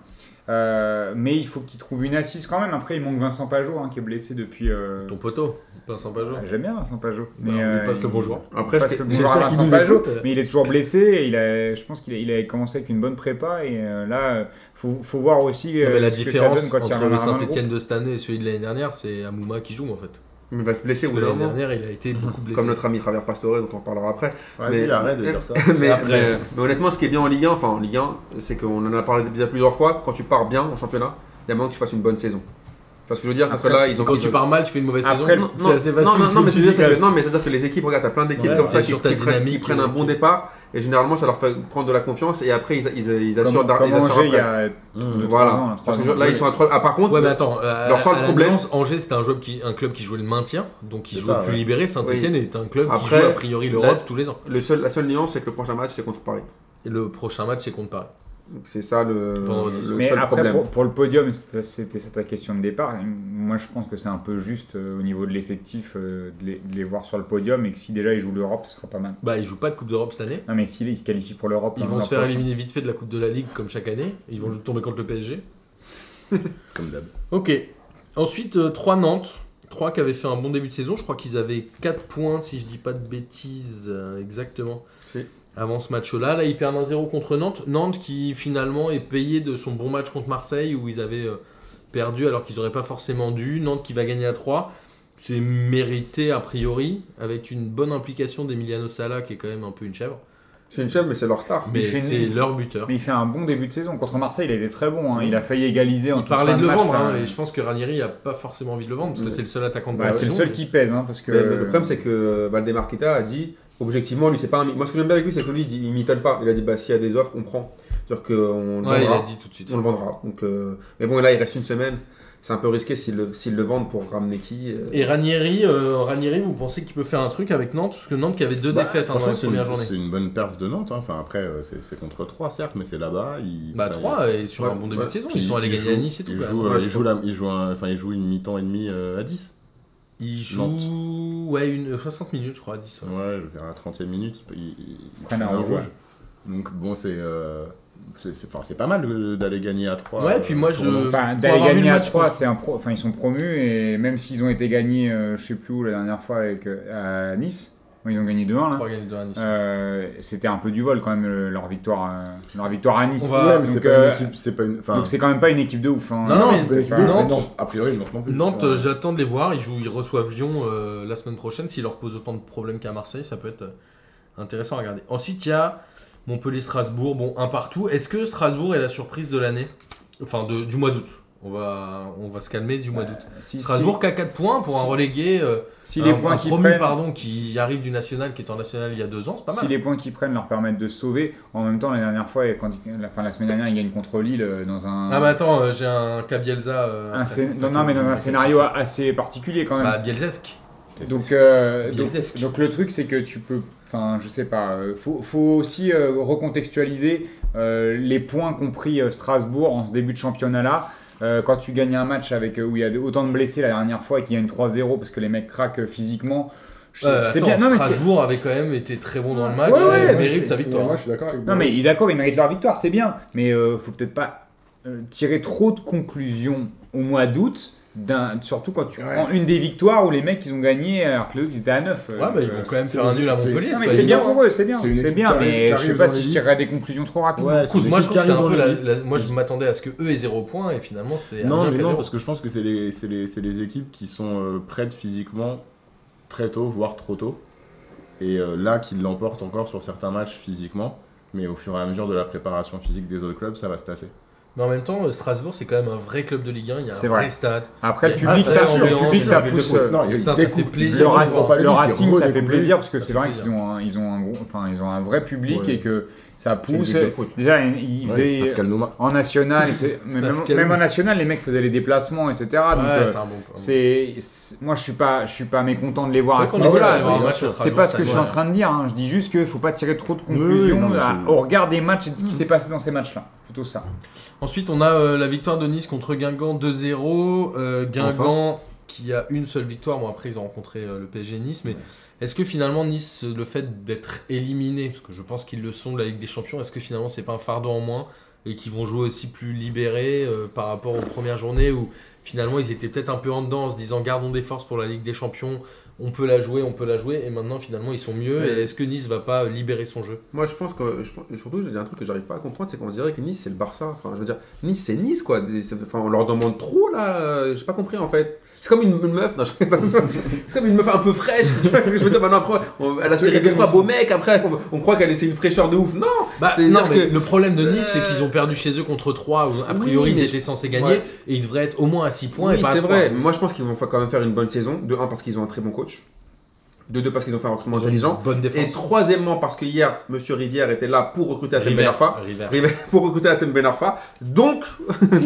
Speaker 3: Euh, mais il faut qu'il trouve une assise quand même. Après, il manque Vincent Pajot hein, qui est blessé depuis. euh,
Speaker 1: Ton poteau, Vincent Pajot.
Speaker 3: ah, J'aime bien Vincent Pajot. euh,
Speaker 1: Bah, on lui passe le bonjour.
Speaker 2: Après,
Speaker 3: Parce
Speaker 2: ce que-
Speaker 3: que bon,
Speaker 2: j'espère
Speaker 3: Vincent
Speaker 2: qu'il nous
Speaker 3: Pajot,
Speaker 2: écoute.
Speaker 1: écoute.
Speaker 3: Mais il est toujours blessé. et il a, je pense qu'il a, il a commencé avec une bonne prépa. Et euh, là, il faut, faut voir aussi
Speaker 1: Non,
Speaker 3: euh,
Speaker 1: mais la
Speaker 3: ce que ça donne
Speaker 1: différence
Speaker 3: quand il y a
Speaker 1: entre le
Speaker 3: un Saint
Speaker 1: Saint-Etienne de cette année et celui de l'année dernière, c'est Amouma qui joue en fait.
Speaker 2: Mais il va se blesser au
Speaker 1: Parce
Speaker 2: bout
Speaker 1: que
Speaker 2: d'un
Speaker 1: L'année
Speaker 2: moment.
Speaker 1: dernière, il a été beaucoup blessé.
Speaker 2: Comme notre ami Travers Pastore, dont on parlera après.
Speaker 4: Vas-y,
Speaker 2: Mais-
Speaker 4: arrête de dire ça.
Speaker 2: mais,
Speaker 1: Après.
Speaker 2: mais- mais honnêtement, ce qui est bien en Ligue 1, enfin en Ligue 1, c'est qu'on en a parlé déjà plusieurs fois. Quand tu pars bien en championnat, il y a moyen que tu fasses une bonne saison. Parce que je veux dire, c'est que
Speaker 3: Après,
Speaker 2: là, ils ont.
Speaker 1: Quand
Speaker 2: ils
Speaker 1: tu
Speaker 2: ont-
Speaker 1: pars mal, tu fais une mauvaise
Speaker 3: Après,
Speaker 1: saison.
Speaker 2: Non, non,
Speaker 1: C'est assez facile.
Speaker 2: non, non,
Speaker 1: ce
Speaker 2: non,
Speaker 1: que
Speaker 2: mais
Speaker 1: tu
Speaker 2: je veux dire,
Speaker 1: dis,
Speaker 2: c'est
Speaker 1: quand
Speaker 2: que-
Speaker 1: même.
Speaker 2: non, mais c'est-à-dire que les équipes, regarde, t'as plein d'équipes
Speaker 1: Ouais,
Speaker 2: comme
Speaker 1: c'est
Speaker 2: ça qui,
Speaker 1: sur ta
Speaker 2: qui prennent, qui
Speaker 1: dynamique,
Speaker 2: prennent un
Speaker 3: euh,
Speaker 1: ouais.
Speaker 2: bon départ et généralement ça leur fait prendre de la confiance et après ils, ils, ils assurent
Speaker 3: Comme,
Speaker 2: d'ar-
Speaker 3: comme
Speaker 2: ils assurent
Speaker 3: Angers, il y
Speaker 2: après.
Speaker 3: a
Speaker 1: Mmh,
Speaker 3: deux,
Speaker 2: Voilà.
Speaker 3: trois ans, là, trois
Speaker 2: Parce que
Speaker 3: ans. bah.
Speaker 2: je- là, ils sont à trois. Ah, par contre,
Speaker 1: Ouais, mais attends. euh,
Speaker 2: Leur seul
Speaker 1: à la
Speaker 2: problème-
Speaker 1: nuance, Angers, c'était un, joueur qui- un club qui jouait le maintien, donc il
Speaker 4: C'est
Speaker 1: jouait
Speaker 4: ça,
Speaker 1: plus
Speaker 4: ouais.
Speaker 1: libéré. Saint-Etienne est un club
Speaker 2: Après,
Speaker 1: qui joue a priori l'Europe
Speaker 2: la-
Speaker 1: tous les ans.
Speaker 2: le seul, la seule nuance, c'est que le prochain match, c'est contre Paris.
Speaker 1: Et le prochain match, c'est contre Paris.
Speaker 2: Donc, C'est ça le,
Speaker 1: Vendredi.
Speaker 2: le
Speaker 3: Mais
Speaker 2: seul
Speaker 3: après,
Speaker 2: problème.
Speaker 3: pour, pour le podium, c'était c'était ça ta question de départ. et Moi, je pense que c'est un peu juste euh, au niveau de l'effectif euh, de, les, de les voir sur le podium et que si déjà ils jouent l'Europe, ce sera pas mal.
Speaker 1: Bah, ils jouent pas de Coupe d'Europe cette année.
Speaker 3: Non, mais s'ils se qualifient pour l'Europe,
Speaker 1: Ils
Speaker 3: hein,
Speaker 1: vont
Speaker 3: l'an
Speaker 1: se faire
Speaker 3: prochain.
Speaker 1: éliminer vite fait de la Coupe de la Ligue comme chaque année. Ils
Speaker 2: Mm.
Speaker 1: vont tomber contre le PSG.
Speaker 4: Comme d'hab.
Speaker 1: Ok. Ensuite, 3 Nantes. 3 qui avaient fait un bon début de saison. Je crois qu'ils avaient 4 points, si je dis pas de bêtises, euh, exactement.
Speaker 2: Si.
Speaker 1: Avant ce match-là, là ils perdent 1-0 contre Nantes. Nantes qui finalement est payé de son bon match contre Marseille où ils avaient euh, perdu alors qu'ils n'auraient pas forcément dû. Nantes qui va gagner à 3. C'est mérité a priori avec une bonne implication d'Emiliano Sala qui est quand même un peu une chèvre.
Speaker 2: C'est une chef, mais c'est leur star.
Speaker 1: Mais
Speaker 3: fait une-
Speaker 1: c'est leur buteur.
Speaker 3: Mais il fait un bon début de saison. Contre Marseille, il a été très bon. hein. Il a failli égaliser en
Speaker 1: On
Speaker 3: toute
Speaker 1: parlait
Speaker 3: fin
Speaker 1: de le
Speaker 3: match,
Speaker 1: vendre,
Speaker 3: là.
Speaker 1: hein, et je pense que Ranieri a pas forcément envie de le vendre parce que
Speaker 2: Ouais.
Speaker 1: c'est le seul attaquant de
Speaker 3: Bah,
Speaker 1: la
Speaker 3: c'est le
Speaker 1: saison.
Speaker 3: seul qui pèse, hein, parce que.
Speaker 2: Mais- mais le problème, c'est que euh, Valdemar Kita a dit, objectivement, lui, c'est pas un. mi- Moi, ce que j'aime bien avec lui, c'est que lui, il, dit- il mitonne pas. Il a dit, bah, s'il y a des offres, on prend. C'est-à-dire qu'on
Speaker 1: Ouais, il
Speaker 2: vendra.
Speaker 1: a dit tout de suite.
Speaker 2: On le vendra. Donc, euh, Mais bon, là, il reste une semaine. C'est un peu risqué s'ils le, s'ils le vendent pour ramener qui. euh,
Speaker 1: Et Ranieri, euh, Ranieri, vous pensez qu'il peut faire un truc avec Nantes Parce que Nantes qui avait deux
Speaker 4: Bah,
Speaker 1: défaites hein, dans
Speaker 4: franchement,
Speaker 1: la
Speaker 4: c'est une,
Speaker 1: première journée.
Speaker 4: c'est une bonne perf de Nantes. hein. Enfin, après, euh, c'est c'est contre 3, certes, mais c'est là-bas. ils-
Speaker 1: Bah
Speaker 4: bah,
Speaker 1: 3 et sur
Speaker 2: Ouais,
Speaker 1: un bon début
Speaker 2: ouais.
Speaker 1: de saison,
Speaker 4: Puis
Speaker 1: ils sont allés gagner à
Speaker 4: jouent-
Speaker 1: Nice et tout.
Speaker 4: Ils
Speaker 1: quand même.
Speaker 4: jouent, euh,
Speaker 2: Ouais,
Speaker 4: ils
Speaker 2: je
Speaker 4: jouent la- ils jouent un- enfin, ils jouent une mi-temps et demie euh, à 10.
Speaker 1: Ils jouent
Speaker 4: Nantes.
Speaker 1: ouais, une, euh, 60 minutes, je crois, à 10. ouais.
Speaker 4: Ouais, je verrai à la 30e minute, ils, ils- ils- ils
Speaker 3: Prennent
Speaker 4: prennent
Speaker 3: un
Speaker 4: un
Speaker 3: rouge,
Speaker 4: rouge. Donc bon, c'est euh, c'est c'est- enfin, c'est pas mal euh, d'aller gagner à euh, 3.
Speaker 1: Ouais, puis moi, je-
Speaker 3: Enfin,
Speaker 1: Pour
Speaker 3: d'aller
Speaker 1: avoir vu
Speaker 3: gagner
Speaker 1: le
Speaker 3: à
Speaker 1: match
Speaker 3: 3,
Speaker 1: contre-
Speaker 3: c'est un pro... enfin, ils sont promus et même s'ils ont été gagnés, euh, je sais plus où la dernière fois avec, euh, à Nice, bon, ils ont gagné 2-1 là.
Speaker 1: Trois gagnés de à Nice.
Speaker 3: Euh, c'était un peu du vol quand même euh, leur victoire, euh, leur victoire à Nice.
Speaker 1: On va-
Speaker 4: Ouais, mais
Speaker 3: donc,
Speaker 4: c'est pas
Speaker 3: euh,
Speaker 4: une équipe, c'est pas une enfin
Speaker 3: donc c'est quand même pas une équipe de ouf. hein.
Speaker 1: Non, non,
Speaker 4: c'est pas une équipe de ouf,
Speaker 1: Nantes-
Speaker 4: mais non, a priori Nantes non plus.
Speaker 1: Nantes, euh,
Speaker 4: Ouais.
Speaker 1: j'attends de les voir. Ils, jouent, ils reçoivent Lyon euh, la semaine prochaine. S'ils leur posent autant de problèmes qu'à Marseille, ça peut être euh, intéressant à regarder. Ensuite, il y a Montpellier-Strasbourg. Bon, un partout. Est-ce que Strasbourg est la surprise de l'année Enfin, de- du mois d'août. On va, on va se calmer du mois d'août.
Speaker 3: Si, si-
Speaker 1: Strasbourg qui a 4 points pour un
Speaker 3: si-
Speaker 1: relégué. euh,
Speaker 3: si
Speaker 1: un-
Speaker 3: les
Speaker 1: un
Speaker 3: points qu'ils
Speaker 1: promu,
Speaker 3: prennent,
Speaker 1: pardon, qui arrive du national, qui est en national il y a 2 ans, c'est pas mal.
Speaker 3: Si les points qu'ils prennent leur permettent de se sauver, en même temps la dernière fois, et quand ils- la, enfin, la semaine dernière, ils gagnent contre Lille euh, dans un,
Speaker 1: Ah, mais attends, euh, j'ai un cas Bielsa. euh,
Speaker 3: un
Speaker 1: après.
Speaker 3: scén- non, non, mais dans un scénario assez particulier quand même.
Speaker 1: Bah, Bielzesk.
Speaker 3: Donc, euh, donc,
Speaker 1: Bielzesque.
Speaker 3: donc le truc c'est que tu peux, enfin je sais pas, euh, faut, faut aussi euh, recontextualiser euh, les points qu'ont pris euh, Strasbourg en ce début de championnat là. quand tu gagnes un match avec euh, où il y a de- autant de blessés la dernière fois et qu'il y a une 3-0 parce que les mecs craquent euh, physiquement, je-
Speaker 1: Euh,
Speaker 3: c'est
Speaker 1: attends,
Speaker 3: bien. Non mais, c'est-
Speaker 1: Strasbourg avait quand même été très bon dans le match.
Speaker 3: Ouais, ouais,
Speaker 1: et
Speaker 3: mais
Speaker 1: ah mérite
Speaker 4: c'est-
Speaker 1: sa victoire.
Speaker 4: ouais, Moi, je suis d'accord avec
Speaker 3: non, mais
Speaker 4: Boris.
Speaker 3: il est d'accord, ils méritent leur victoire, c'est bien, mais euh, faut peut-être pas euh, tirer trop de conclusions au mois d'août d'un- surtout quand tu
Speaker 4: Ouais.
Speaker 3: prends une des victoires où les mecs ils ont gagné alors que les autres ils étaient à euh, 9.
Speaker 1: Ouais, bah, ils vont quand même faire un nul à
Speaker 4: c'est-
Speaker 1: Montpellier.
Speaker 3: Non, mais
Speaker 1: ça,
Speaker 3: c'est
Speaker 1: ils-
Speaker 3: bien
Speaker 4: évident.
Speaker 3: pour eux, c'est bien.
Speaker 4: C'est une
Speaker 3: C'est
Speaker 4: équipe
Speaker 3: bien,
Speaker 4: qui
Speaker 3: mais je
Speaker 4: arrive
Speaker 3: sais pas
Speaker 4: dans
Speaker 3: si je
Speaker 4: l'élite.
Speaker 3: tirerais des conclusions trop rapides.
Speaker 4: Ouais, c'est
Speaker 1: Écoute,
Speaker 4: une
Speaker 1: moi je
Speaker 4: équipe
Speaker 1: trouve
Speaker 4: qui
Speaker 1: que c'est un
Speaker 4: arrive
Speaker 1: peu
Speaker 4: dans
Speaker 1: la,
Speaker 4: l'élite.
Speaker 1: la- moi je m'attendais à ce que eux aient 0 points et finalement c'est
Speaker 4: Non,
Speaker 1: Amiens
Speaker 4: mais
Speaker 1: qui a
Speaker 4: non,
Speaker 1: zéro.
Speaker 4: parce que je pense que c'est les, c'est les, c'est les équipes qui sont euh, prêtes physiquement très tôt, voire trop tôt. Et euh, là, qui l'emportent encore sur certains matchs physiquement. Mais au fur et à mesure de la préparation physique des autres clubs, ça va se tasser.
Speaker 1: mais en même temps euh, Strasbourg c'est quand même un vrai club de Ligue 1, il y a un
Speaker 3: C'est
Speaker 1: vrai,
Speaker 3: vrai.
Speaker 1: stade.
Speaker 3: Après, le
Speaker 1: Ah,
Speaker 3: public,
Speaker 1: ça,
Speaker 3: ça,
Speaker 1: c'est
Speaker 3: le
Speaker 1: ambiance,
Speaker 3: public,
Speaker 1: c'est
Speaker 3: ça
Speaker 1: un
Speaker 3: pousse. euh,
Speaker 4: Non, ils
Speaker 1: Putain, ça
Speaker 4: découpent.
Speaker 1: fait plaisir.
Speaker 4: Ils
Speaker 1: Ils
Speaker 3: Le,
Speaker 4: vont
Speaker 1: Racing-
Speaker 4: pas
Speaker 3: Racing,
Speaker 4: les
Speaker 3: le
Speaker 4: limites, ils
Speaker 3: Racing, ça fait
Speaker 4: redécoupent.
Speaker 3: plaisir parce que
Speaker 1: Ça
Speaker 3: c'est
Speaker 1: fait
Speaker 3: vrai
Speaker 1: plaisir.
Speaker 3: qu'ils ont, un- ils ont un gros, enfin ils ont un vrai public
Speaker 4: Ouais.
Speaker 3: et que ça pousse.
Speaker 2: équipe de foot.
Speaker 3: Déjà, ils ils
Speaker 4: Ouais,
Speaker 3: faisaient
Speaker 4: Pascal Nouma.
Speaker 3: en national, etc. Mais même,
Speaker 1: Pascal.
Speaker 3: même en national, les mecs faisaient les déplacements, etc. Donc,
Speaker 1: Ouais,
Speaker 3: euh,
Speaker 1: c'est un bon point.
Speaker 3: c'est, c'est- moi je suis pas, je suis pas mécontent de les voir
Speaker 1: C'est vrai
Speaker 3: à ce
Speaker 1: qu'on essaie
Speaker 3: niveau-là.
Speaker 1: d'aller voir un
Speaker 3: C'est-
Speaker 1: match à
Speaker 3: C'est
Speaker 1: Strasbourg,
Speaker 3: pas ce que
Speaker 1: ça
Speaker 3: je suis en
Speaker 1: nous-
Speaker 3: train de dire. hein. Je dis juste qu'il faut pas tirer trop de
Speaker 4: oui,
Speaker 3: conclusions
Speaker 4: non, mais
Speaker 3: à-
Speaker 4: c'est-
Speaker 3: au regard des matchs et de ce qui s'est passé dans ces matchs-là. Plutôt ça.
Speaker 1: Ensuite, on a euh, la victoire de Nice contre Guingamp 2-0. Euh, Guingamp qui a une seule victoire. Bon, après, ils ont rencontré euh, le PSG Nice. Mais est-ce que finalement, Nice, le fait d'être éliminé, parce que je pense qu'ils le sont de la Ligue des Champions, est-ce que finalement, c'est pas un fardeau en moins et qu'ils vont jouer aussi plus libérés euh, par rapport aux premières journées où finalement ils étaient peut-être un peu en dedans en se disant gardons des forces pour la Ligue des Champions, on peut la jouer, on peut la jouer, et maintenant finalement ils sont mieux.
Speaker 2: Ouais.
Speaker 1: Et est-ce que Nice va pas euh, libérer son jeu
Speaker 2: Moi, je pense que. Je, pense- et surtout, il y a un truc que j'arrive pas à comprendre, c'est qu'on dirait que Nice, c'est le Barça. Enfin, je veux dire, Nice, c'est Nice, quoi. Des- c'est- Enfin, on leur demande trop, là. euh, J'ai pas compris, en fait. C'est comme une, une meuf, non, je sais pas. C'est comme une meuf un peu fraîche, tu vois ce que je veux dire. Maintenant, après, on- elle a serré deux, trois beaux mecs, après, on, on croit qu'elle a une fraîcheur de ouf. Non
Speaker 1: Bah,
Speaker 2: C'est
Speaker 1: non,
Speaker 2: dire
Speaker 1: mais
Speaker 2: que-
Speaker 1: le problème de Nice, c'est
Speaker 2: Euh,
Speaker 1: qu'ils ont perdu chez eux contre 3, où a
Speaker 2: oui,
Speaker 1: priori
Speaker 2: mais
Speaker 1: ils
Speaker 2: je-
Speaker 1: étaient censés gagner,
Speaker 2: Ouais.
Speaker 1: et ils devraient être au moins à 6 points. et
Speaker 2: Oui,
Speaker 1: pas à
Speaker 2: c'est
Speaker 1: trois.
Speaker 2: vrai. Moi, je pense qu'ils vont fa- quand même faire une bonne saison. De un, parce qu'ils ont un très bon coach. De deux, parce qu'ils ont fait un recrutement intelligent.
Speaker 1: Bonne défense.
Speaker 2: Et troisièmement, parce que hier, Monsieur Rivière était là pour recruter Atem Ben Arfa.
Speaker 1: River.
Speaker 2: River- pour recruter Atem Ben Arfa. Donc,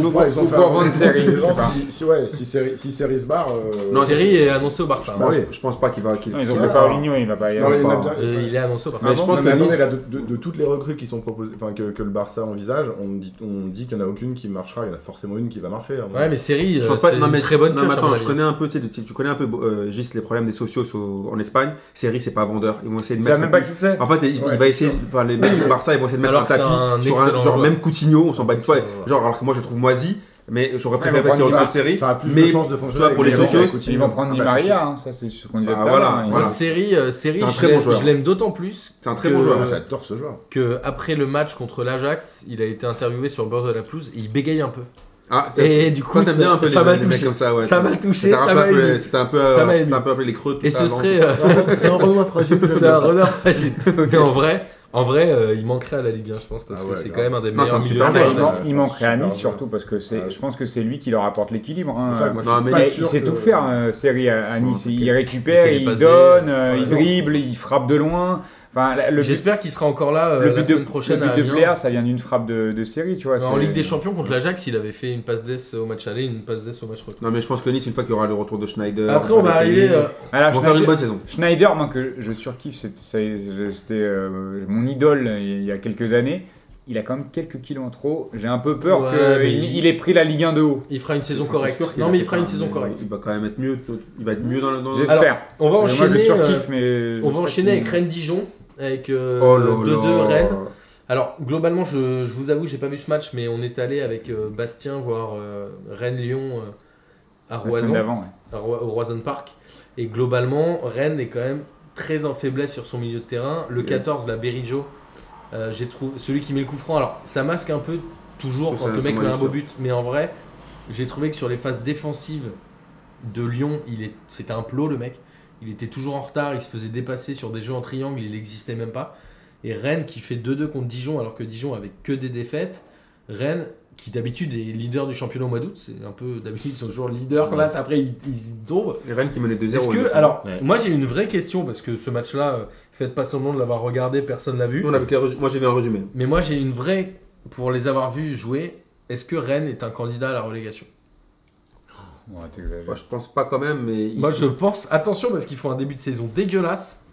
Speaker 2: donc
Speaker 4: Ouais, ils ont
Speaker 3: ou
Speaker 4: fait
Speaker 3: pour
Speaker 4: un-
Speaker 3: vendre Seri,
Speaker 4: les gens,
Speaker 3: je sais pas.
Speaker 4: si, si, ouais, si Seri- si Seri se barre, euh,
Speaker 2: Non,
Speaker 4: c'est-
Speaker 1: Série est annoncée au Barça.
Speaker 2: je,
Speaker 1: hein.
Speaker 2: pense,
Speaker 4: oui.
Speaker 2: bah, je pense pas qu'il va. qu'il-
Speaker 3: Non, Ils ont
Speaker 2: qu'il
Speaker 4: Ouais.
Speaker 3: fait
Speaker 2: va-
Speaker 3: Paulinho, il va pas y Ah
Speaker 4: Non,
Speaker 3: aller.
Speaker 4: il y en a
Speaker 2: pas.
Speaker 4: bien-
Speaker 1: Euh, il est annoncé au Barça.
Speaker 2: Mais je
Speaker 1: Avant,
Speaker 2: pense
Speaker 4: Non,
Speaker 2: que
Speaker 4: mais attendez,
Speaker 2: Nice-
Speaker 4: là, de, de- de toutes les recrues qui sont proposées, enfin que, que le Barça envisage, on dit, on dit qu'il n'y en a aucune qui marchera, il y en a forcément une qui va marcher. hein. à mon
Speaker 1: Ouais, mais série,
Speaker 2: Je
Speaker 1: euh,
Speaker 2: pense pas.
Speaker 1: c'est
Speaker 2: Non
Speaker 1: une
Speaker 2: mais
Speaker 1: très bonne hein,
Speaker 2: Non mais
Speaker 1: pioche, à mon
Speaker 2: attends, je
Speaker 1: avis.
Speaker 2: connais un peu. Tu, sais, tu- tu connais un peu euh, juste les problèmes des socios au- en Espagne. Série, c'est pas Ah, vendeur. Ils vont essayer de
Speaker 3: Tu sais
Speaker 2: mettre.
Speaker 3: même pas qui c'est.
Speaker 2: En fait, il, il
Speaker 4: Ouais,
Speaker 2: va
Speaker 4: c'est
Speaker 2: essayer.
Speaker 4: sûr.
Speaker 2: Enfin, les mecs du Barça, ils vont essayer de mettre
Speaker 1: Alors
Speaker 2: un
Speaker 1: que c'est
Speaker 2: tapis
Speaker 1: un
Speaker 2: sur un
Speaker 1: excellent
Speaker 2: genre
Speaker 1: joueur.
Speaker 2: même Coutinho. On s'en bat une fois.
Speaker 1: Excellent joueur.
Speaker 2: Genre alors que moi je le trouve moisi. Mais j'aurais préféré
Speaker 3: mais
Speaker 2: qu'il
Speaker 3: Neymar,
Speaker 2: rejoigne série.
Speaker 4: ça a plus
Speaker 2: mais
Speaker 4: de chances de fonctionner.
Speaker 2: pour les
Speaker 4: avec
Speaker 2: socios,
Speaker 4: Coutinho.
Speaker 3: Ils vont prendre
Speaker 4: Ah
Speaker 3: Di
Speaker 4: bah, c'est
Speaker 3: Maria, hein, ça c'est ce qu'on disait
Speaker 2: Ah,
Speaker 3: tout à l'heure,
Speaker 2: voilà,
Speaker 3: hein.
Speaker 1: Moi,
Speaker 2: voilà.
Speaker 1: série, euh, série,
Speaker 2: C'est un
Speaker 1: je
Speaker 2: très bon
Speaker 1: l'aime-
Speaker 2: joueur.
Speaker 1: je l'aime d'autant plus
Speaker 2: C'est un très
Speaker 1: que-
Speaker 2: bon
Speaker 4: sûr.
Speaker 2: joueur.
Speaker 4: J'adore ce joueur.
Speaker 1: que après le match contre l'Ajax, il a été interviewé sur le bord de la pelouse et il bégaye un peu.
Speaker 2: Ah, c'est-
Speaker 1: Et du coup,
Speaker 2: Toi, t'aimes bien un peu les
Speaker 1: ça m'a
Speaker 2: les mecs
Speaker 1: touché.
Speaker 2: comme ça, ouais.
Speaker 1: Ça m'a touché,
Speaker 2: C'était un
Speaker 1: ça
Speaker 2: peu
Speaker 1: m'a
Speaker 2: appelé-
Speaker 1: ému.
Speaker 2: C'était un peu,
Speaker 1: Ça m'a
Speaker 2: euh, c'était
Speaker 1: ému.
Speaker 2: un peu appelé les creux. tout
Speaker 1: Et
Speaker 2: ça,
Speaker 1: ce
Speaker 2: avant,
Speaker 1: serait
Speaker 2: tout ça.
Speaker 1: euh,
Speaker 4: C'est un Renoir fragile. j'aime
Speaker 1: C'est un
Speaker 4: bien ça.
Speaker 1: renard fragile. Mais en vrai, en vrai euh, il manquerait à la Ligue 1, je pense, parce
Speaker 4: Ah
Speaker 1: que
Speaker 4: ouais,
Speaker 1: c'est
Speaker 4: grave.
Speaker 1: quand même un des
Speaker 2: Non, c'est
Speaker 1: meilleurs
Speaker 2: un
Speaker 1: milieux
Speaker 2: super
Speaker 1: de
Speaker 3: Ouais,
Speaker 1: terrain.
Speaker 2: joueur,
Speaker 3: il,
Speaker 4: ouais,
Speaker 3: man-
Speaker 4: ouais,
Speaker 3: il
Speaker 4: c'est
Speaker 3: manquerait à
Speaker 4: super
Speaker 3: Nice
Speaker 4: bien.
Speaker 3: surtout parce que c'est,
Speaker 4: Ouais.
Speaker 3: je pense que c'est lui qui leur apporte l'équilibre. hein.
Speaker 4: C'est pour ça que moi, je
Speaker 2: Non,
Speaker 4: suis
Speaker 2: mais
Speaker 4: pas
Speaker 3: Mais
Speaker 4: sûr
Speaker 3: il sait
Speaker 4: que-
Speaker 3: tout faire, euh, série à à Nice.
Speaker 4: Ouais,
Speaker 3: il
Speaker 4: ok.
Speaker 1: Il
Speaker 3: récupère,
Speaker 1: fait les
Speaker 3: il,
Speaker 1: passes
Speaker 3: donne, euh,
Speaker 1: voilà.
Speaker 3: il dribble, il frappe de loin. Enfin, la- le but,
Speaker 1: J'espère qu'il sera encore là euh,
Speaker 3: le
Speaker 1: la
Speaker 3: but de,
Speaker 1: semaine prochaine
Speaker 3: le but
Speaker 1: à
Speaker 3: de
Speaker 1: Amiens.
Speaker 3: Blair, ça vient d'une frappe de, de série, tu vois.
Speaker 1: En
Speaker 3: c'est-
Speaker 1: Ligue des Champions contre l'Ajax, il avait fait une passe d'ess au match aller, une passe d'ess au match retour.
Speaker 2: Non, mais je pense que Nice, une fois qu'il y aura le retour de Schneider.
Speaker 1: Après, on va
Speaker 2: Balotelli,
Speaker 1: arriver. euh,
Speaker 3: Alors,
Speaker 2: Ils vont faire une
Speaker 3: Schneider,
Speaker 2: bonne saison.
Speaker 3: Schneider, moi que je surkiffe, c'est- c'est- je- c'était euh, mon idole euh, il y a quelques années. Il a quand même quelques kilos en trop. J'ai un peu peur
Speaker 1: Ouais, mais
Speaker 3: qu'il
Speaker 1: il-
Speaker 3: il ait pris la Ligue 1 de haut.
Speaker 1: il fera une saison
Speaker 2: C'est- c'est
Speaker 1: correcte.
Speaker 2: sûr qu'il
Speaker 1: Non,
Speaker 2: va
Speaker 1: mais il
Speaker 2: faire
Speaker 1: fera
Speaker 2: ça,
Speaker 1: une saison
Speaker 2: mais
Speaker 1: correcte.
Speaker 2: Il va quand même être mieux. tout- Il va être mieux dans le. dans-
Speaker 3: J'espère.
Speaker 1: On va
Speaker 3: Mais moi, je le
Speaker 1: enchaîner,
Speaker 3: surkiffe,
Speaker 1: euh,
Speaker 3: mais.
Speaker 1: on va enchaîner
Speaker 3: ça,
Speaker 1: avec Rennes Dijon, avec euh,
Speaker 2: Oh là
Speaker 1: 2-2
Speaker 2: là.
Speaker 1: Rennes. Alors globalement, je, je vous avoue, j'ai pas vu ce match, mais on est allé avec euh, Bastien voir euh, Rennes-Lyon euh, à
Speaker 3: la semaine
Speaker 1: Roison.
Speaker 3: d'avant,
Speaker 1: à
Speaker 3: ouais.
Speaker 1: Roi- au Roison Park. Et globalement, Rennes est quand même très en faiblesse sur son milieu de terrain. Le
Speaker 2: Oui.
Speaker 1: 14, la Berrijo, euh, j'ai trouvé celui qui met le coup franc. Alors, ça masque un peu toujours quand
Speaker 2: Ça, ça,
Speaker 1: le
Speaker 2: ça
Speaker 1: mec met
Speaker 2: m'a
Speaker 1: un
Speaker 2: dit
Speaker 1: beau
Speaker 2: ça.
Speaker 1: but, mais en vrai, j'ai trouvé que sur les phases défensives de Lyon, il est, c'était un plot le mec. Il était toujours en retard, il se faisait dépasser sur des jeux en triangle, il n'existait même pas. Et Rennes qui fait 2-2 contre Dijon alors que Dijon avait que des défaites. Rennes qui d'habitude est leader du championnat au mois d'août, c'est un peu d'habitude ils sont toujours leader
Speaker 4: Ouais.
Speaker 1: classe, après ils, ils tombent.
Speaker 2: Et Rennes qui menait 2-0.
Speaker 1: Est-ce
Speaker 2: il me
Speaker 1: que,
Speaker 2: semble.
Speaker 1: alors,
Speaker 4: Ouais.
Speaker 1: moi j'ai une vraie question parce que ce match-là, euh, faites pas semblant de l'avoir regardé, personne l'a vu.
Speaker 2: Nous, on avait été resu- Moi, j'ai vu un résumé.
Speaker 1: Mais moi j'ai une vraie, pour les avoir vus jouer, est-ce que Rennes est un candidat à la relégation
Speaker 3: Ouais, t'exagères.
Speaker 2: Moi, je pense pas quand même, mais. ils-
Speaker 1: Moi je pense, attention parce qu'ils font un début de saison dégueulasse,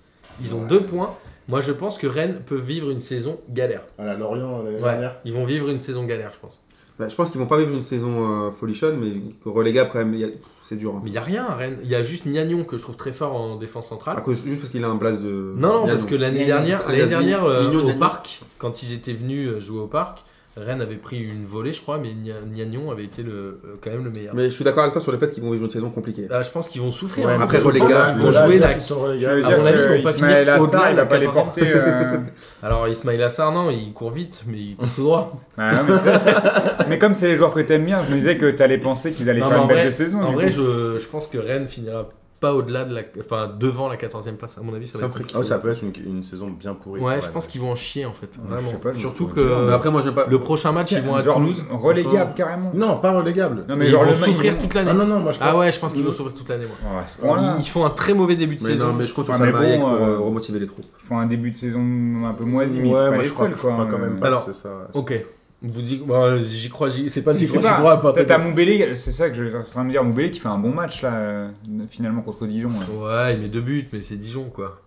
Speaker 1: ils ont deux points. Moi je pense que Rennes peut vivre une saison galère.
Speaker 4: À la Lorient l'année
Speaker 1: Ouais,
Speaker 4: dernière.
Speaker 1: ils vont vivre une saison galère, je pense.
Speaker 2: Bah, je pense qu'ils vont pas vivre une saison euh, folichonne, mais que relégable quand même, il y a- c'est dur. hein.
Speaker 1: Mais il n'y a rien à Rennes. Il y a juste Niagnon que je trouve très fort en défense centrale.
Speaker 2: À cause, juste parce qu'il a un blase de.
Speaker 1: Non, non,
Speaker 2: Yann,
Speaker 1: parce que l'année
Speaker 3: Niagnon.
Speaker 1: dernière,
Speaker 2: Ah,
Speaker 1: l'année
Speaker 2: Niagnon.
Speaker 1: dernière euh,
Speaker 2: Niagnon,
Speaker 1: au
Speaker 2: Niagnon.
Speaker 1: parc, quand ils étaient venus euh, jouer au parc, Rennes avait pris une volée, je crois, mais Gna- Gnagnon avait été le, euh, quand même le meilleur.
Speaker 2: Mais je suis d'accord avec toi sur le fait qu'ils vont vivre une saison compliquée.
Speaker 1: Ah, je pense qu'ils vont souffrir.
Speaker 4: Ouais,
Speaker 1: hein.
Speaker 2: après,
Speaker 1: Je
Speaker 2: relégable,
Speaker 1: pense
Speaker 2: gars,
Speaker 1: qu'ils
Speaker 2: ils
Speaker 1: vont
Speaker 2: voilà,
Speaker 1: jouer la.
Speaker 4: sur
Speaker 3: Tu veux
Speaker 1: À mon
Speaker 3: dire
Speaker 1: avis, ils
Speaker 3: que
Speaker 1: vont pas
Speaker 3: Ismaël
Speaker 1: finir au-delà
Speaker 3: Assar, il
Speaker 1: de
Speaker 3: va pas les
Speaker 1: 14e.
Speaker 3: porter. euh,
Speaker 1: Alors Ismail Assar, non, il court vite, mais il court tout droit.
Speaker 3: Ah, non, mais, ça, c'est- mais comme c'est les joueurs que t'aimes bien, je me disais que t'allais penser qu'ils allaient
Speaker 1: Non, mais
Speaker 3: faire
Speaker 1: en
Speaker 3: une belle
Speaker 1: vrai-
Speaker 3: de saison.
Speaker 1: en
Speaker 3: du
Speaker 1: vrai,
Speaker 3: coup.
Speaker 1: je, je pense que Rennes finira pas au-delà de la, enfin devant la 14e place. À mon avis, ça
Speaker 2: C'est
Speaker 1: va
Speaker 2: un
Speaker 1: être
Speaker 2: truc
Speaker 1: compliqué.
Speaker 4: Ah, ça peut être une, une saison bien pourrie.
Speaker 1: Ouais, je pense qu'ils vont en chier en fait,
Speaker 3: Ouais,
Speaker 1: vraiment.
Speaker 3: je sais pas, je
Speaker 1: Surtout
Speaker 3: trouve
Speaker 1: que
Speaker 2: Euh, Mais après, moi, j'aime pas.
Speaker 1: le prochain match, ils vont à
Speaker 3: Genre,
Speaker 1: Toulouse.
Speaker 3: Relégable carrément.
Speaker 4: Non, pas relégable.
Speaker 3: Non,
Speaker 1: Mais
Speaker 3: mais
Speaker 1: ils
Speaker 3: genre,
Speaker 1: vont
Speaker 3: le ma-
Speaker 1: souffrir
Speaker 3: ils vont-
Speaker 1: toute
Speaker 4: Ah
Speaker 1: l'année.
Speaker 4: non, non, moi je
Speaker 1: Ah
Speaker 4: pense-
Speaker 1: ouais, je pense qu'ils vont
Speaker 4: Ils-
Speaker 1: souffrir toute l'année. moi.
Speaker 3: Oh, à ce point-là,
Speaker 1: Ils font un très mauvais début de
Speaker 2: Mais
Speaker 1: saison.
Speaker 2: non, mais je compte sur
Speaker 3: Ouais,
Speaker 2: saint
Speaker 3: mais
Speaker 2: Samariac
Speaker 3: bon,
Speaker 2: pour
Speaker 3: euh,
Speaker 2: euh, remotiver les troupes.
Speaker 3: ils font un début de saison un peu moisi, mais
Speaker 4: Ouais,
Speaker 3: ils sont pas
Speaker 4: moi
Speaker 3: les
Speaker 4: je crois,
Speaker 3: seuls.
Speaker 4: je crois
Speaker 3: quoi. hein. euh.
Speaker 4: quand même pas
Speaker 1: Alors,
Speaker 4: que c'est ça. ouais.
Speaker 1: Ok. Vous y... bah, j'y crois, j'y... c'est pas
Speaker 3: Je
Speaker 1: j'y
Speaker 3: sais
Speaker 1: crois, j'y
Speaker 3: pas,
Speaker 1: crois pas.
Speaker 3: t'as-
Speaker 1: peut-être.
Speaker 3: T'as Moubélé, c'est ça que je suis en train de dire, Moubélé qui fait un bon match là, euh, finalement contre Dijon. là.
Speaker 1: Ouais, il met deux buts, mais c'est Dijon quoi.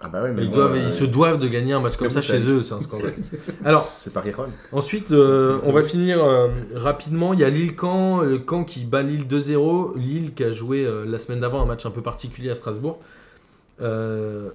Speaker 4: Ah bah ouais, mais
Speaker 1: Ils,
Speaker 4: bon,
Speaker 1: doivent,
Speaker 4: euh,
Speaker 1: ils se doivent de gagner un match comme
Speaker 2: Mais
Speaker 1: ça
Speaker 2: vous
Speaker 1: chez
Speaker 2: savez.
Speaker 1: eux, c'est un scandale. Alors,
Speaker 4: C'est Paris Run.
Speaker 1: Ensuite, euh, on va finir euh, rapidement. Il y a Lille-Caen, le Caen qui bat Lille 2-0. Lille qui a joué euh, la semaine d'avant un match un peu particulier à Strasbourg. Euh,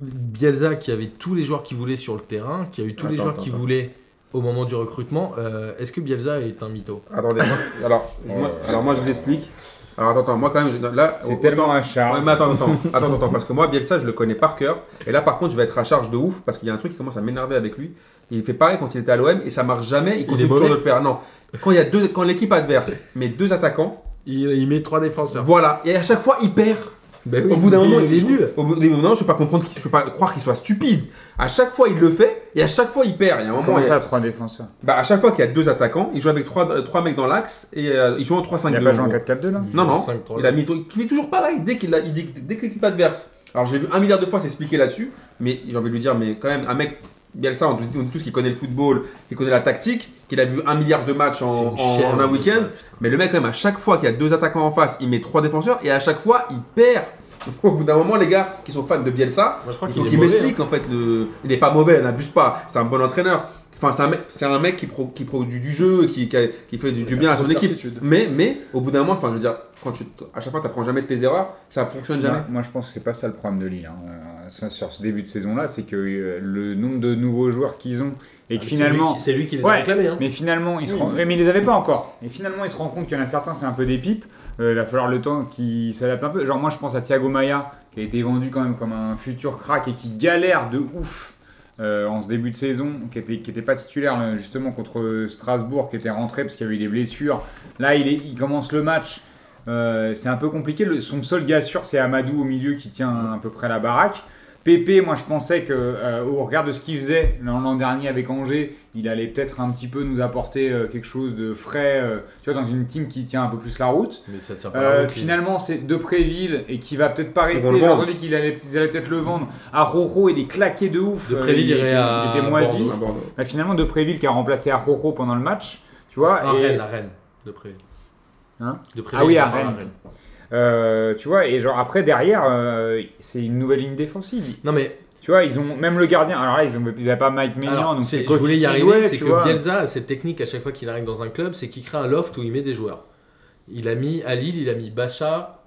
Speaker 1: Bielsa qui avait tous les joueurs qu'il voulait sur le terrain, qui a eu tous les
Speaker 2: Attends,
Speaker 1: joueurs
Speaker 2: attends,
Speaker 1: qu'il
Speaker 2: attends.
Speaker 1: voulait au moment du recrutement. Euh, Est-ce que Bielsa est un mytho
Speaker 2: Attendez, moi- alors, je- moi, alors moi, je vous explique. Alors, attends, attends, moi, quand même, je- là,
Speaker 3: C'est
Speaker 2: autant-
Speaker 3: tellement un
Speaker 2: Ouais,
Speaker 3: charme.
Speaker 2: mais attends, attends, attends, attends, parce que moi, Bielsa, je le connais par cœur. Et là, par contre, je vais être à charge de ouf parce qu'il y a un truc qui commence à m'énerver avec lui. Il fait pareil quand il était à l'OM et ça marche jamais. Il continue
Speaker 1: est
Speaker 2: toujours
Speaker 1: mauvais.
Speaker 2: de le faire. Non, quand il y a deux, quand l'équipe adverse met deux attaquants,
Speaker 1: il, il met trois défenseurs.
Speaker 2: voilà. Et à chaque fois, il perd.
Speaker 1: Ben oui,
Speaker 2: Au bout d'un moment,
Speaker 1: il est
Speaker 2: je-
Speaker 1: nul.
Speaker 2: Au bout d'un moment, je peux pas comprendre, qu'il- je peux pas croire qu'il soit stupide. À chaque fois, il le fait et à chaque fois, il perd. Il y a un moment,
Speaker 3: Comment
Speaker 2: il y
Speaker 3: ça,
Speaker 2: a-
Speaker 3: trois défenseurs
Speaker 2: bah, à chaque fois qu'il y a deux attaquants, il joue avec trois, euh, trois mecs dans l'axe et euh, il joue en 3-5-2.
Speaker 3: Il a pas
Speaker 2: en
Speaker 3: joué en
Speaker 2: gros.
Speaker 3: 4-4-2 là
Speaker 2: Non, non,
Speaker 1: 5-3.
Speaker 2: il a mis il fait toujours pareil dès qu'il a- il dit- dès que l'équipe adverse. Alors j'ai vu un milliard de fois s'expliquer là-dessus, mais j'ai envie de lui dire, mais quand même, un mec, Bielsa, on dit, on dit tous qu'il connaît le football, qu'il connaît la tactique, qu'il a vu un milliard de matchs
Speaker 1: C'est
Speaker 2: en,
Speaker 1: une
Speaker 2: en-
Speaker 1: chair, hein,
Speaker 2: en un
Speaker 1: mais-
Speaker 2: week-end, mais le mec, quand même, à chaque fois qu'il y a deux attaquants en face, il met trois défenseurs et à chaque fois, il perd. Au bout d'un moment, les gars qui sont fans de Bielsa,
Speaker 1: Moi, je crois
Speaker 2: il
Speaker 1: qu'il
Speaker 2: faut
Speaker 1: est
Speaker 2: qu'il
Speaker 1: mauvais, hein.
Speaker 2: m'explique en fait. Le... Il n'est pas mauvais, n'abuse pas, c'est un bon entraîneur. Enfin, c'est un mec, c'est un mec qui, pro- qui produit du jeu, qui, qui a- qui fait du, du bien à son équipe. Mais, mais au bout d'un moment, enfin, je veux dire, quand tu, à chaque fois, tu n'apprends jamais de tes erreurs, ça fonctionne jamais.
Speaker 3: Moi, moi, je pense que c'est pas ça le problème de Lille. hein. Euh, ça, sur ce début de saison-là, c'est que euh, le nombre de nouveaux joueurs qu'ils ont et
Speaker 4: Ah,
Speaker 3: que finalement.
Speaker 1: C'est lui qui les a
Speaker 3: Ouais,
Speaker 1: réclamés. hein.
Speaker 3: Mais finalement, ils se rend- Ouais, mais ils les avaient pas encore. Et finalement, ils se rendent compte qu'il y en a certains, c'est un peu des pipes. Euh, il va falloir le temps qu'ils s'adaptent un peu. Genre, moi, je pense à Thiago Maia, qui a été vendu quand même comme un futur crack et qui galère de ouf euh, en ce début de saison, qui était, qui était pas titulaire là, justement contre Strasbourg, qui était rentré parce qu'il y avait eu des blessures. Là, il, est- il commence le match. Euh, c'est un peu compliqué. Le- son seul gars sûr, c'est Amadou au milieu qui tient à peu près la baraque. Pépé, moi je pensais que euh, au regard de ce qu'il faisait l'an l'an dernier avec Angers, il allait peut-être un petit peu nous apporter euh, quelque chose de frais, euh, tu vois, dans une team qui tient un peu plus la route.
Speaker 1: Mais ça tient pas la
Speaker 3: Euh,
Speaker 1: route, il-
Speaker 3: finalement, c'est Depréville et qui va peut-être pas
Speaker 2: vont le
Speaker 3: rester. J'ai
Speaker 2: vendre.
Speaker 3: entendu qu'ils allaient, ils allaient peut-être le vendre. À Roro, il est claqué de ouf.
Speaker 1: Depréville
Speaker 3: Euh, il,
Speaker 1: irait
Speaker 3: était-
Speaker 1: à
Speaker 3: il était moisi.
Speaker 1: Bordeaux.
Speaker 3: Bah, finalement, Depréville qui a remplacé à Roro pendant le match, tu vois.
Speaker 1: À
Speaker 3: et-
Speaker 1: Ah, Rennes, à Rennes, de près.
Speaker 3: Hein
Speaker 1: De près,
Speaker 3: Ah oui,
Speaker 1: il
Speaker 3: à
Speaker 1: va pas
Speaker 3: Rennes. Euh, tu vois, et genre après derrière, euh, c'est une nouvelle ligne défensive.
Speaker 1: Non mais
Speaker 3: Tu vois, ils ont même le gardien. Alors là, ils ont, ils avaient pas Mike Maignan,
Speaker 1: Alors,
Speaker 3: donc
Speaker 1: c'est-
Speaker 3: c'est
Speaker 1: je
Speaker 3: Kofi
Speaker 1: voulais y
Speaker 3: qui
Speaker 1: arriver,
Speaker 3: jouait,
Speaker 1: c'est
Speaker 3: tu
Speaker 1: que
Speaker 3: vois.
Speaker 1: Bielsa a cette technique à chaque fois qu'il arrive dans un club, c'est qu'il crée un loft où il met des joueurs. Il a mis à Lille, il a mis Bacha,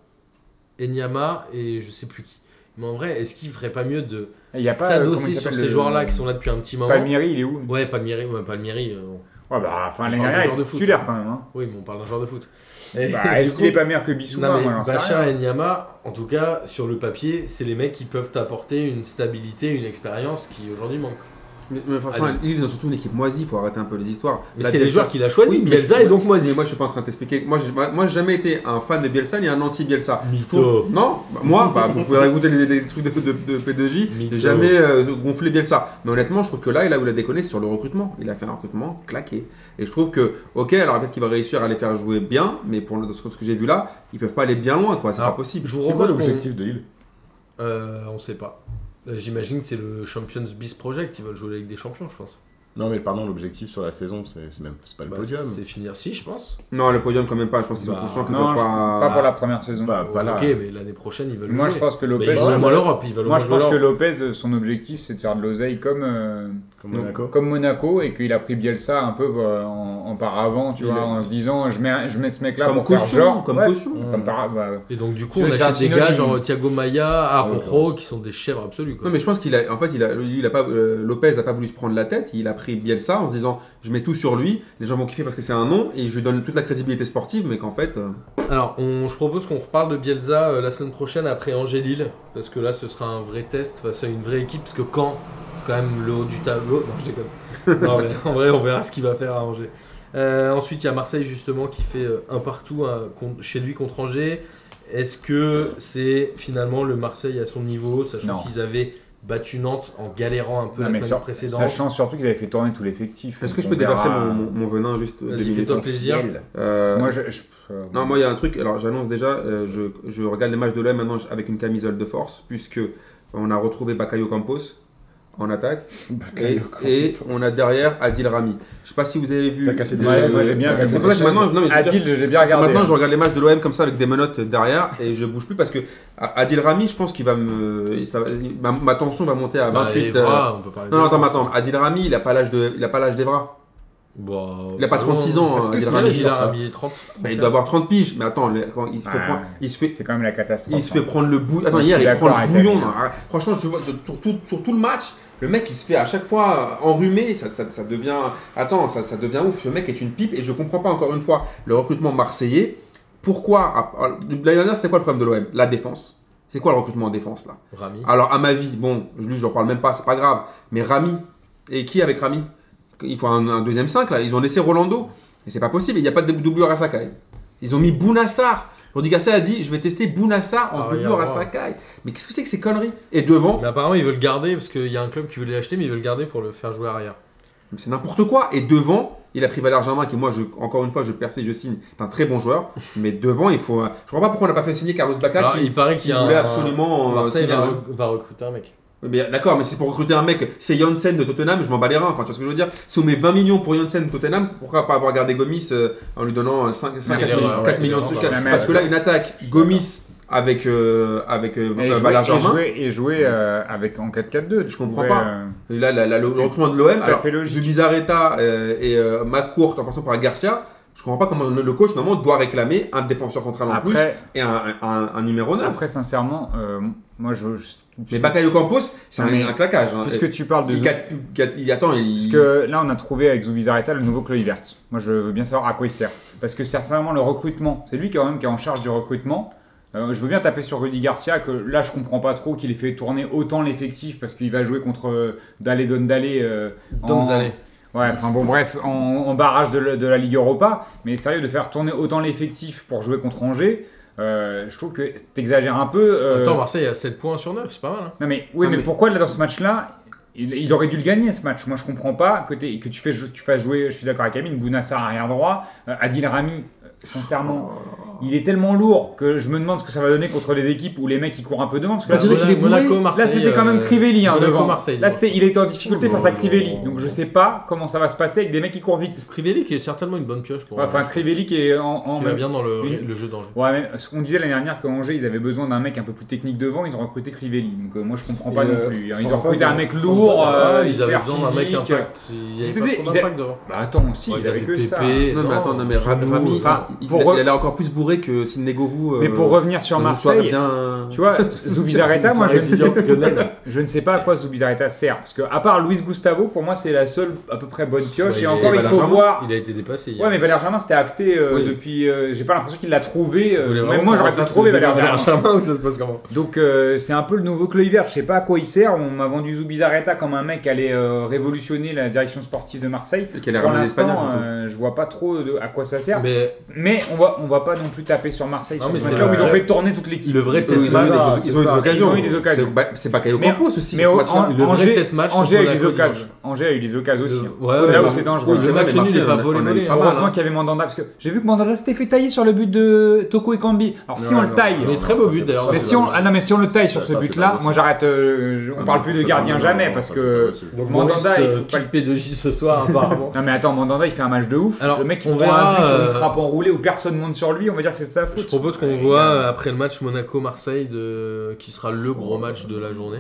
Speaker 1: Enyama et je sais plus qui. Mais en vrai, est-ce qu'il ferait pas mieux de
Speaker 3: Il y a pas, euh, comment
Speaker 1: s'adosser
Speaker 3: il
Speaker 1: sur
Speaker 3: s'appelle,
Speaker 1: ces
Speaker 3: le-
Speaker 1: joueurs-là qui sont là depuis un petit moment
Speaker 3: Palmieri, il est où
Speaker 1: Ouais, Palmieri, ouais, Palmieri, euh, bon.
Speaker 3: Ouais, bah, enfin,
Speaker 1: parle de
Speaker 3: l'année dernière, il
Speaker 1: joueur de
Speaker 3: était
Speaker 1: foot.
Speaker 3: titulaire quand même. hein.
Speaker 1: oui, mais on parle d'un joueur de foot. Et
Speaker 3: Bah,
Speaker 1: du
Speaker 3: Est-ce
Speaker 1: coup,
Speaker 3: qu'il est pas meilleur que Bissouma
Speaker 1: non, mais
Speaker 3: Moi, j'en sais
Speaker 1: Bacha
Speaker 3: rien.
Speaker 1: et Enyama, en tout cas, sur le papier, c'est les mecs qui peuvent t'apporter une stabilité, une expérience qui aujourd'hui manque.
Speaker 2: Mais, mais franchement,
Speaker 1: Allez. Bah,
Speaker 2: Lille, ils ont surtout une équipe moisie, il faut arrêter un peu les histoires.
Speaker 1: Mais
Speaker 2: Là,
Speaker 1: c'est les
Speaker 2: Bielsa-
Speaker 1: joueurs qu'il a choisis,
Speaker 2: Oui, mais
Speaker 1: Bielsa
Speaker 2: je-
Speaker 1: et donc
Speaker 2: Mais
Speaker 1: Moisy.
Speaker 2: moi, je suis pas en train de t'expliquer. Moi, j'ai- moi, j'ai jamais été un fan de Bielsa ni un anti-Bielsa. Je
Speaker 1: Mytho.
Speaker 2: trouve- Non, bah, moi, bah, vous pouvez écouter les, les trucs de, de, de P2J.
Speaker 1: Mytho.
Speaker 2: J'ai jamais euh, gonflé Bielsa. Mais honnêtement, je trouve que là, là où il a déconné, c'est sur le recrutement. Il a fait un recrutement claqué. Et je trouve que, ok, alors peut-être qu'il va réussir à les faire jouer bien, mais pour le- dans ce ce que j'ai vu là, ils peuvent pas aller bien loin, quoi. C'est
Speaker 1: Alors,
Speaker 2: pas possible.
Speaker 1: Je vous
Speaker 4: C'est quoi
Speaker 1: propose qu'on-
Speaker 4: l'objectif de Lille
Speaker 1: Euh, on sait pas. Euh, J'imagine que c'est le Champions Beast Project qui veulent jouer la Ligue des Champions, je pense.
Speaker 4: Non, mais pardon, l'objectif sur la saison, c'est c'est même c'est pas le
Speaker 1: Bah,
Speaker 4: podium.
Speaker 1: C'est finir si, je pense.
Speaker 2: Non, le podium, quand même pas. Je pense qu'ils sont
Speaker 4: Bah,
Speaker 2: conscients qu'ils
Speaker 3: Non,
Speaker 2: peuvent
Speaker 3: je-
Speaker 2: pas.
Speaker 3: pas pour la première saison.
Speaker 4: Bah, pas là.
Speaker 1: Ok, mais l'année prochaine, ils veulent
Speaker 3: Ah, Moi,
Speaker 1: jouer.
Speaker 3: je pense que
Speaker 1: Bah, ils
Speaker 3: Lopez. euh,
Speaker 1: jouent
Speaker 4: Ouais,
Speaker 1: au moins l'Europe, ils veulent au
Speaker 3: Moi,
Speaker 1: moins
Speaker 3: je pense
Speaker 1: jouer
Speaker 3: que
Speaker 1: l'Europe.
Speaker 3: Lopez, euh, son objectif, c'est de faire de l'oseille comme, euh,
Speaker 4: Comme
Speaker 3: donc,
Speaker 4: Monaco.
Speaker 3: comme Monaco et qu'il a pris Bielsa un peu bah, en, en par avant, tu
Speaker 2: Il
Speaker 3: vois,
Speaker 2: est-
Speaker 3: en se disant je mets, je mets ce mec-là
Speaker 2: Comme
Speaker 3: pour faire
Speaker 2: caution,
Speaker 3: genre.
Speaker 2: comme
Speaker 3: Ouais,
Speaker 2: caution.
Speaker 3: Comme par, bah,
Speaker 1: Et donc, du coup,
Speaker 3: Tu
Speaker 1: on
Speaker 3: veux, c'est un
Speaker 1: achète des gars
Speaker 3: synonyme.
Speaker 1: genre Thiago Maia,
Speaker 4: Ouais, je
Speaker 1: Arrojo,
Speaker 4: pense.
Speaker 1: qui sont des chèvres absolus. Quoi.
Speaker 2: Non mais je pense qu'il a en fait il a lui, il a pas euh, Lopez a pas voulu se prendre la tête, il a pris Bielsa en se disant je mets tout sur lui, les gens vont kiffer parce que c'est un nom et je lui donne toute la crédibilité sportive, mais qu'en fait, euh,
Speaker 1: Alors, on- je propose qu'on reparle de Bielsa euh, la semaine prochaine après Angers-Lille, parce que là, ce sera un vrai test face à une vraie équipe, parce que quand c'est quand même le haut du tableau. Non, je déconne. Non, mais en vrai, on verra ce qu'il va faire à Angers. Euh, ensuite, il y a Marseille, justement, qui fait euh, un partout hein, con- chez lui contre Angers. Est-ce que c'est finalement le Marseille à son niveau, sachant
Speaker 3: Non.
Speaker 1: qu'ils avaient battu Nantes en galérant un peu
Speaker 3: Non,
Speaker 1: la
Speaker 3: mais
Speaker 1: semaine
Speaker 3: sur-
Speaker 1: précédente
Speaker 3: Sachant surtout qu'ils avaient fait tourner tout l'effectif.
Speaker 2: est-ce que
Speaker 3: Donc
Speaker 2: je
Speaker 3: on
Speaker 2: peux déverser
Speaker 3: verra.
Speaker 2: mon, mon- mon venin juste
Speaker 1: Vas-y,
Speaker 2: deux minutes
Speaker 1: fais-toi plaisir.
Speaker 2: Euh,
Speaker 3: Moi, je. je- euh,
Speaker 2: Non, moi, il y a un truc. Alors, j'annonce déjà, euh, je, je regarde les matchs de l'OM maintenant avec une camisole de force, puisque on a retrouvé Bakayo Campos en attaque. et, et on a derrière Adil Rami. Je sais pas si vous avez vu.
Speaker 4: T'as cassé
Speaker 2: les-
Speaker 4: des
Speaker 3: Ouais,
Speaker 4: choses.
Speaker 3: moi j'ai bien
Speaker 4: C'est
Speaker 2: C'est
Speaker 3: regardé.
Speaker 2: pour ça que maintenant, non, mais je veux dire-
Speaker 3: Adil, j'ai bien regardé.
Speaker 2: Maintenant, je regarde les matchs de l'OM comme ça avec des menottes derrière et je bouge plus parce que A- Adil Rami, je pense qu'il va me. ça va- ma, ma tension va monter à
Speaker 1: Bah,
Speaker 2: 28. euh,
Speaker 1: Evra, on peut parler
Speaker 2: Non, non, attends,
Speaker 1: d'Evra.
Speaker 2: attends. Adil Rami, il a pas l'âge de, il a pas l'âge d'Evra.
Speaker 1: Bah,
Speaker 2: Il a pas
Speaker 1: non.
Speaker 2: 36 ans.
Speaker 4: Est-ce que
Speaker 2: euh, Adil Rami.
Speaker 4: c'est vrai
Speaker 1: Il a
Speaker 4: ça
Speaker 1: mis 30.
Speaker 2: Mais il doit avoir 30 piges. Mais attends, le- quand il, faut
Speaker 3: Ouais.
Speaker 2: prendre- il se fait,
Speaker 3: C'est quand même la catastrophe.
Speaker 2: il se fait
Speaker 3: hein.
Speaker 2: prendre le bouillon. Attends,
Speaker 3: Ah. Je
Speaker 2: hier,
Speaker 3: suis
Speaker 2: il
Speaker 3: d'accord
Speaker 2: prend le
Speaker 3: avec
Speaker 2: bouillon.
Speaker 3: Amine.
Speaker 2: non. Ah, Franchement, tu vois, sur sur tout, sur tout le match, le mec, il se fait à chaque fois euh, enrhumer. Ça, ça, ça devient. Attends, ça, ça devient ouf. Ce mec est une pipe. Et je comprends pas encore une fois le recrutement marseillais. Pourquoi à- à- L'année dernière, c'était quoi le problème de l'OM La défense. C'est quoi le recrutement en défense là
Speaker 1: Rami.
Speaker 2: Alors, à ma vie, bon, lui, j'en parle même pas, c'est pas grave. Mais Rami, et qui avec Rami Il faut un, un deuxième 5 là. Ils ont laissé Rolando. Et c'est pas possible, il n'y a pas de doublure à Sakai. Ils ont mis Bounassar. Rudy Garcia a dit Je vais tester Bounassar en
Speaker 1: Ah,
Speaker 2: doublure
Speaker 1: rien à
Speaker 2: à
Speaker 1: voir.
Speaker 2: Sakai. Mais qu'est-ce que c'est que ces conneries Et devant,
Speaker 1: Mais apparemment, ils veulent garder parce qu'il y a un club qui veut l'acheter, mais ils veulent garder pour le faire jouer arrière.
Speaker 2: c'est n'importe quoi. Et devant, il a pris Valère Germain, qui, moi, je, encore une fois, je persiste, je signe. C'est un très bon joueur. mais devant, il faut. un- Je comprends pas pourquoi on n'a pas fait signer Carlos Bacca,
Speaker 1: Alors,
Speaker 2: qui,
Speaker 1: il paraît
Speaker 2: qui
Speaker 1: qu'il y a
Speaker 2: voulait
Speaker 1: un-
Speaker 2: absolument. euh,
Speaker 1: Marseille
Speaker 2: signer
Speaker 1: va,
Speaker 2: un-
Speaker 1: rec- va recruter un mec.
Speaker 2: Oui, Mais d'accord, mais c'est pour recruter un mec, c'est Janssen de Tottenham, je m'en bats les reins. Enfin, tu vois ce que je veux dire Si on met 20 millions pour Janssen de Tottenham, pourquoi pas avoir gardé Gomis euh, en lui donnant 5,
Speaker 1: mais c'est vrai, ouais,
Speaker 2: millions de
Speaker 1: c'est
Speaker 2: sous
Speaker 1: vrai,
Speaker 2: quatre-
Speaker 3: ouais.
Speaker 2: Parce que là, une attaque Gomis avec, euh, avec euh,
Speaker 3: Et
Speaker 2: euh,
Speaker 3: jouer-
Speaker 2: Valère
Speaker 3: et
Speaker 2: Germain,
Speaker 3: jouer, et jouer euh, avec en 4-4-2.
Speaker 2: Je comprends
Speaker 3: Ouais,
Speaker 2: pas.
Speaker 3: euh,
Speaker 2: et là, la- la- le le recrutement de l'OM,
Speaker 3: à
Speaker 2: alors
Speaker 3: fait Ah, logique.
Speaker 2: Zubizarreta euh, et euh, McCourt en passant par Garcia, je comprends pas comment le, le coach, normalement, doit réclamer un défenseur central en plus
Speaker 3: Après,
Speaker 2: et un, un- un- un numéro 9.
Speaker 3: après, sincèrement, euh, moi je. je-
Speaker 2: mais Bakayo Campos, c'est un,
Speaker 3: Mais-
Speaker 2: un claquage. hein.
Speaker 3: Puisque tu parles de.
Speaker 2: il,
Speaker 3: Zou-
Speaker 2: gâte- il gâte- il attend, il.
Speaker 3: Parce que là, on a trouvé avec Zubizarreta le nouveau Chloé Vert. Moi, je veux bien savoir à quoi il sert. Parce que certainement, le recrutement, c'est lui quand même qui est en charge du recrutement. Euh, je veux bien taper sur Rudy Garcia, que là, je comprends pas trop qu'il ait fait tourner autant l'effectif parce qu'il va jouer contre euh, Dale Don Dale. euh, en-
Speaker 1: Donzale.
Speaker 3: Ouais, enfin bon, bref, en, en barrage de, la- de la Ligue Europa. Mais sérieux, de faire tourner autant l'effectif pour jouer contre Angers, euh, je trouve que t'exagères un peu. euh,
Speaker 1: Attends, bah. Marseille a 7 points sur 9, c'est pas mal. hein.
Speaker 3: non mais oui,
Speaker 2: Non,
Speaker 3: mais,
Speaker 2: mais-
Speaker 3: pourquoi là dans ce match-là, il, il aurait dû le gagner ce match. Moi je comprends pas que, t'aies- que tu, fais, tu fasses jouer. Je suis d'accord avec Amine, Bounassar arrière droit, euh, Adil Rami. euh, Sincèrement,
Speaker 1: Oh.
Speaker 3: il est tellement lourd que je me demande ce que ça va donner contre des équipes où les mecs ils courent un peu devant. Parce que là,
Speaker 2: Bah, c'est vrai qu'il est bourré.
Speaker 1: Monaco, Marseille,
Speaker 3: là, c'était quand même
Speaker 1: euh,
Speaker 3: Crivelli hein,
Speaker 1: Monaco,
Speaker 3: devant.
Speaker 1: Marseille.
Speaker 3: Là c'était, il était en difficulté
Speaker 1: Oh
Speaker 3: face à
Speaker 1: là
Speaker 3: Crivelli.
Speaker 1: là.
Speaker 3: Donc je sais pas comment ça va se passer avec des mecs qui courent vite.
Speaker 1: Crivelli qui est certainement une bonne pioche pour.
Speaker 3: Ouais, Enfin
Speaker 1: euh,
Speaker 3: Crivelli qui est en, en
Speaker 1: qui va
Speaker 3: même-
Speaker 1: bien dans le,
Speaker 3: une-
Speaker 1: le jeu d'Angers.
Speaker 3: Ouais, mais ce qu'on disait l'année dernière que Angers, ils avaient besoin d'un mec un peu plus technique devant, ils ont recruté Crivelli. Donc euh, moi je comprends pas
Speaker 4: Et, euh,
Speaker 3: non plus. Ils
Speaker 4: Fanfan,
Speaker 3: ont recruté un
Speaker 4: ils-
Speaker 3: mec lourd, euh,
Speaker 1: ils avaient
Speaker 3: hyper
Speaker 1: besoin d'un mec
Speaker 3: physique.
Speaker 1: impact. Il y avait
Speaker 3: C'était
Speaker 1: pas
Speaker 3: des-
Speaker 1: trop
Speaker 3: ils a-
Speaker 1: d'impact devant.
Speaker 3: Bah attends, si,
Speaker 1: Ouais,
Speaker 3: ils avaient que ça.
Speaker 1: Pépé,
Speaker 2: Non, mais attends, non, mais Ra-
Speaker 1: Giroud.
Speaker 2: Rami,
Speaker 3: Enfin,
Speaker 2: il, il-
Speaker 3: pour
Speaker 2: il-
Speaker 3: re-
Speaker 2: il est encore plus bourré que Sidney
Speaker 1: euh,
Speaker 2: euh, Govou.
Speaker 3: Mais pour revenir sur Marseille,
Speaker 2: bien...
Speaker 3: tu vois, Zubizarreta, moi je ne,
Speaker 1: Soirée
Speaker 3: sais, je ne sais pas à quoi Zubizarreta sert. Parce que, à part Luis Gustavo, pour moi c'est la seule à peu près bonne pioche.
Speaker 1: Ouais,
Speaker 3: et
Speaker 1: et
Speaker 3: encore, il
Speaker 2: Valère
Speaker 3: faut
Speaker 2: Germain.
Speaker 3: voir.
Speaker 1: Il a été dépassé hier.
Speaker 3: Ouais, mais Valère Germain c'était acté euh,
Speaker 2: Oui.
Speaker 3: depuis. euh, J'ai pas l'impression qu'il l'a trouvé. euh,
Speaker 1: Vous voulez
Speaker 3: même
Speaker 1: vraiment
Speaker 3: moi
Speaker 1: qu'on
Speaker 3: j'aurais pu
Speaker 1: refasse
Speaker 3: trouver
Speaker 1: le
Speaker 3: Valère
Speaker 1: débat
Speaker 3: Germain.
Speaker 1: Germain ou ça se passe comment
Speaker 3: Donc euh, c'est un peu le nouveau Chloé Vert, je sais pas à quoi il sert, on m'a vendu Zubizarreta comme un mec qui allait euh, révolutionner la direction sportive de Marseille.
Speaker 2: Et euh, qu'elle a
Speaker 3: Pour
Speaker 2: ramené les Espagnols.
Speaker 3: l'instant,
Speaker 2: surtout.
Speaker 3: euh, je vois pas trop de- à quoi ça sert. Mais,
Speaker 1: Mais
Speaker 3: on va on va pas non plus taper sur Marseille
Speaker 1: Non,
Speaker 3: sur
Speaker 1: mais
Speaker 3: ce
Speaker 1: c'est
Speaker 3: match-là où
Speaker 1: le-
Speaker 3: ils ont fait tourner toute l'équipe. Euh,
Speaker 1: le vrai
Speaker 2: hein. Ils ont eu
Speaker 1: test match.
Speaker 2: des-
Speaker 4: ça,
Speaker 2: Ils ont eu
Speaker 4: c'est
Speaker 2: des
Speaker 4: ça.
Speaker 2: occasions.
Speaker 3: Ils ont eu des occasions.
Speaker 2: C'est Ba- C'est Bakayo
Speaker 3: Mais-
Speaker 2: Campos aussi
Speaker 3: Mais
Speaker 2: sur ce
Speaker 3: au-
Speaker 2: match-là.
Speaker 3: en-
Speaker 1: Le vrai
Speaker 3: Angers,
Speaker 1: test match
Speaker 3: Angers
Speaker 1: contre
Speaker 3: a eu des
Speaker 1: Monaco
Speaker 3: occasions. Angers a eu des occasions aussi.
Speaker 1: Euh,
Speaker 3: hein.
Speaker 1: Ouais, ouais,
Speaker 3: là
Speaker 1: ouais.
Speaker 3: où c'est dangereux.
Speaker 1: Le
Speaker 2: c'est
Speaker 1: match
Speaker 2: vrai que
Speaker 1: nul, il est
Speaker 2: Marseille,
Speaker 1: pas
Speaker 2: on a- on a eu
Speaker 1: volé-volé.
Speaker 2: pas mal,
Speaker 3: Heureusement
Speaker 2: hein.
Speaker 3: qu'il y avait Mandanda parce que j'ai vu que Mandanda s'était fait tailler sur le but de Toko Ekambi. Alors si
Speaker 4: Non,
Speaker 3: on le
Speaker 4: non,
Speaker 3: taille,
Speaker 4: non,
Speaker 1: Mais
Speaker 4: non,
Speaker 1: très
Speaker 4: ça,
Speaker 1: beau
Speaker 4: c'est-
Speaker 1: but, d'ailleurs.
Speaker 4: ça,
Speaker 3: Mais
Speaker 4: c'est
Speaker 3: si
Speaker 4: pas
Speaker 3: on, ah
Speaker 4: possible.
Speaker 3: non, mais si on le taille sur
Speaker 4: Ça,
Speaker 3: ce
Speaker 4: ça, c'est pas
Speaker 3: but-là, moi
Speaker 4: possible.
Speaker 3: j'arrête. euh, je- on
Speaker 4: Ah
Speaker 3: parle
Speaker 4: non,
Speaker 3: plus
Speaker 4: ça,
Speaker 3: de
Speaker 4: c'est
Speaker 3: gardien
Speaker 4: pas
Speaker 3: jamais
Speaker 4: possible.
Speaker 3: parce
Speaker 4: Ça, c'est pas
Speaker 3: que.
Speaker 4: possible.
Speaker 1: Donc
Speaker 3: Mandanda,
Speaker 1: Maurice,
Speaker 3: il
Speaker 1: euh,
Speaker 3: faut pas le-
Speaker 1: kick P2J ce soir apparemment.
Speaker 3: Non mais attends, Mandanda il fait un match de ouf.
Speaker 1: Alors,
Speaker 3: le mec il
Speaker 1: on
Speaker 3: prend un
Speaker 1: verra,
Speaker 3: but sur une
Speaker 1: euh,
Speaker 3: frappe enroulée où personne monte sur lui, on va dire que c'est de sa faute.
Speaker 1: Je propose qu'on voit euh, après le match Monaco-Marseille de... qui sera le gros match de la journée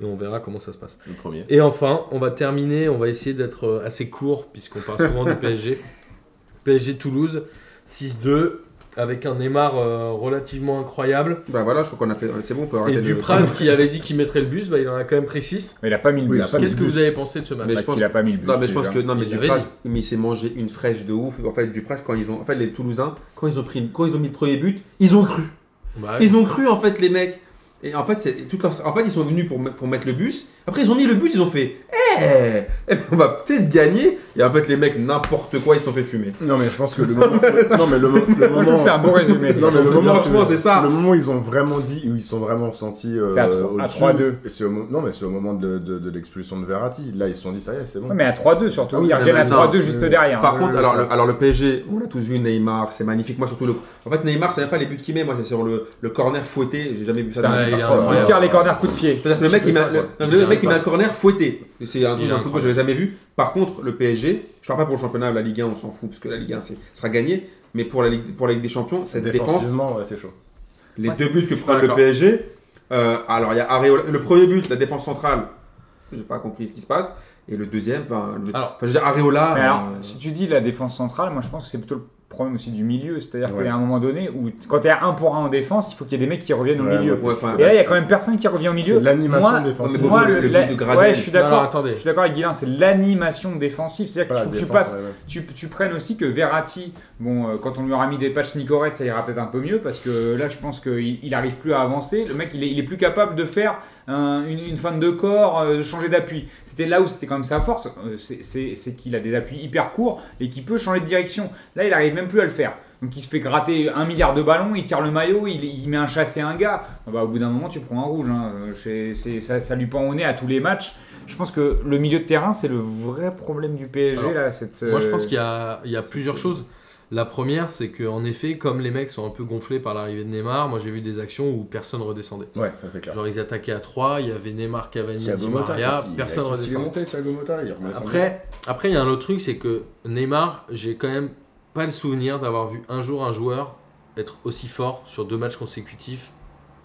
Speaker 1: et on verra comment ça se passe.
Speaker 4: Le premier.
Speaker 1: Et enfin, on va terminer, on va essayer d'être euh, assez court puisqu'on parle souvent du PSG. PSG Toulouse 6-2. avec un Neymar euh, relativement incroyable.
Speaker 2: Bah voilà, je crois qu'on a fait. C'est bon, on peut arrêter
Speaker 1: Et
Speaker 2: de-
Speaker 1: Dupraz qui avait dit qu'il mettrait le bus, bah, il en a quand même pris 6.
Speaker 3: Mais il a pas mis le
Speaker 4: Oui, il a
Speaker 3: bus.
Speaker 4: pas mis
Speaker 1: Qu'est-ce
Speaker 4: le
Speaker 1: que
Speaker 4: bus.
Speaker 1: vous avez pensé de ce match
Speaker 2: Mais
Speaker 3: Bah,
Speaker 2: je pense-
Speaker 3: qu'il a pas mis le bus.
Speaker 2: Non, mais je pense
Speaker 3: déjà.
Speaker 2: que non, mais
Speaker 1: Il
Speaker 2: Dupraz,
Speaker 1: avait
Speaker 2: mais il s'est mangé une fraîche de ouf. En fait, Dupraz, quand ils ont, en fait, les Toulousains, quand ils ont pris, quand ils ont mis le premier but, ils ont cru.
Speaker 1: Bah,
Speaker 2: Ils ont cru en fait les mecs. Et en fait, c'est toute leur- en fait, ils sont venus pour, me- pour mettre le bus. Après, ils ont mis le but, ils ont fait Eh eh ben, On va peut-être gagner. Et en fait, les mecs, n'importe quoi, ils se sont fait fumer.
Speaker 4: Non, mais je pense que le moment. non, mais le, mo- le
Speaker 3: Moi, je trouve
Speaker 4: moment.
Speaker 3: que c'est un bon résumé.
Speaker 4: Non, mais le moment,
Speaker 2: Franchement, c'est ça.
Speaker 4: Le moment où ils ont vraiment dit, où ils sont vraiment ressentis. euh,
Speaker 3: C'est à trois- à
Speaker 4: au-dessus.
Speaker 3: 3-2.
Speaker 4: Et c'est au mo- Non, mais c'est au moment de, de- de l'expulsion de Verratti. Là, ils se sont dit, ça y est, c'est bon.
Speaker 3: Ouais, mais à 3-2 surtout,
Speaker 4: Ah oui,
Speaker 3: ils
Speaker 4: mais
Speaker 3: reviennent à
Speaker 2: attends,
Speaker 3: 3-2 juste
Speaker 4: euh,
Speaker 3: derrière. hein.
Speaker 2: Par
Speaker 4: oui,
Speaker 2: contre,
Speaker 4: oui,
Speaker 2: alors
Speaker 4: ça.
Speaker 2: le, alors le PSG, on l'a tous vu Neymar, c'est magnifique. Moi, surtout le. En fait, Neymar, c'est même pas les buts qu'il met. Moi, c'est sur le, le corner fouetté. J'ai jamais vu ça. de
Speaker 3: Putain,
Speaker 2: ma vie.
Speaker 1: il est
Speaker 4: parfois,
Speaker 3: il
Speaker 1: incroyable.
Speaker 3: tire les corners coup de pied.
Speaker 2: C'est-à-dire que le mec,
Speaker 4: Qui
Speaker 2: il
Speaker 4: fait
Speaker 2: met,
Speaker 4: ça,
Speaker 2: le-
Speaker 4: quoi.
Speaker 2: non, le
Speaker 1: Il
Speaker 2: mec,
Speaker 1: fait
Speaker 2: il met
Speaker 1: ça.
Speaker 2: un corner fouetté. C'est un truc
Speaker 1: Il est
Speaker 2: dans le football que j'avais jamais vu. Par contre, le PSG, je parle pas pour le championnat, la Ligue 1, on s'en fout parce que la Ligue 1 c'est- sera gagnée. Mais pour la Ligue, pour la Ligue des Champions, cette défense,
Speaker 4: Défensivement, ouais, c'est chaud.
Speaker 2: les
Speaker 3: Ouais,
Speaker 2: deux buts que
Speaker 3: suis
Speaker 2: prend
Speaker 3: pas
Speaker 2: le
Speaker 3: d'accord.
Speaker 2: PSG, euh, alors il y a Areola, le premier but, la défense centrale, j'ai pas compris ce qui se passe. Et le deuxième, enfin, le-
Speaker 1: Alors-
Speaker 2: enfin, je veux dire, Areola.
Speaker 4: Ah,
Speaker 3: Mais alors,
Speaker 2: euh,
Speaker 3: si tu dis la défense centrale, moi je pense que c'est plutôt le problème aussi du milieu. C'est-à-dire
Speaker 4: Ouais.
Speaker 3: qu'il y a un moment donné où t- quand t'es à 1 pour 1 en défense, il faut qu'il y ait des mecs qui reviennent
Speaker 4: Ouais,
Speaker 3: au milieu.
Speaker 4: moi,
Speaker 2: ouais,
Speaker 4: c'est-
Speaker 2: enfin,
Speaker 3: Et là, il y a quand même personne qui revient au milieu.
Speaker 4: C'est l'animation
Speaker 3: Moi-
Speaker 4: défensive.
Speaker 2: Non, mais
Speaker 3: Moi,
Speaker 2: le-
Speaker 3: le,
Speaker 2: le
Speaker 3: la-
Speaker 2: but de Gradel.
Speaker 3: Ouais, je suis
Speaker 1: Non, non,
Speaker 3: d'accord.
Speaker 1: attendez.
Speaker 3: Je suis d'accord avec Guilain, c'est l'animation défensive. C'est-à-dire qu'il
Speaker 4: Voilà,
Speaker 3: faut que tu
Speaker 4: défense,
Speaker 3: passes
Speaker 4: ouais, ouais.
Speaker 3: tu, tu prennes aussi que Verratti, bon, euh, quand on lui aura mis des patchs Nicorette, ça ira peut-être un peu mieux parce que là, je pense qu'il il arrive plus à avancer. Le mec, il est, il est plus capable de faire un- une, une fin de corps, euh, de changer d'appui. C'était là où c'était quand même sa force, euh, c'est- c'est c'est qu'il a des appuis hyper courts et qu'il peut changer de direction. Là, il arrive même plus à le faire. Donc il se fait gratter un milliard de ballons, il tire le maillot, il, il met un chassé à un gars. Ah bah, au bout d'un moment, tu prends un rouge. hein. Euh, c'est- c'est- ça, ça lui pend au nez à tous les matchs. Je pense que le milieu de terrain, c'est le vrai problème du PSG.
Speaker 1: Alors,
Speaker 3: là, cette,
Speaker 1: Moi, je
Speaker 3: euh,
Speaker 1: pense qu'il y a, il y a plusieurs choses. La première, c'est qu'en effet, comme les mecs sont un peu gonflés par l'arrivée de Neymar, moi j'ai vu des actions où personne redescendait.
Speaker 4: Ouais, ça c'est clair.
Speaker 1: Genre, ils attaquaient à 3, il y avait Neymar, Cavani, Di
Speaker 4: Thiago Motta,
Speaker 1: Maria,
Speaker 4: qu'est-ce qu'il-
Speaker 1: personne
Speaker 4: qu'est-ce qu'il est
Speaker 1: redescendait.
Speaker 4: monté, Thiago Motta Il est remonté
Speaker 1: Après, après, il y a un autre truc, c'est que Neymar, j'ai quand même pas le souvenir d'avoir vu un jour un joueur être aussi fort sur deux matchs consécutifs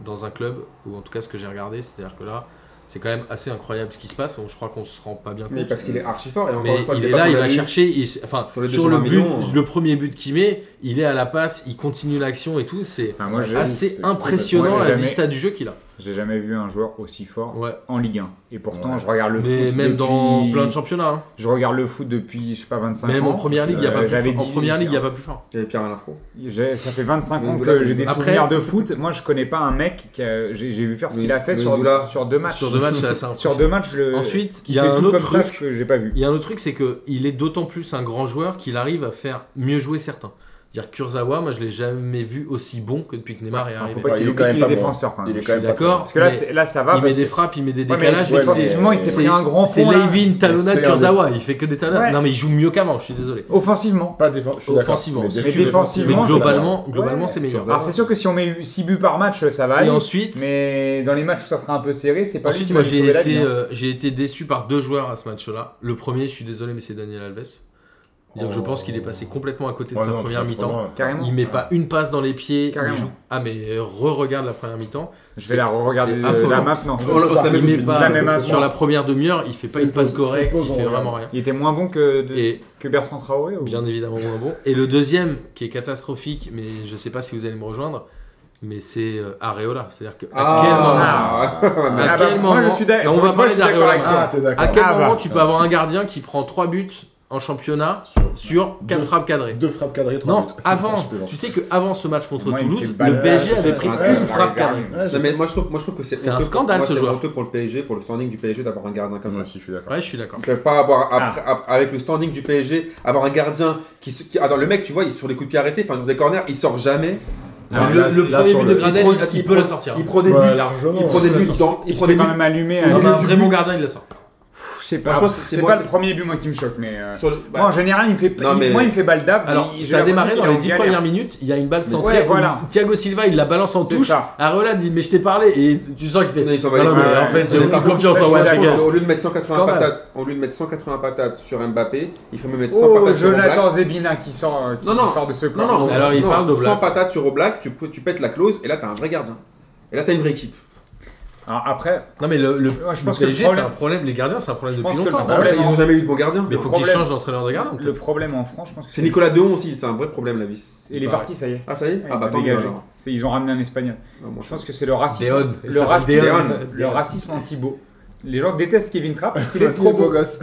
Speaker 1: dans un club, ou en tout cas ce que j'ai regardé, c'est-à-dire que là, c'est quand même assez incroyable ce qui se passe, on- je crois qu'on se rend pas bien compte.
Speaker 2: mais parce qu'il est archi fort. Et encore
Speaker 1: Mais
Speaker 2: une fois, le
Speaker 1: il est
Speaker 2: débat
Speaker 1: là,
Speaker 2: qu'on
Speaker 1: il
Speaker 2: a
Speaker 1: va
Speaker 2: eu-
Speaker 1: chercher. il s- enfin,
Speaker 2: Sur
Speaker 1: sur,
Speaker 2: les
Speaker 1: le,
Speaker 2: 220
Speaker 1: but,
Speaker 2: millions, hein.
Speaker 1: le premier but qu'il met, il est à la passe, il continue l'action et tout. C'est
Speaker 3: Enfin, moi, j'ai-
Speaker 1: assez
Speaker 4: c'est
Speaker 1: impressionnant
Speaker 3: Ah, complètement-
Speaker 1: la
Speaker 3: Jamais-
Speaker 1: vista du jeu qu'il a.
Speaker 3: J'ai jamais vu un joueur aussi fort
Speaker 1: Ouais.
Speaker 3: en Ligue 1. Et pourtant,
Speaker 4: Ouais.
Speaker 3: je regarde le
Speaker 1: Mais
Speaker 3: foot.
Speaker 1: même
Speaker 3: depuis-
Speaker 1: dans plein de championnats. hein.
Speaker 3: Je regarde le foot depuis, je sais pas, 25 ans.
Speaker 1: Même en première ligue, il y a
Speaker 3: Euh,
Speaker 1: pas plus
Speaker 3: j'avais
Speaker 1: fort. En
Speaker 3: 10,
Speaker 1: première ligue, il y a
Speaker 3: hein.
Speaker 1: pas plus fort.
Speaker 2: Il y avait Pierre Alain Fro.
Speaker 3: J'ai- Ça fait 25 ans
Speaker 2: Mais
Speaker 3: que j'ai des
Speaker 1: Après-
Speaker 3: souvenirs de foot. Moi, je connais pas un mec qui a- j'ai j'ai vu faire ce
Speaker 2: Mais-
Speaker 3: qu'il a fait
Speaker 2: mais
Speaker 3: sur,
Speaker 2: Ndoula.
Speaker 3: sur deux matchs.
Speaker 1: Sur deux matchs, c'est assez
Speaker 3: Sur
Speaker 1: impressionnant.
Speaker 3: deux matchs, le.
Speaker 1: Ensuite,
Speaker 3: qui
Speaker 1: il y a
Speaker 3: fait
Speaker 1: un
Speaker 3: tout
Speaker 1: autre
Speaker 3: comme ça,
Speaker 1: truc.
Speaker 3: je- j'ai pas vu.
Speaker 1: Il y a un autre truc, c'est que il est d'autant plus un grand joueur qu'il arrive à faire mieux jouer certains. Dire Kurzawa, moi je l'ai jamais vu aussi bon que depuis que Neymar hein, est
Speaker 3: Enfin, faut
Speaker 1: arrivé.
Speaker 3: pas
Speaker 4: Ouais,
Speaker 3: qu'il
Speaker 4: il est
Speaker 3: oublie
Speaker 4: quand même
Speaker 3: qu'il
Speaker 4: pas
Speaker 3: est
Speaker 4: bon.
Speaker 3: défenseur quand
Speaker 4: Il
Speaker 3: même.
Speaker 4: est
Speaker 1: Je
Speaker 4: quand
Speaker 1: suis
Speaker 4: même pas
Speaker 1: d'accord.
Speaker 4: bon.
Speaker 3: Parce que là,
Speaker 1: mais
Speaker 3: c'est- là, ça va.
Speaker 1: il
Speaker 3: parce
Speaker 1: met des
Speaker 3: que-
Speaker 1: frappes, il met des
Speaker 3: Ouais, mais
Speaker 1: décalages. et
Speaker 4: ouais,
Speaker 1: tout,
Speaker 4: mais
Speaker 1: c'est-
Speaker 3: Défensivement, il s'est
Speaker 1: c'est-
Speaker 3: pris un grand
Speaker 1: C'est
Speaker 3: pont. là.
Speaker 1: Levin, talonnade,
Speaker 4: C'est un des-
Speaker 1: Kurzawa. Il fait que des talonnades.
Speaker 3: Ouais.
Speaker 1: Non, mais il joue mieux qu'avant, je suis désolé.
Speaker 3: Offensivement.
Speaker 4: Pas défensivement. je suis d'accord.
Speaker 1: Offensivement,
Speaker 4: Mais
Speaker 1: c'est-
Speaker 4: défensivement,
Speaker 3: mais
Speaker 1: Mais
Speaker 3: défensivement,
Speaker 4: c'est pas mal.
Speaker 1: globalement, globalement
Speaker 3: Ouais,
Speaker 1: c'est
Speaker 2: c'est
Speaker 1: meilleur.
Speaker 2: Kurzawa.
Speaker 3: Alors, c'est sûr que si on met 6 buts par match, ça va
Speaker 1: Et
Speaker 3: aller.
Speaker 1: ensuite,
Speaker 3: Mais dans les matchs où ça sera impossible, c'est pas lui
Speaker 1: ensuite
Speaker 3: qui
Speaker 1: moi
Speaker 3: va nous
Speaker 1: j'ai
Speaker 3: sauver la
Speaker 1: été,
Speaker 3: vie, hein.
Speaker 1: euh, j'ai été déçu par deux joueurs à ce match-là. Le premier, je suis désolé, mais c'est Daniel Alves. C'est-à-dire que je
Speaker 4: Oh.
Speaker 1: pense qu'il est passé complètement à côté de
Speaker 4: Ouais,
Speaker 1: sa
Speaker 4: non,
Speaker 1: première
Speaker 4: c'est pas trop
Speaker 1: mi-temps.
Speaker 4: loin.
Speaker 3: Carrément.
Speaker 1: Il met pas une passe dans les pieds. Il
Speaker 3: Carrément.
Speaker 1: joue... Ah mais re-regarde la première mi-temps.
Speaker 3: Je vais la re-regarder
Speaker 1: c'est
Speaker 3: euh,
Speaker 1: affolant.
Speaker 3: là maintenant.
Speaker 2: On le- on se la met
Speaker 1: Il
Speaker 2: tout de
Speaker 1: met
Speaker 2: suite.
Speaker 1: pas-
Speaker 3: La même
Speaker 1: sur
Speaker 3: affaire.
Speaker 1: la première demi-heure, il fait pas
Speaker 4: Fais
Speaker 1: une passe
Speaker 4: pause, fais
Speaker 1: correcte,
Speaker 4: pause,
Speaker 1: il
Speaker 4: on
Speaker 1: fait
Speaker 4: regarde.
Speaker 1: vraiment rien.
Speaker 3: Il était moins bon que, de-
Speaker 1: Et
Speaker 3: que Bertrand Traoré ou...
Speaker 1: bien évidemment moins bon. Et le deuxième, qui est catastrophique, mais je sais pas si vous allez me rejoindre, mais c'est euh, Areola. C'est-à-dire que à quel moment-
Speaker 2: Ah,
Speaker 1: À
Speaker 3: Ah bah,
Speaker 1: quel
Speaker 3: moi,
Speaker 1: moment-
Speaker 3: je suis d'a-
Speaker 1: Et on
Speaker 3: pour
Speaker 1: va
Speaker 3: une fois,
Speaker 1: parler
Speaker 3: je suis d'accord
Speaker 1: d'Areola
Speaker 3: avec toi.
Speaker 4: Ah, t'es
Speaker 1: À
Speaker 4: d'accord.
Speaker 1: quel
Speaker 3: Ah, bah,
Speaker 1: moment tu
Speaker 4: ça.
Speaker 1: peux avoir un gardien qui prend 3 buts en championnat sur 4
Speaker 4: Deux.
Speaker 1: frappes cadrées
Speaker 4: Deux frappes cadrées, trois
Speaker 1: Non,
Speaker 4: buts.
Speaker 1: avant,
Speaker 4: Je plaisante.
Speaker 1: tu sais que avant ce match contre
Speaker 3: Moi, il me fait
Speaker 1: Toulouse,
Speaker 3: balle-
Speaker 1: le PSG
Speaker 4: Ouais,
Speaker 1: avait
Speaker 4: c'est
Speaker 1: pris
Speaker 2: ça.
Speaker 1: une
Speaker 2: Ouais,
Speaker 1: frappe
Speaker 3: ouais,
Speaker 1: cadrée.
Speaker 3: ouais.
Speaker 4: Ouais, je
Speaker 2: Non, mais
Speaker 4: sais.
Speaker 2: moi je trouve, moi je trouve que c'est
Speaker 1: C'est un
Speaker 2: honteux pour-
Speaker 1: scandale,
Speaker 2: moi,
Speaker 1: ce
Speaker 2: c'est
Speaker 1: joueur.
Speaker 2: honteux pour le PSG, pour le standing du PSG d'avoir un gardien comme
Speaker 4: Moi
Speaker 2: ça.
Speaker 4: aussi, je suis d'accord.
Speaker 1: Ouais, Ah. je suis d'accord.
Speaker 2: Ils peuvent pas avoir après- ap- avec le standing du PSG avoir un gardien qui, se- qui attends le mec tu vois il est sur les coups de pied arrêtés enfin sur des corners il sort jamais.
Speaker 4: Ah,
Speaker 1: le
Speaker 4: là,
Speaker 1: le
Speaker 4: là,
Speaker 1: premier
Speaker 4: sur
Speaker 1: but
Speaker 4: le-
Speaker 1: de Gradel,
Speaker 2: prend-
Speaker 1: il, il
Speaker 2: prend-
Speaker 1: peut la sortir.
Speaker 2: Il prend des buts.
Speaker 4: Ouais, largement.
Speaker 2: il prend des buts dans il
Speaker 3: Il
Speaker 2: prend
Speaker 3: se fait
Speaker 2: des
Speaker 3: quand
Speaker 2: buts
Speaker 3: même allumer.
Speaker 1: Il
Speaker 2: Il
Speaker 3: alors.
Speaker 2: met
Speaker 1: un
Speaker 2: du
Speaker 1: vrai bon
Speaker 2: but.
Speaker 1: gardien, il la sort.
Speaker 3: Je sais
Speaker 2: Franchement,
Speaker 3: pas.
Speaker 2: c'est-
Speaker 3: C'est
Speaker 2: c'est
Speaker 3: pas
Speaker 2: moi,
Speaker 3: le
Speaker 2: c'est-
Speaker 3: premier but moi qui me choque, mais... euh,
Speaker 2: sur le-
Speaker 3: Moi, en général, il me fait,
Speaker 2: Non,
Speaker 3: il-
Speaker 2: mais-
Speaker 3: moi, il me fait balle d'âme.
Speaker 1: Alors,
Speaker 3: il- j'ai
Speaker 1: ça a démarré
Speaker 3: l'impression
Speaker 1: dans
Speaker 3: qu'il
Speaker 1: les
Speaker 3: est en
Speaker 1: 10
Speaker 3: galère.
Speaker 1: premières minutes, il y a une balle centrée.
Speaker 3: Ouais,
Speaker 1: où
Speaker 3: voilà.
Speaker 1: Thiago Silva, il la balance en
Speaker 3: C'est
Speaker 1: touche.
Speaker 3: ça.
Speaker 1: Areola dit Mais je t'ai parlé. Et tu sens qu'il fait.
Speaker 2: Non, il s'en va les
Speaker 1: non,
Speaker 2: couilles.
Speaker 1: mais en fait, j'ai
Speaker 2: Mais
Speaker 1: aucune
Speaker 2: par contre,
Speaker 1: confiance
Speaker 2: je
Speaker 1: en
Speaker 2: pense
Speaker 1: Wadagas.
Speaker 2: qu'au lieu de mettre 180
Speaker 1: Scandale.
Speaker 2: patates, au lieu de mettre 180 patates sur Mbappé, il ferait mieux mettre 100
Speaker 3: Oh,
Speaker 2: patates sur Oblak.
Speaker 3: Jonathan Zebina qui sort, euh, qui
Speaker 2: Non, non.
Speaker 3: sort de ce
Speaker 2: Non
Speaker 3: corps.
Speaker 2: non,
Speaker 1: Alors, il
Speaker 2: non,
Speaker 1: parle d'Oblak.
Speaker 2: 100 patates sur Oblak, tu peux- tu pètes la clause et là t'as un vrai gardien. Et là t'as une vraie équipe.
Speaker 3: Alors après,
Speaker 1: Non, mais le, le-
Speaker 3: Ouais, je
Speaker 1: le
Speaker 3: pense que le
Speaker 1: PSG,
Speaker 3: problème-
Speaker 1: c'est un problème. Les gardiens, c'est un problème
Speaker 3: Je
Speaker 1: depuis
Speaker 3: pense que le
Speaker 1: longtemps.
Speaker 2: Ah, bah là,
Speaker 3: problème-
Speaker 2: ils n'ont jamais eu de bon gardien.
Speaker 1: Mais il
Speaker 3: le
Speaker 1: faut qu'ils
Speaker 3: problème-
Speaker 1: changent d'entraîneur de gardien.
Speaker 3: le
Speaker 1: peut-être.
Speaker 3: problème en France, je pense que
Speaker 2: C'est Nicolas Deon aussi, c'est un vrai problème la vis.
Speaker 3: Il est parti, ça y est.
Speaker 2: Ah, ça y est
Speaker 3: Ouais,
Speaker 2: Ah,
Speaker 3: il
Speaker 2: bah
Speaker 3: a
Speaker 2: tant mieux
Speaker 3: dégagé.
Speaker 2: alors.
Speaker 3: C'est- Ils ont ramené un espagnol.
Speaker 2: Ah, bon,
Speaker 3: Je
Speaker 2: ça-
Speaker 3: pense que c'est le racisme.
Speaker 1: Deon. Il
Speaker 3: Le
Speaker 1: s'appelle
Speaker 3: racisme,
Speaker 2: Deon.
Speaker 3: le racisme anti-beau. Les gens détestent Kevin Trapp parce qu'il est
Speaker 4: Parce qu'il
Speaker 3: trop beau.
Speaker 4: gosse.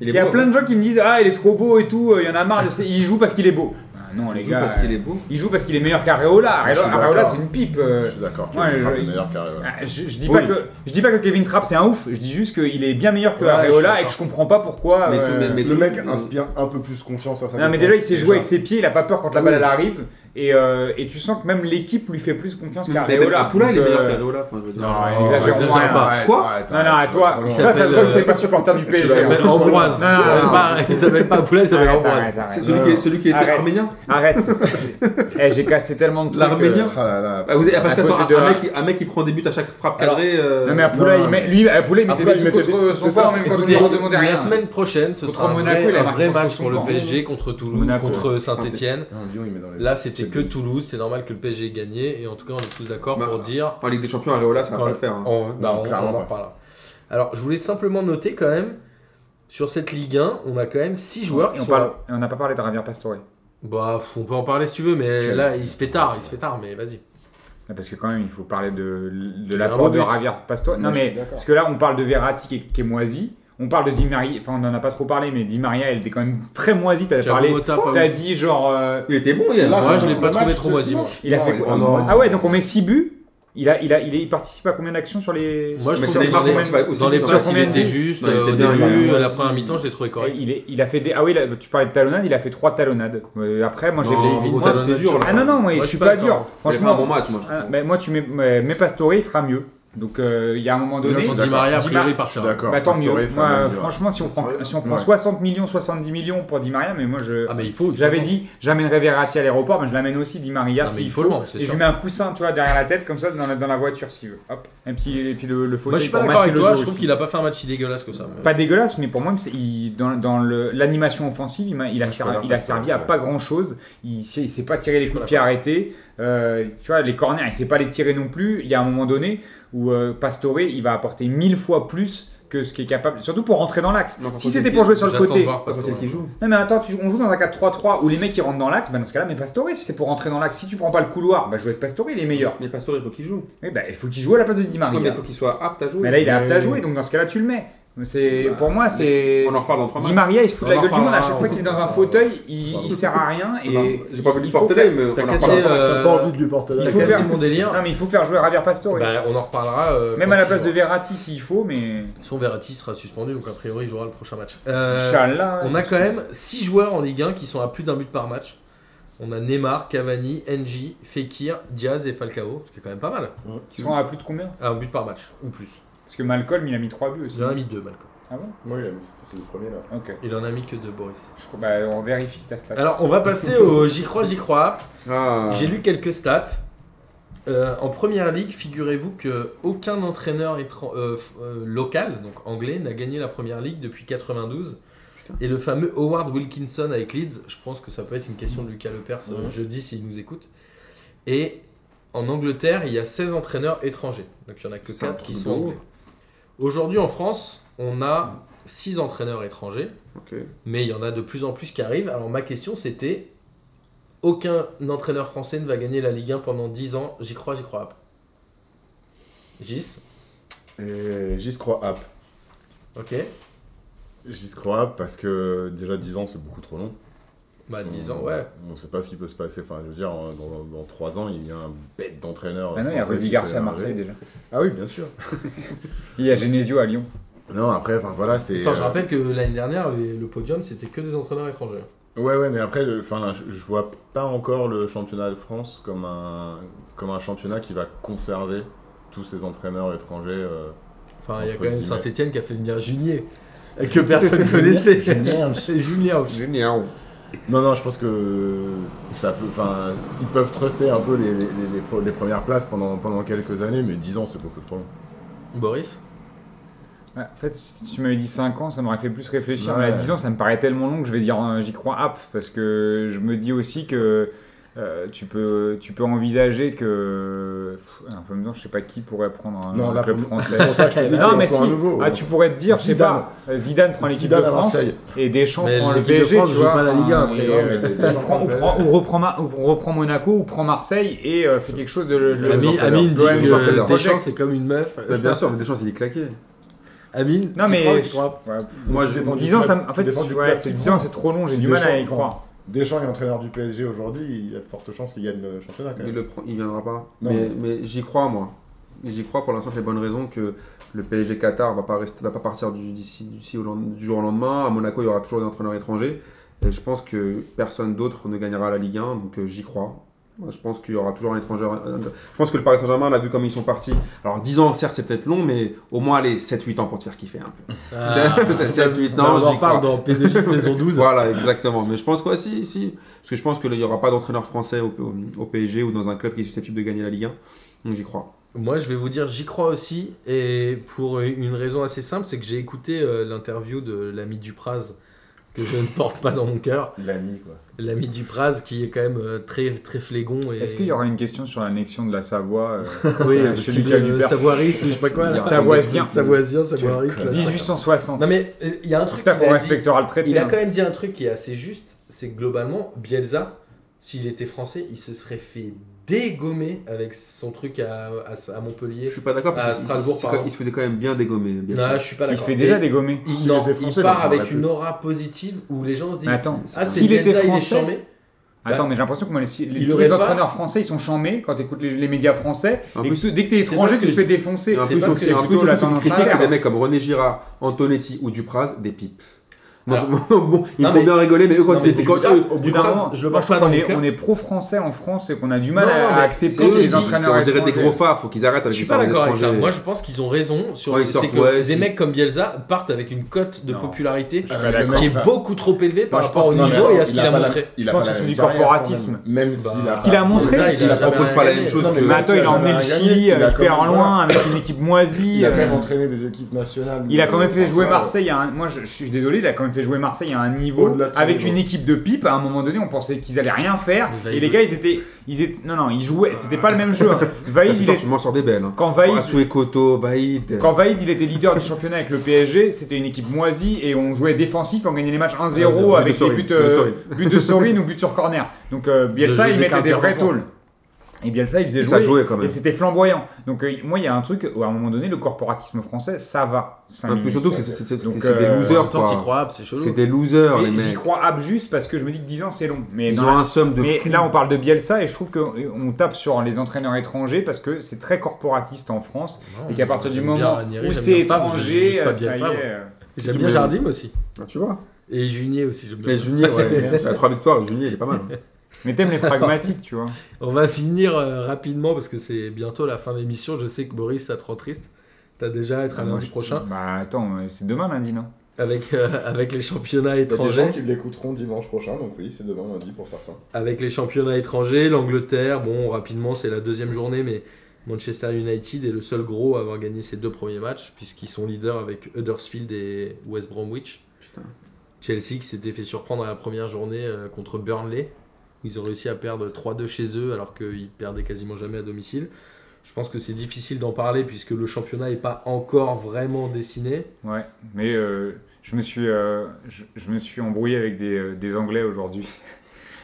Speaker 2: Il
Speaker 3: Il y a
Speaker 2: beau,
Speaker 3: plein de gens qui me disent Ah, il est trop beau et tout, il y en a marre, de ces- il joue parce qu'il est beau. Ah non, les
Speaker 2: Il joue
Speaker 3: gars. euh,
Speaker 2: parce qu'il est beau.
Speaker 3: il joue parce qu'il est meilleur qu'Areola.
Speaker 4: Je suis
Speaker 3: Areola,
Speaker 4: d'accord.
Speaker 3: Areola, c'est une pipe. euh.
Speaker 4: Je suis d'accord.
Speaker 3: Ouais,
Speaker 4: Kevin Trapp
Speaker 3: je-
Speaker 4: est meilleur qu'Areola.
Speaker 3: Ah, Je, je dis
Speaker 2: Oui.
Speaker 3: pas que je dis pas que Kevin Trapp c'est un ouf, je dis juste qu'il est bien meilleur que
Speaker 4: Ouais, je suis
Speaker 3: Areola
Speaker 4: d'accord.
Speaker 3: et que je comprends pas pourquoi.
Speaker 2: Mais
Speaker 3: euh,
Speaker 2: tout de même, mais-
Speaker 4: Le mec
Speaker 2: tout-
Speaker 4: inspire un peu plus confiance à sa
Speaker 3: Non mais
Speaker 4: défense,
Speaker 3: déjà il sait jouer avec ses pieds, il a pas peur quand la balle
Speaker 4: Oui.
Speaker 3: elle arrive et, euh, et tu sens que même l'équipe lui fait plus confiance
Speaker 2: Mais même
Speaker 3: qu'Areola.
Speaker 2: Apoula, il est
Speaker 3: Donc,
Speaker 2: meilleur
Speaker 3: euh,
Speaker 2: qu'Areola. enfin, je veux dire.
Speaker 3: Non,
Speaker 4: Oh,
Speaker 3: exagère
Speaker 1: exagère
Speaker 3: rien.
Speaker 1: pas.
Speaker 2: Quoi
Speaker 4: arrête,
Speaker 3: Non, non,
Speaker 4: arrête,
Speaker 3: à
Speaker 4: tu vas
Speaker 3: toi,
Speaker 4: trop loin.
Speaker 1: il
Speaker 3: toi, ça se voit que
Speaker 1: s'appelle,
Speaker 3: t'es pas supporter du
Speaker 1: Il
Speaker 3: PSG. hein.
Speaker 1: s'appelle Ambroise.
Speaker 3: Non, non,
Speaker 1: Il s'appelle
Speaker 3: non.
Speaker 1: pas- Il s'appelle pas Apoula, il s'appelle
Speaker 3: Arrête,
Speaker 1: Ambroise.
Speaker 3: arrête, arrête.
Speaker 2: C'est celui qui est- celui qui était
Speaker 3: Arrête.
Speaker 2: arménien
Speaker 3: Arrête. J'ai- eh, J'ai cassé tellement de trucs.
Speaker 2: L'Arménien.
Speaker 4: Ah là là.
Speaker 2: Ah, vous avez- ah, Parce
Speaker 3: À
Speaker 2: qu'attends,
Speaker 3: côté de-
Speaker 2: un mec qui- un mec qui prend des buts à chaque frappe
Speaker 3: Alors-
Speaker 2: cadrée.
Speaker 3: euh,
Speaker 2: euh,
Speaker 3: Non mais Apoula,
Speaker 4: Non,
Speaker 3: il
Speaker 4: mais-
Speaker 3: met, lui, Apoula, il mettait
Speaker 4: Apoula,
Speaker 3: des
Speaker 4: il
Speaker 3: buts
Speaker 4: mettait
Speaker 3: contre
Speaker 4: des-
Speaker 3: son
Speaker 4: c'est
Speaker 3: corps,
Speaker 4: ça.
Speaker 3: même quand on
Speaker 1: Écoutez,
Speaker 3: lui redemandait
Speaker 1: la
Speaker 3: rien.
Speaker 1: semaine prochaine, ce
Speaker 3: Contre
Speaker 1: sera un
Speaker 3: Monaco,
Speaker 1: vrai,
Speaker 3: il a
Speaker 1: un
Speaker 3: marqué
Speaker 1: vrai
Speaker 3: contre
Speaker 1: match
Speaker 3: son
Speaker 1: pour le
Speaker 3: camp.
Speaker 1: PSG contre Toulouse,
Speaker 3: Monaco.
Speaker 1: contre Saint-Etienne.
Speaker 4: Non, Lyon, il met dans les-
Speaker 1: Là, c'était que
Speaker 4: bien.
Speaker 1: Toulouse, c'est normal que le PSG ait gagné, et en tout cas, on est tous d'accord
Speaker 2: Bah,
Speaker 1: pour dire.
Speaker 2: En Ligue des Champions, Areola, ça va
Speaker 1: quand-
Speaker 2: pas le faire. hein.
Speaker 1: on, bah,
Speaker 4: Non,
Speaker 1: on-
Speaker 4: clairement
Speaker 1: on en
Speaker 4: pas.
Speaker 1: reparlera. Alors, je voulais simplement noter quand même, sur cette Ligue 1, on a quand même 6 joueurs
Speaker 3: Et
Speaker 1: qui
Speaker 3: on
Speaker 1: sont.
Speaker 3: parle- et on n'a pas parlé de Javier Pastore.
Speaker 1: Bah, f- on peut en parler si tu veux, mais
Speaker 4: Quel-
Speaker 1: là, il se fait tard, il se fait tard, mais vas-y.
Speaker 3: Ah, Parce que quand même, il faut parler de, de
Speaker 1: a
Speaker 3: l'apport
Speaker 1: un
Speaker 3: de
Speaker 1: but.
Speaker 3: Javier Pastore. Non
Speaker 4: Moi, je suis
Speaker 3: mais
Speaker 4: d'accord.
Speaker 3: parce que là, on parle de Verratti qui est, qui est moisi. On parle de Di Maria. Enfin, on n'en a pas trop parlé, mais Di Maria, elle était quand même très moisie. T'avais
Speaker 1: Thiago
Speaker 3: parlé.
Speaker 1: Motta, pas
Speaker 3: T'as
Speaker 1: ouf.
Speaker 3: dit genre. euh,
Speaker 2: Il était bon, il a.
Speaker 4: Là,
Speaker 1: Moi,
Speaker 4: sur
Speaker 1: je l'ai
Speaker 4: le
Speaker 1: pas
Speaker 4: match,
Speaker 1: trouvé
Speaker 4: c'est
Speaker 1: trop moisi,
Speaker 4: dimanche.
Speaker 3: Il a
Speaker 4: Non,
Speaker 3: fait quoi
Speaker 4: est-
Speaker 2: Oh, non.
Speaker 3: Ah ouais, donc on met 6 buts. Il a, il a, il, est- il participe à combien d'actions sur les.
Speaker 1: Moi, je
Speaker 2: Mais
Speaker 1: trouve
Speaker 2: c'est
Speaker 1: que
Speaker 2: des
Speaker 1: dans
Speaker 2: marques
Speaker 1: les,
Speaker 2: aussi- aussi
Speaker 1: dans les
Speaker 2: bien.
Speaker 1: passes, il
Speaker 3: Combien de
Speaker 1: était
Speaker 3: buts
Speaker 1: juste.
Speaker 2: Non, il
Speaker 1: euh,
Speaker 2: était
Speaker 1: au
Speaker 2: bien, il a
Speaker 1: début,
Speaker 2: bien.
Speaker 1: à la première mi-temps, je l'ai trouvé correct.
Speaker 3: il, est- il a fait des. Ah oui, là, tu parlais de talonnade, il a fait 3 talonnades. Euh, après, moi, j'ai.
Speaker 2: Non,
Speaker 1: David,
Speaker 2: Motta,
Speaker 1: moi,
Speaker 2: t'es dur là.
Speaker 3: Ah non, non, moi,
Speaker 1: Moi,
Speaker 3: je suis pas dur.
Speaker 2: Il a fait un bon
Speaker 3: Franchement,
Speaker 2: match, moi. je
Speaker 3: ah,
Speaker 2: trouve.
Speaker 3: mais moi, tu mets, mais- mets Pastore, il fera mieux. Donc, euh, il y a un moment donné.
Speaker 4: Bien
Speaker 1: Bon,
Speaker 4: sûr,
Speaker 1: Di Maria, hein. a
Speaker 3: Di
Speaker 1: priori,
Speaker 3: Mar-
Speaker 4: Je suis
Speaker 1: partira.
Speaker 4: d'accord.
Speaker 3: Bah, tant mieux.
Speaker 4: Pastore,
Speaker 3: Moi,
Speaker 4: Fernandez, ouais.
Speaker 3: franchement, si on prend, si on prend
Speaker 4: Ouais.
Speaker 3: 60 millions, 70 millions pour Di Maria, mais moi je.
Speaker 1: Ah, mais il faut. il faut
Speaker 3: J'avais
Speaker 1: le
Speaker 3: dit, j'amènerai Verratti à l'aéroport, mais je l'amène aussi Di Maria
Speaker 1: Non, mais
Speaker 3: s'il
Speaker 1: il faut
Speaker 3: faut.
Speaker 1: le vendre, c'est
Speaker 3: et je
Speaker 1: sûr.
Speaker 3: lui mets un coussin, tu vois, derrière la tête, comme ça, dans la, dans la voiture s'il veut. Hop. Et puis, et puis le, le fauteuil.
Speaker 1: Moi, je suis pas
Speaker 3: pour
Speaker 1: d'accord
Speaker 3: masser
Speaker 1: avec
Speaker 3: le
Speaker 1: toi.
Speaker 3: dos
Speaker 1: Je trouve
Speaker 3: aussi.
Speaker 1: qu'il a pas fait un match si dégueulasse que ça. mais-
Speaker 3: Pas dégueulasse, mais pour moi, c'est- il- dans, dans le- l'animation offensive, il, m'a- il a,
Speaker 4: Je suis
Speaker 3: servi-
Speaker 4: d'accord,
Speaker 3: il a
Speaker 4: parce que-
Speaker 3: servi à pas grand chose. Il ne s'est il s'est pas tiré les
Speaker 1: suis
Speaker 3: coups de
Speaker 1: pas
Speaker 3: pied arrêtés. Euh, tu vois, les corners, il ne sait pas les tirer non plus. Il y a un moment donné où euh, Pastore, il va apporter mille fois plus que ce qui est capable, surtout pour rentrer dans l'axe.
Speaker 2: Non, par
Speaker 3: Si
Speaker 2: contre,
Speaker 3: c'était
Speaker 2: il-
Speaker 3: pour jouer sur le
Speaker 1: J'attends de
Speaker 3: côté.
Speaker 1: voir parce
Speaker 2: Pas
Speaker 1: que-
Speaker 2: celle qui joue.
Speaker 3: Non, mais attends, tu- on joue dans un 4-3-3 où les mecs ils rentrent dans l'axe, bah dans ce cas-là, mais Pastore, si c'est pour rentrer dans l'axe, si tu prends pas le couloir, bah jouer avec Pastore, il est meilleur.
Speaker 2: Mais Pastore, il faut qu'il joue.
Speaker 3: Eh ben, il faut qu'il joue à la place de Di
Speaker 2: Ouais,
Speaker 3: Maria.
Speaker 2: mais il
Speaker 3: mais,
Speaker 2: faut qu'il soit apte à jouer.
Speaker 3: là, il est apte à
Speaker 4: Mais-
Speaker 3: jouer, donc dans ce cas-là, tu le mets. C'est,
Speaker 2: Bah,
Speaker 3: pour moi, c'est.
Speaker 2: On en reparle dans trois
Speaker 3: Di
Speaker 2: matchs.
Speaker 3: Maria, il se fout de
Speaker 1: On
Speaker 3: la
Speaker 1: en
Speaker 3: gueule du monde. À
Speaker 1: reparlera,
Speaker 3: chaque fois qu'il est dans un
Speaker 4: on-
Speaker 3: fauteuil, il,
Speaker 4: ça va.
Speaker 3: il sert à rien.
Speaker 2: On en-
Speaker 3: Et
Speaker 2: J'ai pas voulu
Speaker 3: il faut
Speaker 2: porter
Speaker 3: faire-
Speaker 2: là, mais on en
Speaker 1: T'as
Speaker 2: reparle.
Speaker 1: cassé,
Speaker 2: dans-
Speaker 1: euh,
Speaker 4: T'as pas envie de lui porter la
Speaker 1: t'as
Speaker 3: Il faut
Speaker 1: cassé
Speaker 3: faire-
Speaker 1: mon délire.
Speaker 3: Non, mais il faut faire jouer Javier Pastore.
Speaker 1: Bah, on en reparlera. euh,
Speaker 3: Même à la place de
Speaker 1: prochainement.
Speaker 3: Verratti s'il faut, mais.
Speaker 1: Son Verratti sera suspendu, donc a priori, il jouera le prochain match. Euh,
Speaker 3: Inch'Allah.
Speaker 1: on a quand même 6 joueurs en Ligue 1 qui sont à plus d'un but par match. On a Neymar, Cavani, Engie, Fekir, Diaz et Falcao, ce qui est quand même pas mal. Ah,
Speaker 3: Qui sont à plus de combien
Speaker 1: Un but par match, ou plus.
Speaker 3: Parce que Malcolm, il a mis 3 buts aussi.
Speaker 1: Il en a mis deux, Malcolm.
Speaker 3: Ah bon
Speaker 4: Moi, il a mis- c'était c'est le premier là.
Speaker 3: Ok.
Speaker 1: Il en a mis que deux, Boris.
Speaker 3: Je crois- Bah, on vérifie ta stat.
Speaker 1: Alors, on va passer au J'y crois, j'y crois.
Speaker 2: Ah.
Speaker 1: J'ai lu quelques stats. Euh, en première ligue, figurez-vous que aucun entraîneur étran- euh, f- euh, local, donc anglais, n'a gagné la première ligue depuis 92.
Speaker 2: Putain.
Speaker 1: Et le fameux Howard Wilkinson avec Leeds, je pense que ça peut être une question de Lucas Lepers euh, jeudi s'il nous écoute. Et en Angleterre, il y a 16 entraîneurs étrangers. Donc il n'y en a que
Speaker 2: C'est un
Speaker 1: 4 qui
Speaker 2: truc
Speaker 1: sont
Speaker 2: de ouf.
Speaker 1: anglais. Aujourd'hui en France, on a 6 entraîneurs étrangers.
Speaker 2: Ok.
Speaker 1: Mais il y en a de plus en plus qui arrivent. Alors ma question c'était, aucun entraîneur français ne va gagner la Ligue 1 pendant 10 ans. J'y crois, j'y crois. pas. Gis,
Speaker 4: Et j'y crois app.
Speaker 1: ok.
Speaker 4: J'y crois app parce que déjà 10 ans, c'est beaucoup trop long.
Speaker 1: Bah 10 ans,
Speaker 4: On-
Speaker 1: ouais.
Speaker 4: On sait pas ce qui peut se passer. Enfin, je veux dire, en- dans, dans 3 ans, il y a un bête d'entraîneur.
Speaker 3: Ah non, il y a
Speaker 4: français
Speaker 3: Rudy
Speaker 4: qui
Speaker 3: Garcia
Speaker 4: peut
Speaker 3: à
Speaker 2: hein,
Speaker 3: Marseille
Speaker 4: arriver.
Speaker 3: déjà.
Speaker 4: Ah oui, bien sûr.
Speaker 3: Il y a Genesio à Lyon.
Speaker 4: Non, après, enfin voilà, c'est.
Speaker 1: Attends, je
Speaker 4: euh,
Speaker 1: rappelle que l'année dernière, les- le podium, c'était que des entraîneurs étrangers.
Speaker 4: Ouais, ouais, mais après, le- enfin, je, je vois pas encore le championnat de France comme un, comme un championnat qui va conserver tous ces entraîneurs étrangers. euh.
Speaker 1: Enfin, il y a
Speaker 4: Entre
Speaker 1: quand même
Speaker 4: guillemets.
Speaker 1: Saint-Etienne qui a fait venir Junier, euh, que personne connaissait.
Speaker 4: Junier.
Speaker 1: Junier, oui.
Speaker 2: Génial.
Speaker 4: Non, non, je pense que ça peut, enfin, ils peuvent truster un peu les, les, les- les pro- les premières places pendant, pendant quelques années, mais 10 ans, c'est beaucoup trop long.
Speaker 1: Boris
Speaker 3: Ouais, en fait, si tu m'avais dit 5 ans, ça m'aurait fait plus réfléchir.
Speaker 4: Ouais.
Speaker 3: Mais à 10 ans, ça me paraît tellement long que je vais dire euh, j'y crois app. Parce que je me dis aussi que euh, tu, peux, tu peux envisager que. Pff, En même temps, je sais pas qui pourrait prendre un,
Speaker 4: Non,
Speaker 3: un
Speaker 4: là,
Speaker 3: club
Speaker 4: pour-
Speaker 3: français.
Speaker 4: c'est pour ça que je te dis
Speaker 3: non,
Speaker 4: qu'il
Speaker 3: mais
Speaker 4: en faut
Speaker 3: si.
Speaker 4: un nouveau.
Speaker 3: Ah, tu pourrais te dire, c'est
Speaker 4: Zidane.
Speaker 3: pas euh, Zidane prend l'équipe de
Speaker 4: Zidane à
Speaker 3: France
Speaker 4: Marseille.
Speaker 3: et Deschamps
Speaker 1: Mais
Speaker 3: prend le
Speaker 1: l'équipe de
Speaker 3: PSG.
Speaker 1: France
Speaker 3: tu
Speaker 1: joue
Speaker 3: vois,
Speaker 1: pas la Ligue 1,
Speaker 3: enfin,
Speaker 1: après.
Speaker 3: et,
Speaker 1: Non,
Speaker 3: euh,
Speaker 1: mais
Speaker 4: des- des gens
Speaker 3: on prend- on
Speaker 4: français.
Speaker 3: prend- on reprend Ma- on reprend Monaco ou prend Marseille et euh, fait quelque chose de. le- le-
Speaker 1: Ami-
Speaker 2: Jean-Pierre.
Speaker 1: Amine dit
Speaker 2: Ouais,
Speaker 1: que
Speaker 2: Jean-Pierre.
Speaker 1: Deschamps, c'est comme une meuf.
Speaker 2: Bah, bien sûr, mais Deschamps, il est claqué.
Speaker 1: Amine,
Speaker 3: Non,
Speaker 1: tu
Speaker 3: mais.
Speaker 1: crois, tu crois
Speaker 3: Ouais, pff,
Speaker 2: Moi, je,
Speaker 4: Dépend du
Speaker 3: 10 ans, ça,
Speaker 4: club.
Speaker 3: me- en fait,
Speaker 4: Dépend du
Speaker 3: ouais,
Speaker 4: club
Speaker 3: c'est
Speaker 4: qui
Speaker 3: 10 ans,
Speaker 4: prend.
Speaker 3: c'est trop long, j'ai
Speaker 4: Si
Speaker 3: du mal à
Speaker 4: Deschamps
Speaker 3: y
Speaker 4: prend-
Speaker 3: croire.
Speaker 4: Deschamps est entraîneur du PSG aujourd'hui, il y a de fortes chances qu'il gagne le championnat quand
Speaker 2: il
Speaker 4: même.
Speaker 2: le prend- il viendra pas.
Speaker 4: Non.
Speaker 2: Mais, mais j'y crois, moi. Et J'y crois pour la simple et bonne raison que le PSG Qatar va pas rester, va pas partir du, d'ici, d'ici au lend- du jour au lendemain. À Monaco, il y aura toujours des entraîneurs étrangers. Et je pense que personne d'autre ne gagnera la Ligue 1, donc euh, j'y crois. Moi, Je pense qu'il y aura toujours un étranger. un- un- Je pense que le Paris Saint-Germain, l'a vu comme ils sont partis. Alors 10 ans, certes, c'est peut-être long, mais au moins, allez, 7-8 ans pour te faire kiffer un peu.
Speaker 1: Ah. Bah,
Speaker 2: C'est- c'est
Speaker 1: On
Speaker 2: 8
Speaker 1: en
Speaker 2: ans, j'y
Speaker 1: reparle
Speaker 2: crois.
Speaker 1: dans PDG saison 12.
Speaker 2: Voilà, exactement. Mais je pense quoi, si, si. Parce que je pense qu'il n'y aura pas d'entraîneur français au, au- au PSG ou dans un club qui est susceptible de gagner la Ligue 1. Donc j'y crois.
Speaker 1: Moi, je vais vous dire, j'y crois aussi, et pour une raison assez simple, c'est que j'ai écouté euh, l'interview de l'ami Dupraz, que je ne porte pas dans mon cœur.
Speaker 4: L'ami quoi.
Speaker 1: L'ami Dupraz, qui est quand même euh, très, très flégon. Et...
Speaker 3: Est-ce qu'il y aura une question sur l'annexion de la Savoie
Speaker 1: Oui,
Speaker 3: euh,
Speaker 1: parce
Speaker 3: chez
Speaker 1: qu'il
Speaker 3: Lucas
Speaker 1: est, euh,
Speaker 3: Dupers.
Speaker 1: savoiriste, ou je sais pas quoi. là.
Speaker 3: Savoisien.
Speaker 1: Savoisien, savoiriste. là.
Speaker 3: 1860.
Speaker 1: Non, mais euh, il y a un truc.
Speaker 3: J'espère
Speaker 1: qu'il
Speaker 3: qu'on
Speaker 1: a dit-
Speaker 3: respectera le traité.
Speaker 1: Il a
Speaker 3: hein.
Speaker 1: quand même dit un truc qui est assez juste, c'est que globalement, Bielsa, s'il était français, il se serait fait dégommer avec son truc à, à- à Montpellier.
Speaker 2: Je suis pas d'accord
Speaker 1: À
Speaker 2: parce
Speaker 1: Strasbourg, pardon.
Speaker 2: qu'il se faisait quand même bien dégommer. Bielsa.
Speaker 1: Non, je suis pas
Speaker 3: Il
Speaker 1: d'accord.
Speaker 3: se fait déjà
Speaker 1: Et
Speaker 3: dégommer.
Speaker 1: il,
Speaker 4: S'il
Speaker 1: non,
Speaker 4: était
Speaker 1: il
Speaker 4: français,
Speaker 1: part
Speaker 4: il en parlerait
Speaker 1: avec une
Speaker 4: plus.
Speaker 1: aura positive où les gens se disent
Speaker 3: Mais attends,
Speaker 1: Ah, c'est
Speaker 3: s'il
Speaker 1: Bielsa,
Speaker 3: était
Speaker 1: il est
Speaker 3: français.
Speaker 1: charmé.
Speaker 3: Attends, mais j'ai l'impression que moi, les, les-
Speaker 1: Il
Speaker 3: tous
Speaker 1: aurait
Speaker 3: les
Speaker 1: pas-
Speaker 3: entraîneurs français ils sont chamés quand t'écoutes les, les médias français.
Speaker 2: En
Speaker 3: et
Speaker 2: plus,
Speaker 3: que dès que t'es
Speaker 1: c'est
Speaker 3: étranger,
Speaker 1: parce
Speaker 3: tu te
Speaker 1: que
Speaker 3: fais défoncer.
Speaker 2: Et en
Speaker 1: c'est
Speaker 2: plus,
Speaker 1: parce
Speaker 2: surtout-
Speaker 1: que
Speaker 2: et en
Speaker 3: c'est
Speaker 2: plus,
Speaker 3: plutôt la
Speaker 2: surtout,
Speaker 3: tendance
Speaker 2: ce qui critique, c'est des
Speaker 3: inverse.
Speaker 2: mecs comme René Girard, Antonetti ou Dupraz, des pipes. Donc,
Speaker 1: Alors-
Speaker 2: bon, ils
Speaker 1: Non,
Speaker 2: me font
Speaker 1: mais-
Speaker 2: bien rigoler, mais eux, quand
Speaker 1: Non,
Speaker 2: ils
Speaker 1: mais
Speaker 2: étaient
Speaker 1: Dupraz,
Speaker 2: quand eux,
Speaker 3: Au bout d'un
Speaker 1: Dupraz,
Speaker 3: moment,
Speaker 1: je le
Speaker 3: moi,
Speaker 1: mange pas
Speaker 3: trouve
Speaker 1: dans
Speaker 3: qu'on
Speaker 1: mon
Speaker 3: est-
Speaker 1: cœur.
Speaker 3: on est pro-français en France et qu'on a du mal
Speaker 1: Non,
Speaker 3: à, à
Speaker 1: mais
Speaker 3: accepter
Speaker 1: c'est
Speaker 3: que
Speaker 1: eux,
Speaker 3: les
Speaker 1: ils-
Speaker 3: entraîneurs
Speaker 2: on dirait des
Speaker 3: étrangers-
Speaker 2: gros faf, faut qu'ils arrêtent
Speaker 1: Je
Speaker 2: avec
Speaker 1: suis
Speaker 2: les
Speaker 1: pas d'accord avec ça.
Speaker 2: étrangers.
Speaker 1: Moi, je pense qu'ils ont raison sur
Speaker 2: Ouais,
Speaker 1: le
Speaker 2: ils
Speaker 1: c'est
Speaker 2: sortent,
Speaker 1: que
Speaker 2: ouais,
Speaker 1: des
Speaker 2: si.
Speaker 1: mecs comme Bielsa partent avec une cote de
Speaker 3: Non.
Speaker 1: popularité
Speaker 3: suis pas d'accord.
Speaker 1: qui
Speaker 4: Il
Speaker 1: est
Speaker 4: va-
Speaker 1: beaucoup trop élevée par
Speaker 3: Moi, je
Speaker 1: rapport au
Speaker 3: pense qu'il
Speaker 1: niveau
Speaker 4: a-
Speaker 1: et à ce qu'il
Speaker 4: il
Speaker 1: a
Speaker 4: pas la-
Speaker 1: montré.
Speaker 4: il
Speaker 3: Je
Speaker 4: a
Speaker 3: pense
Speaker 4: pas
Speaker 3: que
Speaker 4: la
Speaker 3: c'est
Speaker 4: même
Speaker 3: du
Speaker 4: carrière, quand
Speaker 3: corporatisme.
Speaker 4: même. Même s'il
Speaker 1: Bah,
Speaker 4: a
Speaker 1: ce
Speaker 4: pas-
Speaker 3: qu'il a montré,
Speaker 1: Bielsa,
Speaker 2: s'il
Speaker 1: a
Speaker 2: a
Speaker 1: jamais
Speaker 2: propose
Speaker 1: rien
Speaker 2: pas la
Speaker 1: gagné.
Speaker 2: même chose
Speaker 1: Non,
Speaker 2: que-
Speaker 1: mais-
Speaker 3: Mais attends, il a
Speaker 4: Jamais
Speaker 3: emmené le
Speaker 4: rien
Speaker 3: Chili,
Speaker 4: gagné. Il a
Speaker 3: il
Speaker 4: quand même-
Speaker 3: perd en loin avec une équipe moisie.
Speaker 4: Il a quand
Speaker 3: euh,
Speaker 4: même entraîné des équipes nationales.
Speaker 3: Il a quand même fait jouer
Speaker 4: Enfin,
Speaker 3: Marseille à un... Moi, je, je suis désolé, il a quand même fait jouer Marseille à un niveau
Speaker 4: Au-delà de son
Speaker 3: avec
Speaker 4: niveau.
Speaker 3: une équipe de pipe. À un moment donné, on pensait qu'ils allaient rien faire.
Speaker 1: Mais Vaïd
Speaker 3: Et les gars, ils étaient, ils étaient... Non, non, ils jouaient. C'était pas le même jeu. hein. Vaïd, il
Speaker 2: Putain,
Speaker 3: est-
Speaker 2: Tu m'en sors des belles. hein.
Speaker 3: Quand Vaïd...
Speaker 2: Asuekoto, Vaïd.
Speaker 3: Quand Vaïd, il était leader du championnat avec le PSG, c'était une équipe moisie et on jouait défensif, on gagnait les matchs 1-0
Speaker 2: Ah, but
Speaker 3: avec
Speaker 2: de
Speaker 3: des
Speaker 2: Sorin,
Speaker 3: buts,
Speaker 2: but de
Speaker 3: euh,
Speaker 2: Sorin.
Speaker 3: buts de Sorin ou buts sur corner. Donc euh, Bielsa,
Speaker 1: De
Speaker 3: il
Speaker 1: José
Speaker 3: mettait des
Speaker 1: Carter
Speaker 3: vrais
Speaker 1: Enfant.
Speaker 3: tôles. Et Bielsa, il faisait
Speaker 2: Et ça
Speaker 3: jouer,
Speaker 2: jouait quand même.
Speaker 3: et c'était flamboyant. Donc euh, moi, il y a un truc, où, à un moment donné, le corporatisme français, ça va. Cinq
Speaker 2: Un peu
Speaker 3: minutes,
Speaker 2: surtout que
Speaker 3: ça-
Speaker 2: c'est- c'est c'est-
Speaker 3: Donc,
Speaker 2: c'est des
Speaker 3: euh,
Speaker 1: En
Speaker 2: losers,
Speaker 1: même temps, t'y
Speaker 2: quoi.
Speaker 1: crois, ah, c'est chelou.
Speaker 2: C'est des losers, les
Speaker 3: Mais j'y
Speaker 2: mecs.
Speaker 3: crois ab juste parce que je me dis que 10 ans c'est long. Mais,
Speaker 2: Ils
Speaker 3: dans
Speaker 2: ont
Speaker 3: la-
Speaker 2: un somme de
Speaker 3: mais
Speaker 2: fou.
Speaker 3: là on parle de Bielsa et je trouve qu'on tape sur les entraîneurs étrangers parce que c'est très corporatiste en France
Speaker 1: Non,
Speaker 3: et qu'à partir du
Speaker 1: Mmh. j'aime
Speaker 3: moment
Speaker 1: bien Ranieri,
Speaker 3: où
Speaker 1: j'aime
Speaker 3: c'est
Speaker 1: bien Favre, je
Speaker 3: étranger,
Speaker 1: juge pas
Speaker 3: euh, ça y
Speaker 1: Bielsa, moi.
Speaker 3: est. euh,
Speaker 1: J'aime bien Jardim aussi.
Speaker 2: Ah, Tu vois.
Speaker 1: Et Junier aussi, j'aime bien.
Speaker 2: Mais Junier, ouais. Il a trois victoires, Junier, il est pas mal.
Speaker 3: Mais t'aimes les pragmatiques, tu vois.
Speaker 1: On va finir euh, rapidement parce que c'est bientôt la fin de l'émission. Je sais que Boris, ça te rend triste. T'as déjà à être à
Speaker 3: Moi,
Speaker 1: lundi
Speaker 3: je-
Speaker 1: prochain
Speaker 3: Bah attends, euh, c'est demain lundi, non
Speaker 1: avec, euh, avec les championnats
Speaker 4: Il y a des gens
Speaker 1: étrangers.
Speaker 4: qui l'écouteront dimanche prochain, donc oui, c'est demain lundi pour certains.
Speaker 1: Avec les championnats étrangers, l'Angleterre, bon, rapidement, c'est la deuxième journée, mais Manchester United est le seul gros à avoir gagné ses deux premiers matchs puisqu'ils sont leaders avec Huddersfield et West Bromwich.
Speaker 2: Putain.
Speaker 1: Chelsea qui s'était fait surprendre à la première journée euh, contre Burnley. où Ils ont réussi à perdre 3-2 chez eux alors qu'ils perdaient quasiment jamais à domicile. Je pense que c'est difficile d'en parler puisque le championnat n'est pas encore vraiment dessiné.
Speaker 3: Ouais. Mais euh, je, me suis, euh, je, je me suis embrouillé avec des, euh, des Anglais aujourd'hui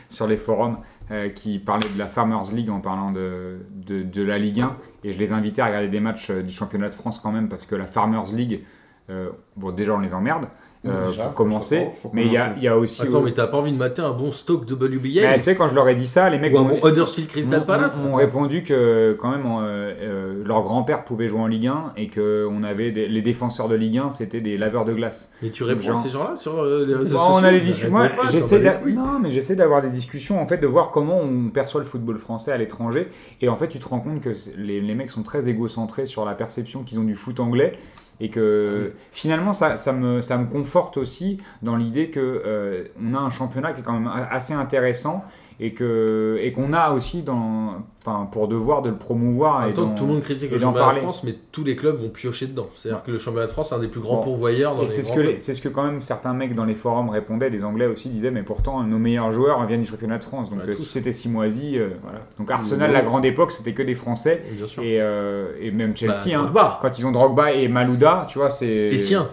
Speaker 3: sur les forums euh, qui parlaient de la Farmers League en parlant de, de, de la Ligue 1. Et je les invitais à regarder des matchs euh, du championnat de France quand même parce que la Farmers League, euh, bon déjà on les emmerde euh,
Speaker 4: Déjà,
Speaker 3: pour commencer.
Speaker 2: pour
Speaker 3: Mais il y a,
Speaker 2: commencer.
Speaker 3: il y a aussi...
Speaker 1: Attends,
Speaker 3: euh,
Speaker 1: mais t'as pas envie de mater un bon stock
Speaker 3: mais
Speaker 1: WBA
Speaker 3: tu sais, quand je leur ai dit ça, les mecs
Speaker 1: ou un
Speaker 3: m'ont-
Speaker 1: bon Huddersfield Crystal
Speaker 3: m'ont-
Speaker 1: Palace
Speaker 3: m'ont- m'ont répondu que quand même en, euh, euh, leur grand-père pouvait jouer en Ligue 1 et que on avait des- les défenseurs de Ligue 1 c'était des laveurs de glace.
Speaker 1: Et tu réponds
Speaker 3: Genre.
Speaker 1: à ces gens-là sur euh, les réseaux
Speaker 3: Bon,
Speaker 1: sociaux
Speaker 3: on a les
Speaker 1: Bah,
Speaker 3: discussions.
Speaker 1: réponds
Speaker 3: Moi,
Speaker 1: pas,
Speaker 3: j'essaie
Speaker 1: t'en as les
Speaker 3: d'a-
Speaker 1: couilles.
Speaker 3: non, mais j'essaie d'avoir des discussions en fait de voir comment on perçoit le football français à l'étranger et en fait tu te rends compte que c'est- les, les mecs sont très égocentrés sur la perception qu'ils ont du foot anglais. Et que finalement, ça, ça, me, ça me conforte aussi dans l'idée que euh, on a un championnat qui est quand même a- assez intéressant et que et qu'on a aussi dans, enfin, pour devoir de le promouvoir.
Speaker 1: En
Speaker 3: et
Speaker 1: même temps,
Speaker 3: d'en-
Speaker 1: tout le monde critique
Speaker 3: et
Speaker 1: le
Speaker 3: d'en
Speaker 1: championnat de
Speaker 3: parler.
Speaker 1: France, mais tous les clubs vont piocher dedans. C'est-à-dire
Speaker 3: Ouais.
Speaker 1: que le championnat de France, c'est un des plus grands
Speaker 3: Bon.
Speaker 1: pourvoyeurs dans
Speaker 3: Et
Speaker 1: les
Speaker 3: c'est ce,
Speaker 1: grands
Speaker 3: que
Speaker 1: clubs.
Speaker 3: les- c'est ce que quand même certains mecs dans les forums répondaient, les Anglais aussi disaient, mais pourtant nos meilleurs joueurs viennent du championnat de France. Donc
Speaker 1: Ouais,
Speaker 3: euh,
Speaker 1: tous.
Speaker 3: si c'était Simoisi, euh,
Speaker 4: Voilà.
Speaker 3: donc Arsenal, la grande époque, c'était que des Français.
Speaker 1: Bien sûr.
Speaker 3: Et, euh, et même Chelsea,
Speaker 1: Bah,
Speaker 3: hein.
Speaker 1: Drogba.
Speaker 3: quand ils ont Drogba et Malouda, tu vois, c'est.
Speaker 1: Et hein. Sien.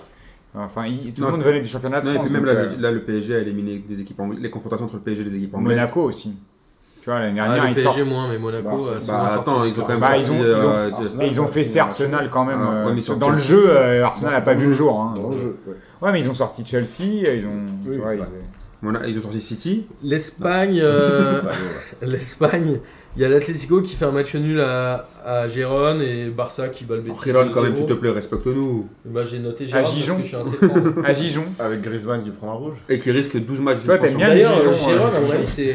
Speaker 3: Enfin, il- tout
Speaker 2: Non,
Speaker 3: le monde venait du championnat de
Speaker 2: Non, et
Speaker 3: France.
Speaker 2: puis même
Speaker 3: donc,
Speaker 2: là,
Speaker 3: euh,
Speaker 2: le- là, le PSG a éliminé des équipes anglaises, les confrontations entre le PSG et les équipes anglaises. Bah,
Speaker 3: Monaco aussi. Tu vois, l'année
Speaker 1: Ah,
Speaker 3: dernière,
Speaker 1: le
Speaker 3: ils
Speaker 1: PSG
Speaker 3: sortent.
Speaker 1: moins, mais Monaco.
Speaker 4: Bah,
Speaker 1: euh, sont
Speaker 2: Bah
Speaker 1: sortis.
Speaker 2: attends, ils ont quand même
Speaker 3: Bah,
Speaker 2: sorti,
Speaker 3: ils ont- ils ont-
Speaker 2: euh,
Speaker 4: Arsenal.
Speaker 3: Et ils ont fait c'est Arsenal quand même.
Speaker 2: Ah, ouais,
Speaker 3: euh,
Speaker 2: mais sur
Speaker 3: dans le
Speaker 2: Chelsea.
Speaker 3: jeu, euh, Arsenal n'a pas vu le jour. hein.
Speaker 4: Dans le jeu, ouais.
Speaker 3: Ouais, mais ils ont sorti Chelsea, ils ont. tu
Speaker 4: Oui,
Speaker 3: vois,
Speaker 4: c'est
Speaker 3: ils-
Speaker 4: vrai.
Speaker 2: Mona- ils ont sorti City.
Speaker 1: L'Espagne. euh,
Speaker 4: Ça, ouais.
Speaker 1: L'Espagne. Il y a l'Atlético qui fait un match nul à, à Gérone et Barça qui bat le Betis.
Speaker 2: Rilon, quand même,
Speaker 1: 2-0.
Speaker 2: s'il te plaît, respecte-nous.
Speaker 1: Bah, j'ai noté Gérone parce
Speaker 3: Dijon.
Speaker 1: que je suis assez fan.
Speaker 3: À Dijon.
Speaker 4: Avec Griezmann qui prend un rouge.
Speaker 2: Et qui risque 12 matchs de
Speaker 3: Toi, t'aimes
Speaker 2: suspension.
Speaker 3: bien les
Speaker 1: D'ailleurs, euh,
Speaker 3: Dijon,
Speaker 1: Gérone,
Speaker 3: hein.
Speaker 1: à mon avis, c'est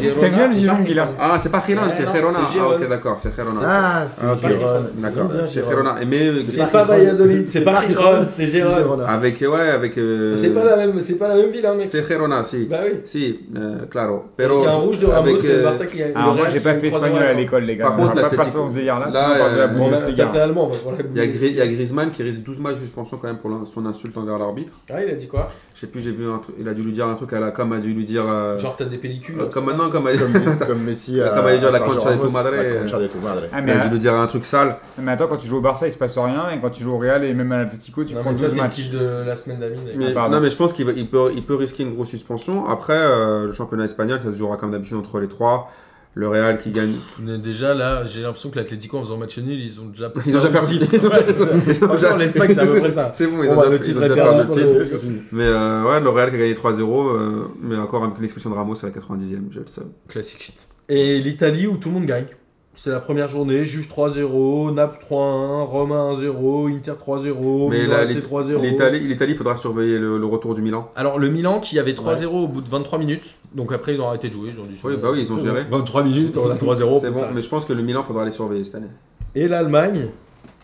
Speaker 1: Gérone.
Speaker 3: T'aimes bien le Dijon, Guillaume
Speaker 2: Ah, c'est pas Rilon,
Speaker 1: Ouais,
Speaker 2: c'est
Speaker 1: non,
Speaker 2: Girona.
Speaker 1: c'est
Speaker 2: Ah,
Speaker 1: Girona.
Speaker 2: ok, d'accord, c'est Girona.
Speaker 4: Ah, c'est
Speaker 2: Ah, ok.
Speaker 4: Giron.
Speaker 2: D'accord,
Speaker 4: bien,
Speaker 2: c'est
Speaker 4: Giron.
Speaker 2: Girona. Et Mais euh,
Speaker 1: C'est pas Valladolid, c'est pas Gérone, c'est Gérone.
Speaker 4: Giron.
Speaker 2: avec, ouais, avec. euh,
Speaker 1: C'est pas la même, c'est pas la même ville, hein, mec.
Speaker 2: C'est Girona, si.
Speaker 1: Bah oui.
Speaker 2: Si, euh, claro.
Speaker 1: Il y a un rouge de Ramos
Speaker 2: avec,
Speaker 1: et le
Speaker 2: euh,
Speaker 1: Barça qui a. le
Speaker 3: Alors, moi,
Speaker 1: Real
Speaker 3: j'ai
Speaker 1: qui
Speaker 3: pas
Speaker 1: gagne
Speaker 3: fait
Speaker 1: 3-0 à
Speaker 3: espagnol à
Speaker 1: la-
Speaker 3: l'école, les gars.
Speaker 2: Par contre,
Speaker 3: on va pas
Speaker 2: l'Atlético-
Speaker 3: partir dans ce délire-là,
Speaker 2: Là,
Speaker 3: sinon on parle de la
Speaker 2: euh,
Speaker 1: Bon, là, T'as
Speaker 3: Bundesliga.
Speaker 1: fait allemand, bah, on va voir la
Speaker 2: Il y, a
Speaker 1: Bundesliga.
Speaker 2: Gri- il y a Griezmann qui risque 12 matchs de suspension quand même pour l'in- son insulte envers l'arbitre.
Speaker 1: Ah, il a dit quoi
Speaker 2: Je sais plus, j'ai vu un truc, il a dû lui dire un truc à la comme a dû lui dire. euh,
Speaker 1: Genre, t'as des pellicules.
Speaker 2: euh,
Speaker 1: hein.
Speaker 2: comme maintenant, comme a
Speaker 4: Comme Messi- Comme Messi à
Speaker 2: Comme a dit la concha de
Speaker 4: Sergio
Speaker 2: tu madre.
Speaker 4: Ramos, La concha de tu madre.
Speaker 3: Ah,
Speaker 2: il
Speaker 3: mais, euh,
Speaker 2: a dû lui dire un truc sale.
Speaker 3: mais attends, quand tu joues au Barça, il se passe rien, et quand tu joues au Real et même à l'Atletico, tu
Speaker 1: Non,
Speaker 3: prends
Speaker 1: mais ça,
Speaker 3: 12
Speaker 1: c'est le
Speaker 3: matchs.
Speaker 1: kiff de la semaine d'Amine. d'ailleurs.
Speaker 2: Mais-
Speaker 3: Ah, pardon.
Speaker 2: non, mais je pense qu'il va- il peut, il peut risquer une grosse suspension. Après, euh, le championnat espagnol, ça se jouera comme d'habitude entre les trois. Le Real qui gagne.
Speaker 1: Mais déjà là, j'ai l'impression que l'Atlético en faisant match nul, ils ont déjà
Speaker 2: Ils ont déjà perdu. Ils ont déjà-
Speaker 1: Franchement, l'Espagne, c'est à peu près ça.
Speaker 2: C'est bon, ils
Speaker 1: Bon,
Speaker 2: ont
Speaker 1: bah,
Speaker 2: déjà,
Speaker 1: le
Speaker 2: ils
Speaker 1: titre
Speaker 2: ont
Speaker 1: est
Speaker 2: déjà
Speaker 1: perdu
Speaker 2: perdu le
Speaker 1: pour
Speaker 2: titre.
Speaker 1: le-
Speaker 2: Mais euh, ouais, le Real qui a gagné 3-0, euh, mais encore avec l'expulsion de Ramos à la 90e, j'ai le seum.
Speaker 1: Classic shit. Et l'Italie où tout le monde gagne. C'était la première journée, Juve 3-0, Naples 3-1, Rome 1-0, Inter 3-0,
Speaker 2: Mais
Speaker 1: Milan
Speaker 2: là,
Speaker 1: AC
Speaker 2: l'It-
Speaker 1: 3-0.
Speaker 2: L'Italie, l'Italie, il faudra surveiller le, le retour du Milan.
Speaker 1: Alors le Milan qui avait 3-0 au bout de 23 minutes, donc après ils ont arrêté de jouer, ils ont dit
Speaker 2: Oui, bah oui, ils ont
Speaker 1: C'est
Speaker 2: géré.
Speaker 1: bon, 23 minutes, on a 3-0.
Speaker 2: C'est
Speaker 1: on fait
Speaker 2: bon,
Speaker 1: ça.
Speaker 2: mais je pense que le Milan, faudra les surveiller cette année.
Speaker 1: Et l'Allemagne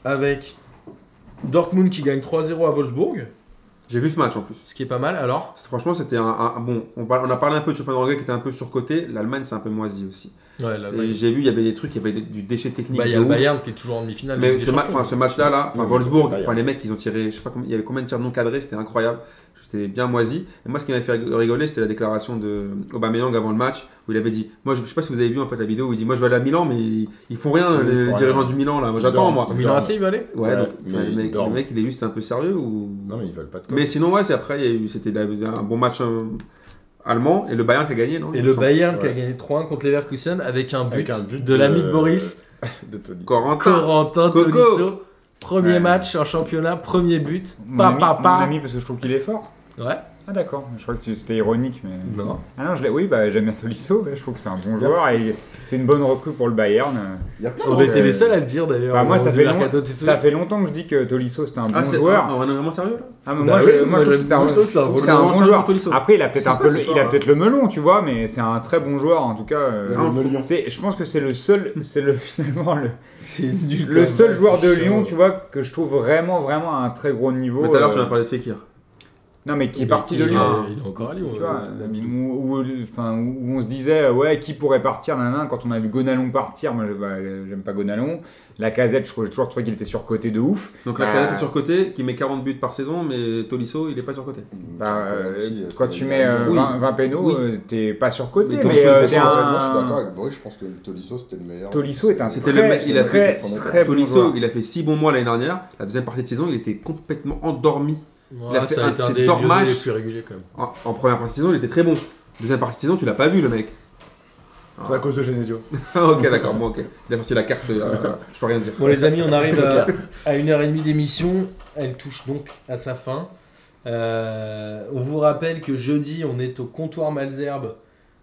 Speaker 1: avec Dortmund qui gagne 3-0 à Wolfsburg,
Speaker 2: J'ai vu ce match en plus.
Speaker 1: ce qui est pas mal alors.
Speaker 2: C'est- Franchement, c'était un, un- bon. On, parle- on a parlé un peu du championnat anglais qui était un peu surcoté. L'Allemagne, c'est un peu moisi aussi.
Speaker 1: Ouais,
Speaker 2: Et j'ai vu, il y avait des trucs, il y avait des- du déchet technique.
Speaker 1: Ah, Bah, il y
Speaker 2: de
Speaker 1: a le
Speaker 2: ouf.
Speaker 1: Bayern qui est toujours en demi-finale.
Speaker 2: Mais
Speaker 1: des
Speaker 2: ce, ma-
Speaker 1: champions.
Speaker 2: enfin, ce match-là, là, enfin,
Speaker 4: Oui,
Speaker 2: Wolfsburg,
Speaker 4: Bayern.
Speaker 2: enfin, les mecs, ils ont tiré, je sais pas combien, il y avait combien de tirs non cadrés, c'était incroyable. C'était bien moisi. Et moi, ce qui m'avait fait rigoler, c'était la déclaration de Aubameyang avant le match, où il avait dit, moi, je, je sais pas si vous avez vu en fait la vidéo, où il dit, moi, je vais aller à Milan, mais ils, ils font rien,
Speaker 4: Ils
Speaker 2: les
Speaker 4: font
Speaker 2: dirigeants
Speaker 4: rien.
Speaker 2: du Milan, là, moi, j'attends, moi.
Speaker 1: Au Milan AC, il va aller
Speaker 2: Ouais,
Speaker 4: Ouais,
Speaker 2: donc, enfin,
Speaker 4: mais
Speaker 2: le,
Speaker 4: ils
Speaker 2: mec, le
Speaker 4: dorment.
Speaker 2: mec, il est juste un peu sérieux ou.
Speaker 4: Non, mais ils veulent pas de
Speaker 2: mais sinon, ouais, c'est après, il y a eu- c'était la- un bon match euh, allemand, et le Bayern qui a gagné, non
Speaker 1: Et
Speaker 2: il me
Speaker 1: le
Speaker 2: semble.
Speaker 1: Bayern qui a
Speaker 4: Ouais.
Speaker 1: gagné 3-1 contre Leverkusen avec un but,
Speaker 4: Avec un but
Speaker 1: de l'ami de Boris,
Speaker 4: de Tony.
Speaker 2: Corentin.
Speaker 1: Corentin
Speaker 2: Coco.
Speaker 1: Tolisso. Premier
Speaker 3: Ouais.
Speaker 1: match en championnat, premier but.
Speaker 3: Mon
Speaker 1: Pa,
Speaker 3: ami-
Speaker 1: pa, pa.
Speaker 3: mon ami, parce que je trouve qu'il est fort.
Speaker 1: Ouais.
Speaker 3: Ah d'accord, je crois que tu- c'était ironique, mais...
Speaker 1: Non.
Speaker 3: Ah non, je l'ai- oui, bah, j'aime bien Tolisso, ouais, je trouve que c'est un bon joueur et c'est une bonne recrue pour le Bayern.
Speaker 4: Il y a plein de
Speaker 1: On a été
Speaker 4: gens-
Speaker 1: les seuls à le dire d'ailleurs.
Speaker 3: Bah, moi, ça
Speaker 1: Du
Speaker 3: fait, long-
Speaker 1: mercato de Tolisso.
Speaker 3: ça fait longtemps que je dis que Tolisso c'était un bon
Speaker 2: Ah, c'est
Speaker 3: joueur.
Speaker 2: ah, on est vraiment sérieux, là
Speaker 3: Ah, mais
Speaker 1: Bah
Speaker 3: moi,
Speaker 1: oui,
Speaker 3: je, moi,
Speaker 1: moi,
Speaker 3: je trouve que
Speaker 1: j'aime
Speaker 3: c'est un,
Speaker 1: plutôt que c'est un
Speaker 3: je trouve
Speaker 1: bon
Speaker 3: que c'est un
Speaker 2: joueur.
Speaker 3: bon joueur.
Speaker 2: Tolisso.
Speaker 3: Après, il a peut-être
Speaker 2: Ça
Speaker 3: un
Speaker 2: se
Speaker 3: peu,
Speaker 2: passe
Speaker 3: le-
Speaker 2: ce
Speaker 3: il a
Speaker 2: soir,
Speaker 3: peut-être le melon, tu vois, mais c'est un très bon joueur en tout cas. euh,
Speaker 2: Non,
Speaker 4: Le Lyon.
Speaker 3: c'est, je pense que c'est le seul, c'est le finalement le,
Speaker 1: C'est nul.
Speaker 3: le seul
Speaker 4: bah,
Speaker 3: joueur de Lyon,
Speaker 1: tu
Speaker 3: tu vois, que je trouve vraiment, vraiment à un très gros niveau.
Speaker 2: Mais tout à l'heure,
Speaker 3: euh,
Speaker 2: tu m'as parlé de Fekir.
Speaker 3: Non, mais qui est parti de
Speaker 1: Il est-
Speaker 3: Lyon.
Speaker 1: Il est encore à Lyon.
Speaker 3: Tu
Speaker 1: ouais.
Speaker 3: vois, où, où- enfin, où on se disait, euh, ouais, qui pourrait partir, nanana, quand on a vu Gonalon partir, moi je- bah, j'aime pas Gonalon, la casette, je trouve- j'ai toujours trouvé qu'il était surcoté de ouf,
Speaker 2: Donc la
Speaker 3: Bah.
Speaker 2: Canette est surcotée, qui met 40 buts par saison, mais Tolisso, il est pas surcoté.
Speaker 3: Bah, euh,
Speaker 4: Ah, Si,
Speaker 3: quand
Speaker 4: ça-
Speaker 3: tu mets euh,
Speaker 2: Oui.
Speaker 3: 20, 20 pénaux,
Speaker 2: Oui.
Speaker 3: euh, t'es pas surcoté,
Speaker 2: Mais
Speaker 3: mais,
Speaker 2: Tolisso, il
Speaker 3: euh,
Speaker 2: fait
Speaker 3: t'es
Speaker 2: ça,
Speaker 3: un-
Speaker 4: Moi, je suis d'accord avec Boris, je pense que Tolisso c'était le meilleur.
Speaker 3: Tolisso est un
Speaker 2: C'était
Speaker 3: très,
Speaker 2: le mec, il a
Speaker 3: très,
Speaker 2: fait-
Speaker 3: très bon
Speaker 2: Tolisso,
Speaker 3: joueur.
Speaker 2: il a fait 6 bons mois l'année dernière. La deuxième partie de saison, il était complètement endormi.
Speaker 1: Ouais,
Speaker 2: fait
Speaker 1: ça a
Speaker 2: un de
Speaker 1: été un
Speaker 2: ses
Speaker 1: des
Speaker 2: torts
Speaker 1: lieux
Speaker 2: matchs.
Speaker 1: les plus réguliers quand même.
Speaker 2: Ah, En, en première partie de saison, il était très bon. Deuxième partie de saison, tu l'as pas vu, le mec.
Speaker 4: C'est à cause de Genesio.
Speaker 2: Ah, ok, d'accord, bon, ok. Il a sorti la carte, euh, je peux rien dire.
Speaker 1: Bon les amis, on arrive à, à une heure et demie d'émission. Elle touche donc à sa fin. Euh, on vous rappelle que jeudi, on est au comptoir Malzerbe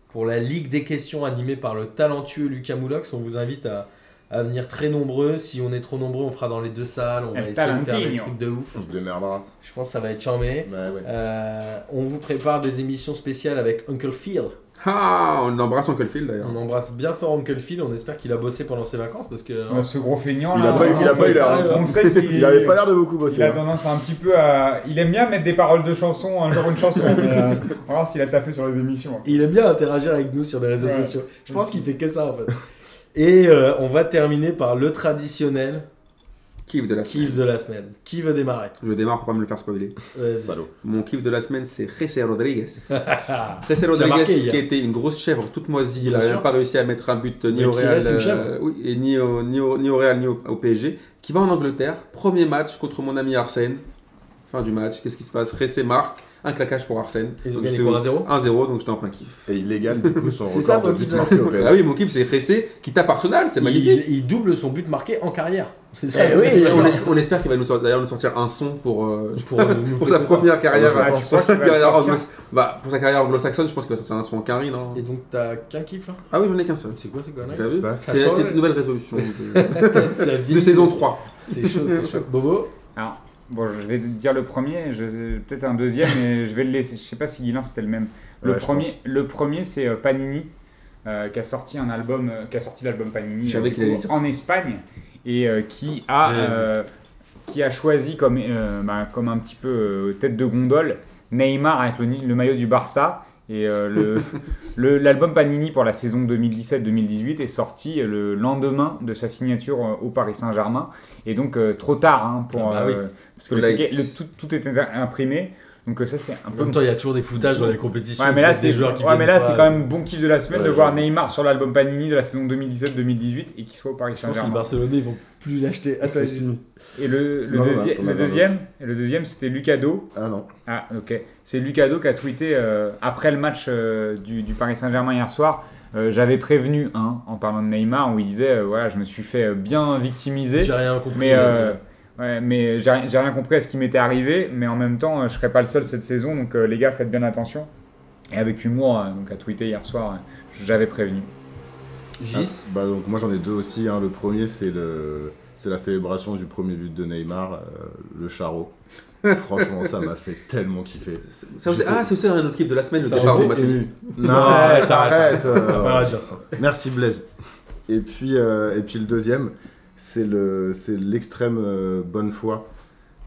Speaker 1: pour la Ligue des questions animée par le talentueux Lucas Moulox. On vous invite à, à venir très nombreux. Si on est trop nombreux, on fera dans les deux salles. On va
Speaker 3: El
Speaker 1: essayer de faire des
Speaker 3: Talentino.
Speaker 1: trucs de ouf.
Speaker 4: On se démerdera.
Speaker 1: Je pense que ça va être charmé.
Speaker 4: Bah ouais.
Speaker 1: Euh, on vous prépare des émissions spéciales avec Uncle Phil.
Speaker 2: Ah, on embrasse Uncle Phil d'ailleurs.
Speaker 1: On embrasse bien fort Uncle Phil. On espère qu'il a bossé pendant ses vacances parce que. hein,
Speaker 3: Euh, ce gros feignant
Speaker 4: Il
Speaker 3: là.
Speaker 4: a pas eu- il a
Speaker 3: on
Speaker 4: pas
Speaker 3: sait-
Speaker 4: eu l'air. hein.
Speaker 3: On sait qu'il
Speaker 4: Il avait pas l'air de beaucoup
Speaker 3: Il
Speaker 4: bosser.
Speaker 3: a
Speaker 4: hein.
Speaker 3: tendance un petit peu à. Il aime bien mettre des paroles de chansons, un jour une chanson. mais, euh, on va voir s'il a taffé sur les émissions.
Speaker 1: Il aime bien interagir avec nous sur les réseaux
Speaker 3: Ouais.
Speaker 1: sociaux. Je pense qu'il fait que ça en fait. Et euh, on va terminer par le traditionnel
Speaker 2: Kiff de la semaine.
Speaker 1: kiff de la semaine. Qui veut démarrer
Speaker 2: Je démarre pour pas me le faire spoiler.
Speaker 1: Vas-y.
Speaker 4: Salaud.
Speaker 2: Mon kiff de la semaine, c'est Jesse Rodriguez.
Speaker 1: Ah,
Speaker 2: Jesse
Speaker 1: marqué
Speaker 2: Rodriguez,
Speaker 1: hier.
Speaker 2: qui était une grosse chèvre toute moisie, il
Speaker 1: Bien
Speaker 2: n'a
Speaker 1: sûr.
Speaker 2: pas réussi à mettre un but ni
Speaker 1: Mais
Speaker 2: au
Speaker 1: qui
Speaker 2: Real,
Speaker 1: reste une
Speaker 2: euh,
Speaker 1: chèvre.
Speaker 2: oui, et ni au, ni au, ni au Real, ni au, au PSG, qui va en Angleterre. Premier match contre mon ami Arsène. Fin du match, qu'est-ce qui se passe Jesse marque, un claquage pour Arsène.
Speaker 1: Ils ont
Speaker 2: Donc
Speaker 1: gagné
Speaker 2: j'étais au-
Speaker 1: quoi, 1-0
Speaker 2: 1-0, donc j'étais en plein kiff.
Speaker 4: Et il légale du coup son
Speaker 1: C'est ça,
Speaker 4: record de
Speaker 1: toi, qui
Speaker 4: but
Speaker 1: te-
Speaker 4: marqué au PSG.
Speaker 2: Ah oui, mon kiff, c'est Jesse qui tape Arsenal, c'est
Speaker 1: il,
Speaker 2: magnifique.
Speaker 1: il double son but marqué en carrière. C'est
Speaker 2: Eh
Speaker 1: ça.
Speaker 2: oui,
Speaker 1: c'est
Speaker 2: on,
Speaker 1: très
Speaker 2: es- on espère qu'il va nous sortir, d'ailleurs nous sortir un son pour, euh,
Speaker 1: bien. Pour, euh, nous
Speaker 2: pour
Speaker 1: fêter
Speaker 2: sa
Speaker 1: ça.
Speaker 2: première carrière. euh,
Speaker 4: Ah, tu crois
Speaker 2: pour, sa
Speaker 3: qu'il va le
Speaker 2: carrière
Speaker 3: sortir
Speaker 2: anglo- bah, pour sa carrière anglo-saxonne, je pense qu'il va sortir un son en carré, non
Speaker 1: Et donc t'as qu'un kiff là
Speaker 2: Ah oui, j'en ai qu'un seul.
Speaker 1: C'est quoi ces conneries
Speaker 4: Qu'est-ce qui se passe
Speaker 1: Ça
Speaker 2: C'est
Speaker 1: change.
Speaker 2: c'est une nouvelle résolution de, Euh, de
Speaker 1: De
Speaker 2: saison 3.
Speaker 1: C'est chaud, c'est chaud. Bobo
Speaker 3: Alors, bon, je vais te dire le premier, je- peut-être un deuxième, mais je vais le laisser. Je sais pas si Guilin c'était le même. Le
Speaker 4: Ouais, je
Speaker 3: premier,
Speaker 4: pense.
Speaker 3: le premier, c'est euh, Panini euh, qui a sorti un album, euh, qui a sorti l'album Panini euh,
Speaker 2: Je savais
Speaker 3: du
Speaker 2: qu'il allait
Speaker 3: coup,
Speaker 2: dire ça.
Speaker 3: en Espagne et euh, qui a
Speaker 2: Ouais.
Speaker 3: euh, qui a choisi comme euh, bah, comme un petit peu euh, tête de gondole Neymar avec le, ni- le maillot du Barça. Et euh, le- le- l'album Panini pour la saison 2017-2018 est sorti euh, le lendemain de sa signature euh, au Paris Saint-Germain. Et donc, euh, trop tard, hein, pour,
Speaker 1: Ah bah oui.
Speaker 3: euh, parce que le
Speaker 2: Late.
Speaker 3: ticket- le- tout, tout était imprimé. Donc, euh, ça, c'est un
Speaker 1: En
Speaker 3: peu.
Speaker 1: même temps, il y a toujours des foutages dans les compétitions.
Speaker 3: Ouais, mais là,
Speaker 1: avec des
Speaker 3: c'est
Speaker 1: joueurs qui
Speaker 3: ouais, mais là,
Speaker 1: viennent
Speaker 3: c'est
Speaker 1: pas.
Speaker 3: quand même bon kiff de la semaine
Speaker 4: Ouais,
Speaker 3: de voir
Speaker 4: j'avoue.
Speaker 3: Neymar sur l'album Panini de la saison 2017-2018 et qu'il soit au Paris
Speaker 1: Je pense que les
Speaker 3: Saint-Germain.
Speaker 1: Barcelonais ils vont plus l'acheter. Ah,
Speaker 4: C'est fini.
Speaker 3: Et le, le
Speaker 4: Non, non,
Speaker 3: deuxi-
Speaker 4: attends,
Speaker 3: le
Speaker 4: attends,
Speaker 3: deuxième, et le deuxième, c'était Lucado.
Speaker 4: Ah non.
Speaker 3: Ah, ok. C'est Lucado qui a tweeté euh, après le match euh, du, du Paris Saint-Germain hier soir. euh, J'avais prévenu, hein, en parlant de Neymar, où il disait euh, voilà, je me suis fait euh, bien victimiser.
Speaker 1: J'ai rien compris.
Speaker 3: Mais, euh, ouais, mais j'ai j'ai rien compris à ce qui m'était arrivé, mais en même temps, euh, je serai pas le seul cette saison, donc euh, les gars, faites bien attention. Et avec humour, euh, donc à tweeter hier soir, euh, j'avais prévenu.
Speaker 1: Gis.
Speaker 4: Ah, bah donc moi j'en ai deux aussi. hein. Le premier c'est le c'est la célébration du premier but de Neymar, euh, le charreau. Franchement ça m'a fait tellement kiffer.
Speaker 2: Ça aussi- Ah, c'est aussi un autre kiff de la semaine, le
Speaker 1: Ça
Speaker 2: départ au
Speaker 1: aurait
Speaker 2: match.
Speaker 1: été
Speaker 2: nul.
Speaker 4: Non, arrête, arrête.
Speaker 1: Pas
Speaker 4: euh,
Speaker 2: Bah,
Speaker 1: mal à dire ça.
Speaker 4: Merci Blaise. Et puis, euh, et puis le deuxième, c'est le, c'est l'extrême euh, bonne foi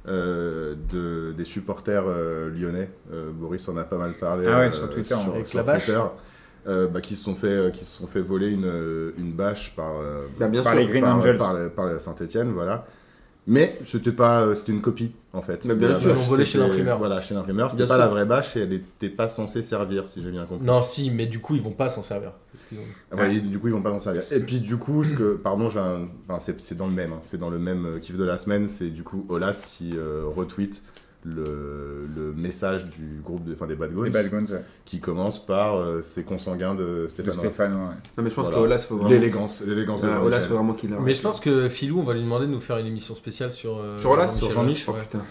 Speaker 4: euh, de, des supporters euh, lyonnais. Euh, Boris en a pas mal parlé
Speaker 3: Ah ouais,
Speaker 4: euh,
Speaker 3: sur Twitter,
Speaker 4: sur-
Speaker 1: avec
Speaker 4: sur
Speaker 1: la bâche.
Speaker 4: Twitter, euh, bah, qui se sont fait, euh, qui se sont fait voler une, euh, une bâche par, euh,
Speaker 2: Bah, bien
Speaker 3: Par
Speaker 2: sûr.
Speaker 3: les Green
Speaker 4: par,
Speaker 3: Angels.
Speaker 4: par, par la Saint-Etienne, voilà. Mais c'était pas, euh, c'était une copie en fait.
Speaker 2: Mais Bah, bien
Speaker 4: De la
Speaker 2: sûr,
Speaker 4: bâche,
Speaker 1: ils l'ont volée chez
Speaker 4: c'était-
Speaker 1: l'imprimeur.
Speaker 4: Voilà, chez l'imprimeur. C'était
Speaker 2: Bien
Speaker 4: pas
Speaker 2: sûr.
Speaker 4: la vraie bâche et elle n'était pas censée servir, si j'ai bien compris.
Speaker 1: Non, si, mais du coup, ils vont pas s'en servir. Parce qu'ils ont-
Speaker 4: Ah ouais, et du coup, ils vont pas s'en servir.
Speaker 3: C'est-
Speaker 4: Et puis, du coup, ce que, pardon, j'ai un- enfin, c'est c'est dans le même, hein. c'est dans le même euh, kiff de la semaine. C'est du coup Olas qui euh, retweet le, le message du groupe, de, enfin des Bad Guys,
Speaker 3: Les Bad euh, Guns, ouais,
Speaker 4: qui commence par euh, ces consanguins de
Speaker 3: de
Speaker 4: Stéphane. Rapp.
Speaker 3: Stéphane. ouais.
Speaker 2: Non, mais je pense
Speaker 4: Voilà.
Speaker 2: que Olas, faut vraiment.
Speaker 4: L'élégance, l'élégance de
Speaker 2: Ah,
Speaker 4: Jean-Michel.
Speaker 2: Olas, faut vraiment qu'il
Speaker 1: Mais je pense que Philou, on va lui demander de nous faire une émission spéciale sur. euh,
Speaker 2: Sur Olas
Speaker 1: Sur
Speaker 2: Oh
Speaker 1: Jean-Michel. ouais.
Speaker 2: putain.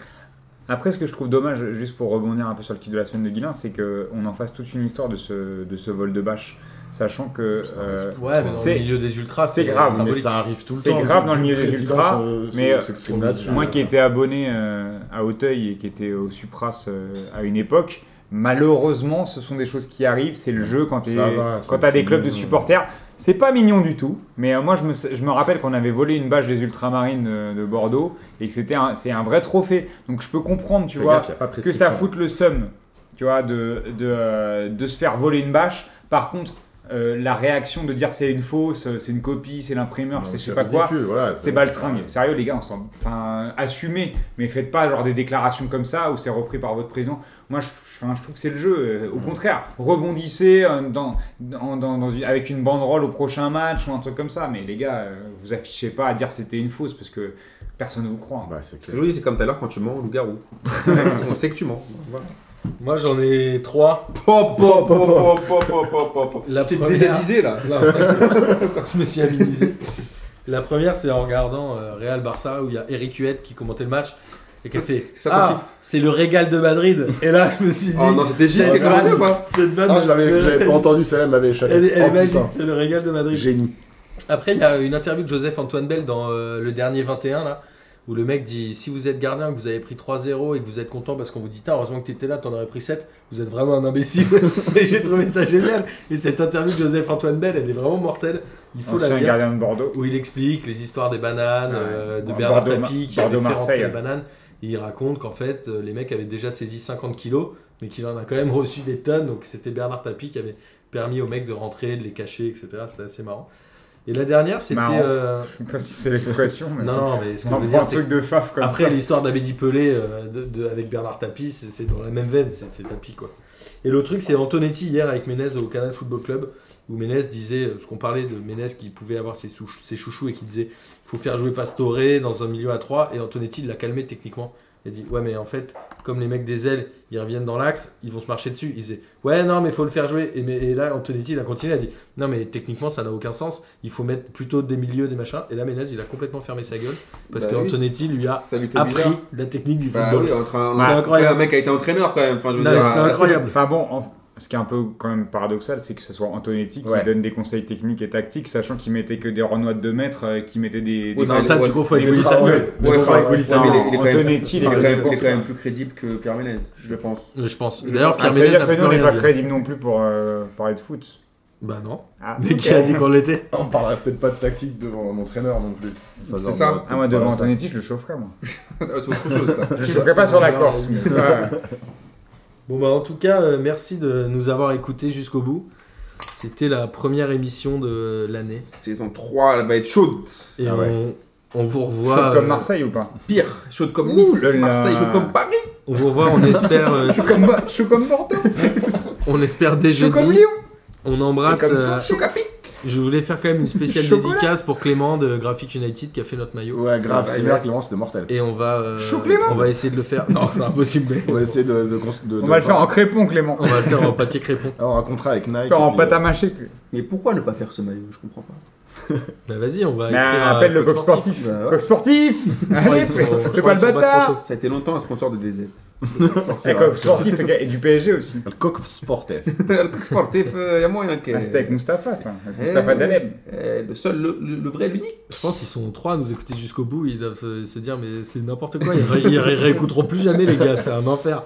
Speaker 3: Après, ce que je trouve dommage, juste pour rebondir un peu sur le kiff de la semaine de Guilin, c'est qu'on en fasse toute une histoire de ce, de ce vol de bâche, sachant que.
Speaker 4: Ça
Speaker 3: euh,
Speaker 4: arrive
Speaker 1: Ouais, mais dans le
Speaker 3: C'est-
Speaker 1: milieu des ultras,
Speaker 3: c'est grave,
Speaker 4: Mais
Speaker 1: symbolique.
Speaker 4: ça arrive tout le temps.
Speaker 3: C'est grave dans le milieu des
Speaker 4: président
Speaker 3: ultras,
Speaker 4: se- se-
Speaker 3: mais, euh,
Speaker 4: s'exprime là-dessus.
Speaker 3: Moi qui étais abonné euh, à Auteuil et qui était au Supras euh, à une époque, malheureusement, ce sont des choses qui arrivent. C'est le jeu quand t'es-
Speaker 4: Ça va, ça-
Speaker 3: quand t'as des
Speaker 4: c'est
Speaker 3: clubs de
Speaker 4: mignon.
Speaker 3: supporters. C'est pas mignon du tout, mais euh, moi je me, je me rappelle qu'on avait volé une bâche des Ultramarines euh, de Bordeaux et que c'était un, c'est un vrai trophée. Donc je peux comprendre, tu
Speaker 4: Fais
Speaker 3: vois,
Speaker 4: gaffe, y a pas
Speaker 3: que ça
Speaker 4: prescription.
Speaker 3: foute le seum, tu vois, de, de, euh, de se faire voler une bâche. Par contre, euh, la réaction de dire c'est une fausse, euh, c'est une copie, c'est l'imprimeur,
Speaker 4: Non,
Speaker 3: c'est je
Speaker 4: c'est
Speaker 3: sais pas quoi.
Speaker 4: ridicule, voilà.
Speaker 3: C'est baltringue. Sérieux, les gars, on s'en- enfin, assumez, mais faites pas genre des déclarations comme ça où c'est repris par votre président. Moi, je, enfin, je trouve que c'est le jeu. Euh,
Speaker 1: Mm.
Speaker 3: Au contraire, rebondissez euh, dans, dans- dans- dans une- avec une banderole au prochain match ou un truc comme ça. Mais les gars, euh, vous affichez pas à dire c'était une fausse parce que personne ne vous croit.
Speaker 4: Bah, c'est clair.
Speaker 2: Aujourd'hui, c'est comme tout à l'heure quand tu mens au loup-garou. On sait que tu mens. Voilà.
Speaker 1: Moi, j'en ai trois.
Speaker 2: Pop, pop, pop, pop, pop, pop, pop, pop.
Speaker 1: La
Speaker 2: Je t'ai
Speaker 1: première-
Speaker 2: désabusé là.
Speaker 1: Là, après, je me suis amusé. La première, c'est en regardant euh, Real Barça où il y a Eric Huet qui commentait le match et qui a fait
Speaker 2: C'est ça ton
Speaker 1: Ah,
Speaker 2: kiff
Speaker 1: c'est le régal de Madrid. Et là, je me suis dit
Speaker 2: Oh non, c'était juste
Speaker 1: cette
Speaker 2: qui a commencé
Speaker 1: vanne-
Speaker 2: ou pas
Speaker 1: Cette vanne,
Speaker 4: Ah, je l'avais
Speaker 1: elle-
Speaker 4: j'avais pas entendu, celle-là elle m'avait échappé.
Speaker 1: Elle, elle est
Speaker 4: Oh,
Speaker 1: magique,
Speaker 4: putain.
Speaker 1: c'est le régal de Madrid.
Speaker 4: Génie.
Speaker 1: Après, il y a une interview de Joseph Antoine Bell dans euh, le dernier 21 là, où le mec dit si vous êtes gardien, que vous avez pris 3-0 et que vous êtes content parce qu'on vous dit Tain, heureusement que t'étais là, t'en aurais pris 7, vous êtes vraiment un imbécile. et j'ai trouvé ça génial. Et cette interview de Joseph Antoine Bell, elle est vraiment mortelle. Il faut la
Speaker 3: Hein. Ancien
Speaker 1: lire.
Speaker 3: gardien de Bordeaux.
Speaker 1: Où il explique les histoires des bananes,
Speaker 3: Ouais.
Speaker 1: euh, de
Speaker 3: Bon,
Speaker 1: Bernard
Speaker 3: Bordeaux-
Speaker 1: Tapie qui
Speaker 3: Bordeaux-
Speaker 1: avait fait rentrer
Speaker 3: Marseille.
Speaker 1: les bananes. Et il raconte qu'en fait, euh, les mecs avaient déjà saisi 50 kilos, mais qu'il en a quand même reçu des tonnes. Donc c'était Bernard Tapie qui avait permis aux mecs de rentrer, de les cacher, etc. C'était assez marrant. Et la dernière, c'était.
Speaker 3: Marrant.
Speaker 1: euh,
Speaker 3: Je sais pas si c'est l'expression, mais.
Speaker 1: Non, non, mais ce
Speaker 3: On
Speaker 1: que je
Speaker 3: en
Speaker 1: veux
Speaker 3: prend un
Speaker 1: dire, c'est
Speaker 3: truc de faf comme
Speaker 1: après,
Speaker 3: ça.
Speaker 1: l'histoire d'Amélie Pelé euh, de, de- avec Bernard Tapie, c'est c'est dans la même veine, c'est c'est Tapie quoi. Et le truc, c'est Antonetti hier avec Ménez au Canal Football Club, où Ménez disait, parce qu'on parlait de Ménez qui pouvait avoir ses, sou- ses chouchous et qui disait faut faire jouer Pastore dans un milieu à 3, et Antonetti l'a calmé techniquement. Il a dit ouais, mais en fait, comme les mecs des ailes, ils reviennent dans l'axe, ils vont se marcher dessus. Il disait ouais, non, mais faut le faire jouer. Et, mais- et là, Antonetti, il a continué, il a dit non, mais techniquement, ça n'a aucun sens, il faut mettre plutôt des milieux, des machins. Et là, Ménez, il a complètement fermé sa gueule, parce
Speaker 2: Bah
Speaker 1: que
Speaker 2: oui,
Speaker 1: Antonetti lui a
Speaker 2: Ça lui fait
Speaker 1: appris
Speaker 2: bizarre.
Speaker 1: la technique du
Speaker 2: Bah
Speaker 1: football.
Speaker 2: oui, entre un,
Speaker 1: Bah,
Speaker 2: entre un-
Speaker 1: incroyable.
Speaker 2: un mec qui a été entraîneur quand même. Enfin, je veux
Speaker 1: Non,
Speaker 2: dire,
Speaker 1: c'était
Speaker 2: euh,
Speaker 1: incroyable.
Speaker 3: Enfin bon, en- ce qui est un peu quand même paradoxal, c'est que ce soit Antonetti qui
Speaker 4: Ouais.
Speaker 3: donne des conseils techniques et tactiques, sachant qu'il mettait que des renois de 2 mètres, euh, qu'il mettait des.
Speaker 2: Oui,
Speaker 3: des-
Speaker 1: Non, ça,
Speaker 2: Ouais,
Speaker 1: tu confonds avec
Speaker 3: les
Speaker 1: Willy
Speaker 3: Willy
Speaker 1: Samuel.
Speaker 3: Samuel.
Speaker 1: Tu
Speaker 2: Ouais,
Speaker 1: confonds
Speaker 2: enfin,
Speaker 1: avec Willy
Speaker 2: ouais,
Speaker 1: Samuel.
Speaker 2: mais il est- il est quand même-
Speaker 3: Antonetti,
Speaker 2: il est quand
Speaker 3: les-
Speaker 2: même- il est
Speaker 3: pour
Speaker 2: quand
Speaker 3: ça.
Speaker 2: même plus crédible que Pierre Ménez, je pense.
Speaker 1: Euh, Je pense. D'ailleurs,
Speaker 3: Ah,
Speaker 1: Pierre
Speaker 3: ça veut
Speaker 1: Ménez a
Speaker 3: dire que
Speaker 1: plus
Speaker 3: nous, on n'est
Speaker 1: rien
Speaker 3: pas
Speaker 1: dit.
Speaker 3: crédible non plus pour euh, parler de foot.
Speaker 1: Bah non.
Speaker 3: Ah,
Speaker 1: Mais qui a dit qu'on l'était
Speaker 4: On parlera peut-être pas de tactique devant un entraîneur non plus.
Speaker 2: C'est
Speaker 4: genre,
Speaker 2: ça.
Speaker 4: on va
Speaker 3: Ah, moi
Speaker 4: peut-être
Speaker 3: devant
Speaker 4: parler de
Speaker 3: Antonetti, je le chaufferais, moi.
Speaker 2: C'est autre chose, ça.
Speaker 3: Je le chaufferais pas sur la Corse. mais ça-
Speaker 1: Bon, bah en tout cas, euh, merci de nous avoir écoutés jusqu'au bout. C'était la première émission de l'année.
Speaker 2: Saison 3, elle va être chaude.
Speaker 1: Et
Speaker 4: Ah ouais.
Speaker 1: on, on vous revoit.
Speaker 3: Chauffe comme
Speaker 1: euh,
Speaker 3: Marseille ou pas
Speaker 2: Pire, chaude comme
Speaker 3: Ouh
Speaker 2: Nice,
Speaker 3: là là.
Speaker 2: Marseille, chaude comme Paris.
Speaker 1: on vous revoit, on espère, euh,
Speaker 3: Chauffe comme, Bo- chauffe comme Bordeaux,
Speaker 1: on espère dès
Speaker 3: chauffe comme
Speaker 1: jeudi.
Speaker 3: Lyon.
Speaker 1: On embrasse.
Speaker 2: Comme
Speaker 1: euh,
Speaker 2: ça, chaude à pic.
Speaker 1: je voulais faire quand même une spéciale
Speaker 3: Chocolat.
Speaker 1: dédicace pour Clément de Graphic United qui a fait notre maillot.
Speaker 4: Ouais, grave,
Speaker 2: Ça va,
Speaker 4: c'est bien,
Speaker 2: yes.
Speaker 4: Clément, c'était mortel.
Speaker 1: Et on va, euh,
Speaker 3: Chocolat.
Speaker 1: on va essayer de le faire. Non, c'est impossible. mais
Speaker 4: On va essayer de. de, cons- de-
Speaker 3: On
Speaker 4: de-
Speaker 3: va le faire en crépon, Clément. On
Speaker 1: on va le faire en papier crépon.
Speaker 4: avoir un contrat avec Nike.
Speaker 3: va le faire
Speaker 4: et
Speaker 3: en
Speaker 4: puis,
Speaker 3: pâte
Speaker 4: euh,
Speaker 3: à mâcher. que-
Speaker 2: Mais pourquoi ne pas faire ce maillot Je comprends pas.
Speaker 1: Bah vas-y, on va.
Speaker 3: Mais euh,
Speaker 1: écrire à
Speaker 3: appelle le coq
Speaker 1: Coq Sportif.
Speaker 3: sportif.
Speaker 2: Bah ouais.
Speaker 3: Coq sportif Allez,
Speaker 1: ils sont- je
Speaker 3: fais
Speaker 1: crois
Speaker 3: pas
Speaker 1: qu'ils
Speaker 3: le
Speaker 1: sont pas trop
Speaker 3: bâtard
Speaker 2: Ça a été longtemps un sponsor de DZ.
Speaker 4: c'est
Speaker 3: Eh,
Speaker 4: vrai.
Speaker 3: Coq sportif et et du PSG aussi.
Speaker 4: Le coq sportif.
Speaker 2: le coq sportif, il y a moyen que.
Speaker 3: Ah, C'était avec Mustapha, ça. Avec
Speaker 2: Eh,
Speaker 3: Mustapha
Speaker 2: ouais.
Speaker 3: Daleb.
Speaker 2: Euh, le seul, le, le- le vrai, l'unique.
Speaker 1: Je pense qu'ils sont trois à nous écouter jusqu'au bout. Ils doivent se se dire, mais c'est n'importe quoi. Ils, ré- ils ré- réécouteront plus jamais, les gars. C'est un enfer.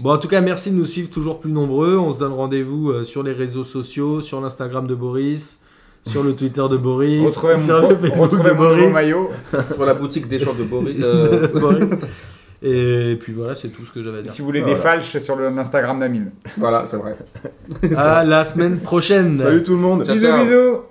Speaker 1: Bon, en tout cas, merci de nous suivre toujours plus nombreux. On se donne rendez-vous euh, sur les réseaux sociaux, sur l'Instagram de Boris, sur le Twitter de Boris,
Speaker 3: Retrouvez
Speaker 1: sur
Speaker 3: mon,
Speaker 1: le Facebook de
Speaker 3: retrouvez mon nouveau
Speaker 1: Boris.
Speaker 3: maillot.
Speaker 2: Sur la boutique des shorts de Boris. euh,
Speaker 1: Boris. Et puis voilà, c'est tout ce que j'avais à dire.
Speaker 3: Si vous voulez
Speaker 4: Voilà.
Speaker 3: des falches, c'est sur le- l'Instagram d'Amine.
Speaker 2: voilà, c'est vrai.
Speaker 1: À la semaine prochaine.
Speaker 4: Salut tout le monde.
Speaker 2: Ciao,
Speaker 3: Bisous,
Speaker 2: ciao.
Speaker 3: bisous